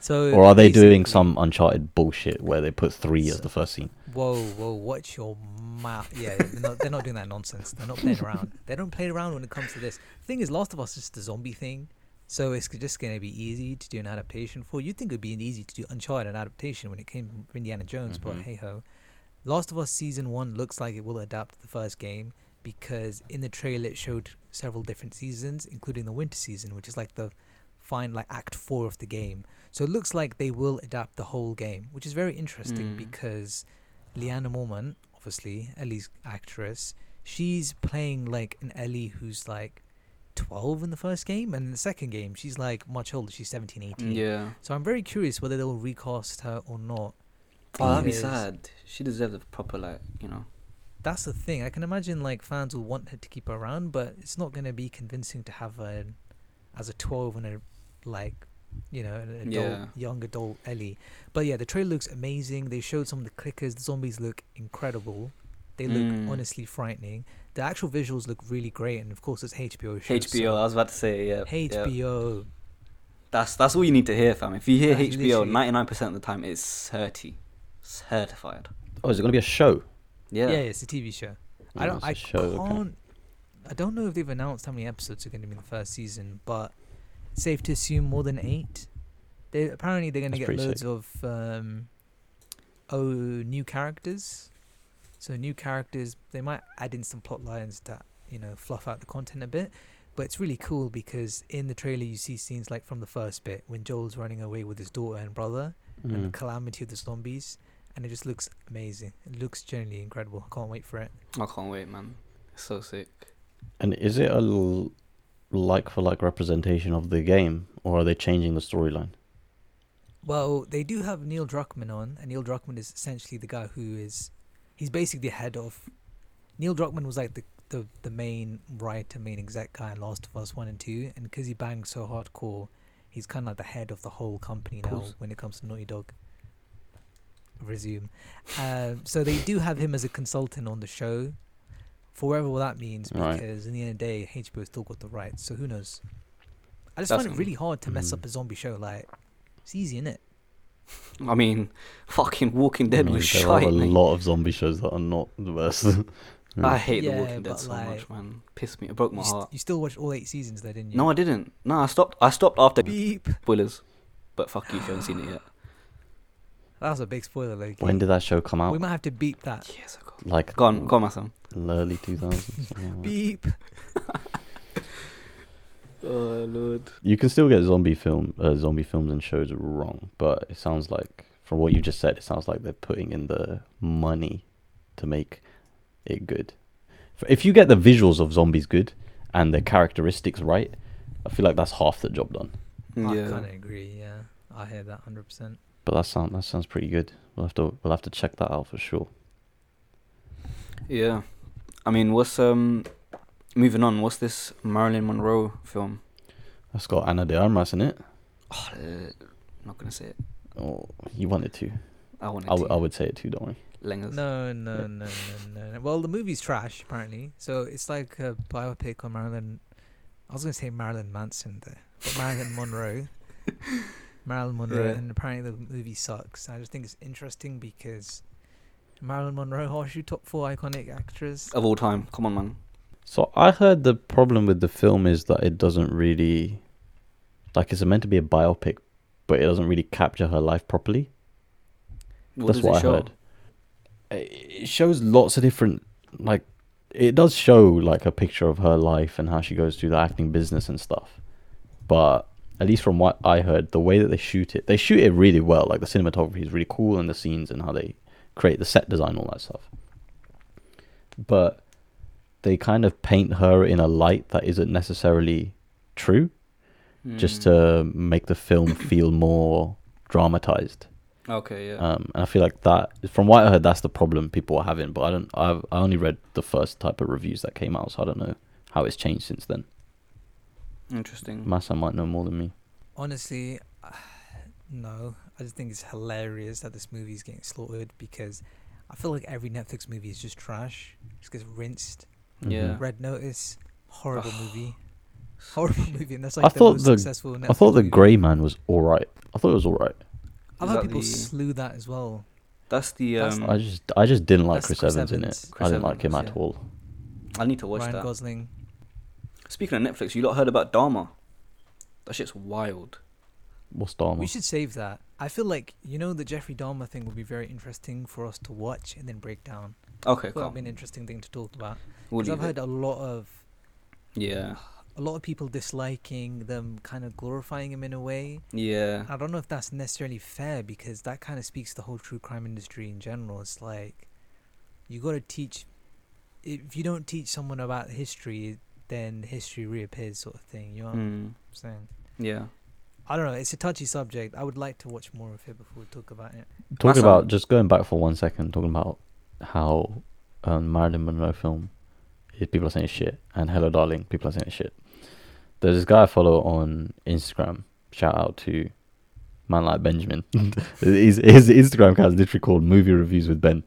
[SPEAKER 3] So.
[SPEAKER 1] or are they doing
[SPEAKER 3] basically-
[SPEAKER 1] some Uncharted bullshit where they put three as the first scene?
[SPEAKER 3] Whoa, whoa! Watch your mouth. Yeah, they're not, they're not doing that nonsense. They're not playing around. They don't play around when it comes to this. The thing is, Last of Us is the zombie thing, so it's just gonna be easy to do an adaptation for. You'd think it'd be an easy to do Uncharted adaptation when it came from Indiana Jones,
[SPEAKER 2] Mhm.
[SPEAKER 3] but hey ho. Last of Us season one looks like it will adapt the first game because in the trailer it showed several different seasons, including the winter season, which is like the find like Act Four of the game. So it looks like they will adapt the whole game, which is very interesting
[SPEAKER 2] Mm.
[SPEAKER 3] because Leanna Mormon, obviously Ellie's actress, she's playing like an Ellie who's like 12 in the first game, and in the second game she's like much older. She's 17,
[SPEAKER 1] Mm.
[SPEAKER 3] 18.
[SPEAKER 2] Yeah.
[SPEAKER 3] So I'm very curious whether they'll recast her or not.
[SPEAKER 2] Oh, that'd be
[SPEAKER 3] because
[SPEAKER 2] sad. She deserves a proper like, you know.
[SPEAKER 3] That's the thing. I can imagine like fans will want her to keep her around, but it's not going to be convincing to have her as a 12 and a like, you know, an adult,
[SPEAKER 2] Yeah.
[SPEAKER 3] young adult Ellie. But yeah, the trailer looks amazing. They showed some of the clickers. The zombies look incredible. They look
[SPEAKER 2] Mm.
[SPEAKER 3] honestly frightening. The actual visuals look really great, and of course it's HBO show.
[SPEAKER 2] HBO. I was about to say yeah.
[SPEAKER 3] So
[SPEAKER 2] yeah.
[SPEAKER 3] HBO.
[SPEAKER 2] That's that's all you need to hear, fam. If you hear
[SPEAKER 3] That's
[SPEAKER 2] HBO,
[SPEAKER 3] literally-
[SPEAKER 2] ninety nine percent of the time it's certy, certified.
[SPEAKER 1] Oh, is it gonna be a show?
[SPEAKER 3] Yeah.
[SPEAKER 2] Yeah.
[SPEAKER 3] yeah, it's a TV show. I don't.
[SPEAKER 1] It's
[SPEAKER 3] I
[SPEAKER 1] a show, okay.
[SPEAKER 3] can't. I don't know if they've announced how many episodes are going to be in the first season, but it's safe to assume more than eight. They apparently they're going to
[SPEAKER 1] That's
[SPEAKER 3] get
[SPEAKER 1] pretty
[SPEAKER 3] loads
[SPEAKER 1] sick.
[SPEAKER 3] of um, oh new characters. So new characters. They might add in some plot lines that you know fluff out the content a bit. But it's really cool because in the trailer you see scenes like from the first bit when Joel's running away with his daughter and brother, and
[SPEAKER 1] Mm.
[SPEAKER 3] the calamity of the zombies, and it just looks amazing. It looks genuinely incredible. I can't wait for it.
[SPEAKER 2] I can't wait, man. It's so sick.
[SPEAKER 1] And is it a l- like for like representation of the game, or are they changing the storyline?
[SPEAKER 3] Well, they do have Neil Druckmann on, and Neil Druckmann is essentially the guy who is, he's basically the head of. Neil Druckmann was like the the, the main writer, main exec guy in Last of Us One and Two, and because he banged so hardcore, he's kind of like the head of the whole company now
[SPEAKER 2] Pause.
[SPEAKER 3] when it comes to Naughty Dog. Resume. Um, so they do have him as a consultant on the show, for whatever that means,
[SPEAKER 1] Right.
[SPEAKER 3] because in the end of the day, HBO still got the rights. So who knows? I just
[SPEAKER 2] That's
[SPEAKER 3] find it
[SPEAKER 2] un-
[SPEAKER 3] really hard to mess
[SPEAKER 1] Mm.
[SPEAKER 3] up a zombie show. Like, it's easy, innit?
[SPEAKER 2] I mean, fucking Walking
[SPEAKER 1] I
[SPEAKER 2] Dead
[SPEAKER 1] mean,
[SPEAKER 2] was
[SPEAKER 1] there are
[SPEAKER 2] shite.
[SPEAKER 1] a
[SPEAKER 2] mate.
[SPEAKER 1] lot of zombie shows that are not the best.
[SPEAKER 2] I hate
[SPEAKER 3] Yeah,
[SPEAKER 2] The Walking
[SPEAKER 3] but
[SPEAKER 2] Dead so
[SPEAKER 3] like-
[SPEAKER 2] much, man. Pissed me. It broke my
[SPEAKER 3] You, st-
[SPEAKER 2] heart.
[SPEAKER 3] you still watched all eight seasons, though, didn't you?
[SPEAKER 2] No, I didn't. No, I stopped. I stopped after
[SPEAKER 3] Beep.
[SPEAKER 2] spoilers. But fuck you if you haven't seen it yet.
[SPEAKER 3] That was a big spoiler, Loki.
[SPEAKER 1] when did that show come
[SPEAKER 3] we
[SPEAKER 1] out?
[SPEAKER 3] might have to beep that.
[SPEAKER 2] Yes, I got.
[SPEAKER 1] Like
[SPEAKER 2] Go on, go on, my son.
[SPEAKER 1] early two thousands.
[SPEAKER 3] Beep.
[SPEAKER 2] Oh lord.
[SPEAKER 1] You can still get zombie film, uh, zombie films and shows wrong, but it sounds like from what you just said, it sounds like they're putting in the money to make it good. F- If you get the visuals of zombies good and their characteristics right, I feel like that's half the job done.
[SPEAKER 3] I
[SPEAKER 2] Yeah.
[SPEAKER 3] kind of agree. Yeah, I hear that 100. percent
[SPEAKER 1] But that sound that sounds pretty good. We'll have to we'll have to check that out for sure.
[SPEAKER 2] Yeah. I mean, what's um, moving on? What's this Marilyn Monroe film?
[SPEAKER 1] That's got Anna de Armas in it.
[SPEAKER 2] Oh, uh, not gonna say it.
[SPEAKER 1] Oh, you wanted to.
[SPEAKER 2] I want
[SPEAKER 1] I,
[SPEAKER 2] to.
[SPEAKER 1] w- I would say it too, don't we?
[SPEAKER 2] Langers.
[SPEAKER 3] No, no, no, no, no, no. Well, the movie's trash apparently. So it's like a biopic on Marilyn. I was gonna say Marilyn Manson there, but Marilyn Monroe. Marilyn Monroe,
[SPEAKER 2] Yeah.
[SPEAKER 3] and apparently the movie sucks. I just think it's interesting because Marilyn Monroe, horseshoe top four iconic actress.
[SPEAKER 2] Of all time. Come on, man.
[SPEAKER 1] So I heard the problem with the film is that it doesn't really, like, it's meant to be a biopic, but it doesn't really capture her life properly.
[SPEAKER 2] What
[SPEAKER 1] That's
[SPEAKER 2] does
[SPEAKER 1] what
[SPEAKER 2] it
[SPEAKER 1] I
[SPEAKER 2] show?
[SPEAKER 1] heard. I- It shows lots of different, like, it does show like a picture of her life and how she goes through the acting business and stuff. But at least from what I heard, the way that they shoot it, they shoot it really well. Like the cinematography is really cool and the scenes and how they create the set design, and all that stuff. But they kind of paint her in a light that isn't necessarily true, just
[SPEAKER 2] Mm.
[SPEAKER 1] to make the film feel more dramatized.
[SPEAKER 2] Okay. Yeah.
[SPEAKER 1] Um, and I feel like that, from what I heard, that's the problem people are having. But I don't, I've I only read the first type of reviews that came out, so I don't know how it's changed since then.
[SPEAKER 2] Interesting.
[SPEAKER 1] Massa might know more than me.
[SPEAKER 3] Honestly, no. I just think it's hilarious that this movie's getting slaughtered because I feel like every Netflix movie is just trash. Just gets rinsed.
[SPEAKER 1] Mm-hmm.
[SPEAKER 2] Yeah.
[SPEAKER 3] Red Notice, horrible movie. Horrible movie, and that's like
[SPEAKER 1] I
[SPEAKER 3] the
[SPEAKER 1] thought
[SPEAKER 3] most
[SPEAKER 1] the-
[SPEAKER 3] successful Netflix
[SPEAKER 1] I thought the
[SPEAKER 3] movie.
[SPEAKER 1] Grey Man was all right. I thought it was all right.
[SPEAKER 3] I've
[SPEAKER 2] Is
[SPEAKER 3] heard
[SPEAKER 2] that
[SPEAKER 3] people
[SPEAKER 2] the-
[SPEAKER 3] slew that as well.
[SPEAKER 2] That's the.
[SPEAKER 3] That's
[SPEAKER 2] Um,
[SPEAKER 1] I just, I just didn't like
[SPEAKER 3] That's
[SPEAKER 1] Chris,
[SPEAKER 3] Chris
[SPEAKER 1] Evans,
[SPEAKER 3] Evans.
[SPEAKER 1] in it.
[SPEAKER 2] Chris
[SPEAKER 1] I didn't like him
[SPEAKER 2] Evans,
[SPEAKER 1] at
[SPEAKER 2] yeah.
[SPEAKER 1] all.
[SPEAKER 2] I need to watch
[SPEAKER 3] Ryan
[SPEAKER 2] that.
[SPEAKER 3] Gosling.
[SPEAKER 2] Speaking of Netflix, you lot heard about Dharma? That shit's wild.
[SPEAKER 1] What's Dharma?
[SPEAKER 3] We should save that. I feel like you know the Jeffrey Dahmer thing would be very interesting for us to watch and then break down.
[SPEAKER 2] Okay,
[SPEAKER 3] That would
[SPEAKER 2] cool.
[SPEAKER 3] be an interesting thing to talk about.
[SPEAKER 2] We'll
[SPEAKER 3] 'Cause I've
[SPEAKER 2] leave
[SPEAKER 3] heard
[SPEAKER 2] it.
[SPEAKER 3] a lot of
[SPEAKER 2] Yeah.
[SPEAKER 3] a lot of people disliking them, kind of glorifying him in a way.
[SPEAKER 2] Yeah.
[SPEAKER 3] I don't know if that's necessarily fair because that kind of speaks to the whole true crime industry in general. It's like you got to teach. If you don't teach someone about history, then history reappears, sort of thing. You know what
[SPEAKER 2] Mm.
[SPEAKER 3] I'm saying?
[SPEAKER 2] Yeah.
[SPEAKER 3] I don't know. It's a touchy subject. I would like to watch more of it before we talk about it.
[SPEAKER 1] Talking
[SPEAKER 2] That's
[SPEAKER 1] about
[SPEAKER 2] a-
[SPEAKER 1] just going back for one second, talking about how um, Marilyn Monroe film, eh, people are saying shit, and Hello Darling, people are saying shit. There's this guy I follow on Instagram. Shout out to man like Benjamin. his his Instagram account is literally called Movie Reviews with Ben,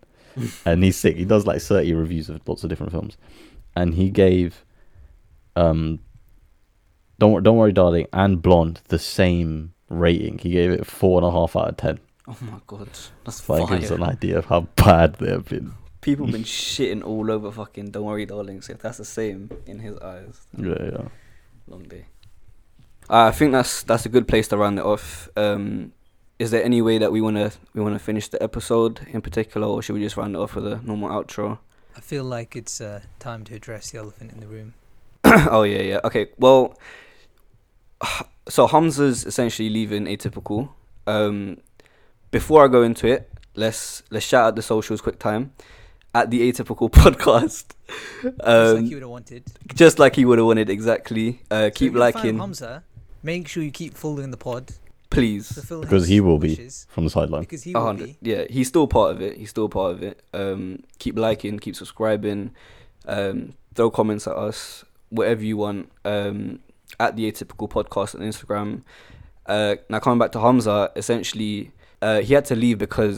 [SPEAKER 1] and he's sick. He does like 30 reviews of lots of different films, and he gave um don't Wor- don't worry darling and Blonde the same rating. He gave it four and a half out of ten.
[SPEAKER 2] Oh my god. That's
[SPEAKER 1] So that gives
[SPEAKER 2] fire.
[SPEAKER 1] an idea of how bad they've been.
[SPEAKER 2] People been shitting all over fucking Don't Worry Darling. So if that's the same in his eyes,
[SPEAKER 1] Yeah, yeah.
[SPEAKER 2] long day. Uh, I think that's that's a good place to round it off. Um, is there any way that we wanna we wanna finish the episode in particular, or should we just round it off with a normal outro?
[SPEAKER 3] I feel like it's uh, time to address the elephant in the room.
[SPEAKER 2] oh yeah, yeah. Okay. Well, so Hamza's essentially leaving atypical. Um, before I go into it, let's let's shout out the socials quick time at the atypical podcast.
[SPEAKER 3] Just like
[SPEAKER 2] Um,
[SPEAKER 3] you would have wanted.
[SPEAKER 2] just like he would have wanted exactly. Uh, keep liking,
[SPEAKER 3] Hamza. Make sure you keep following the pod.
[SPEAKER 2] please.
[SPEAKER 3] Fulfill
[SPEAKER 1] Because
[SPEAKER 3] his
[SPEAKER 1] he will be.
[SPEAKER 3] wishes,
[SPEAKER 1] From the sideline.
[SPEAKER 3] Because he
[SPEAKER 2] A
[SPEAKER 3] will
[SPEAKER 2] hundred.
[SPEAKER 3] be.
[SPEAKER 2] Yeah, he's still part of it. He's still part of it. Um, keep liking, keep subscribing, um, throw comments at us, whatever you want. Um, at the atypical podcast on Instagram. Uh, now coming back to Hamza, essentially, uh, he had to leave because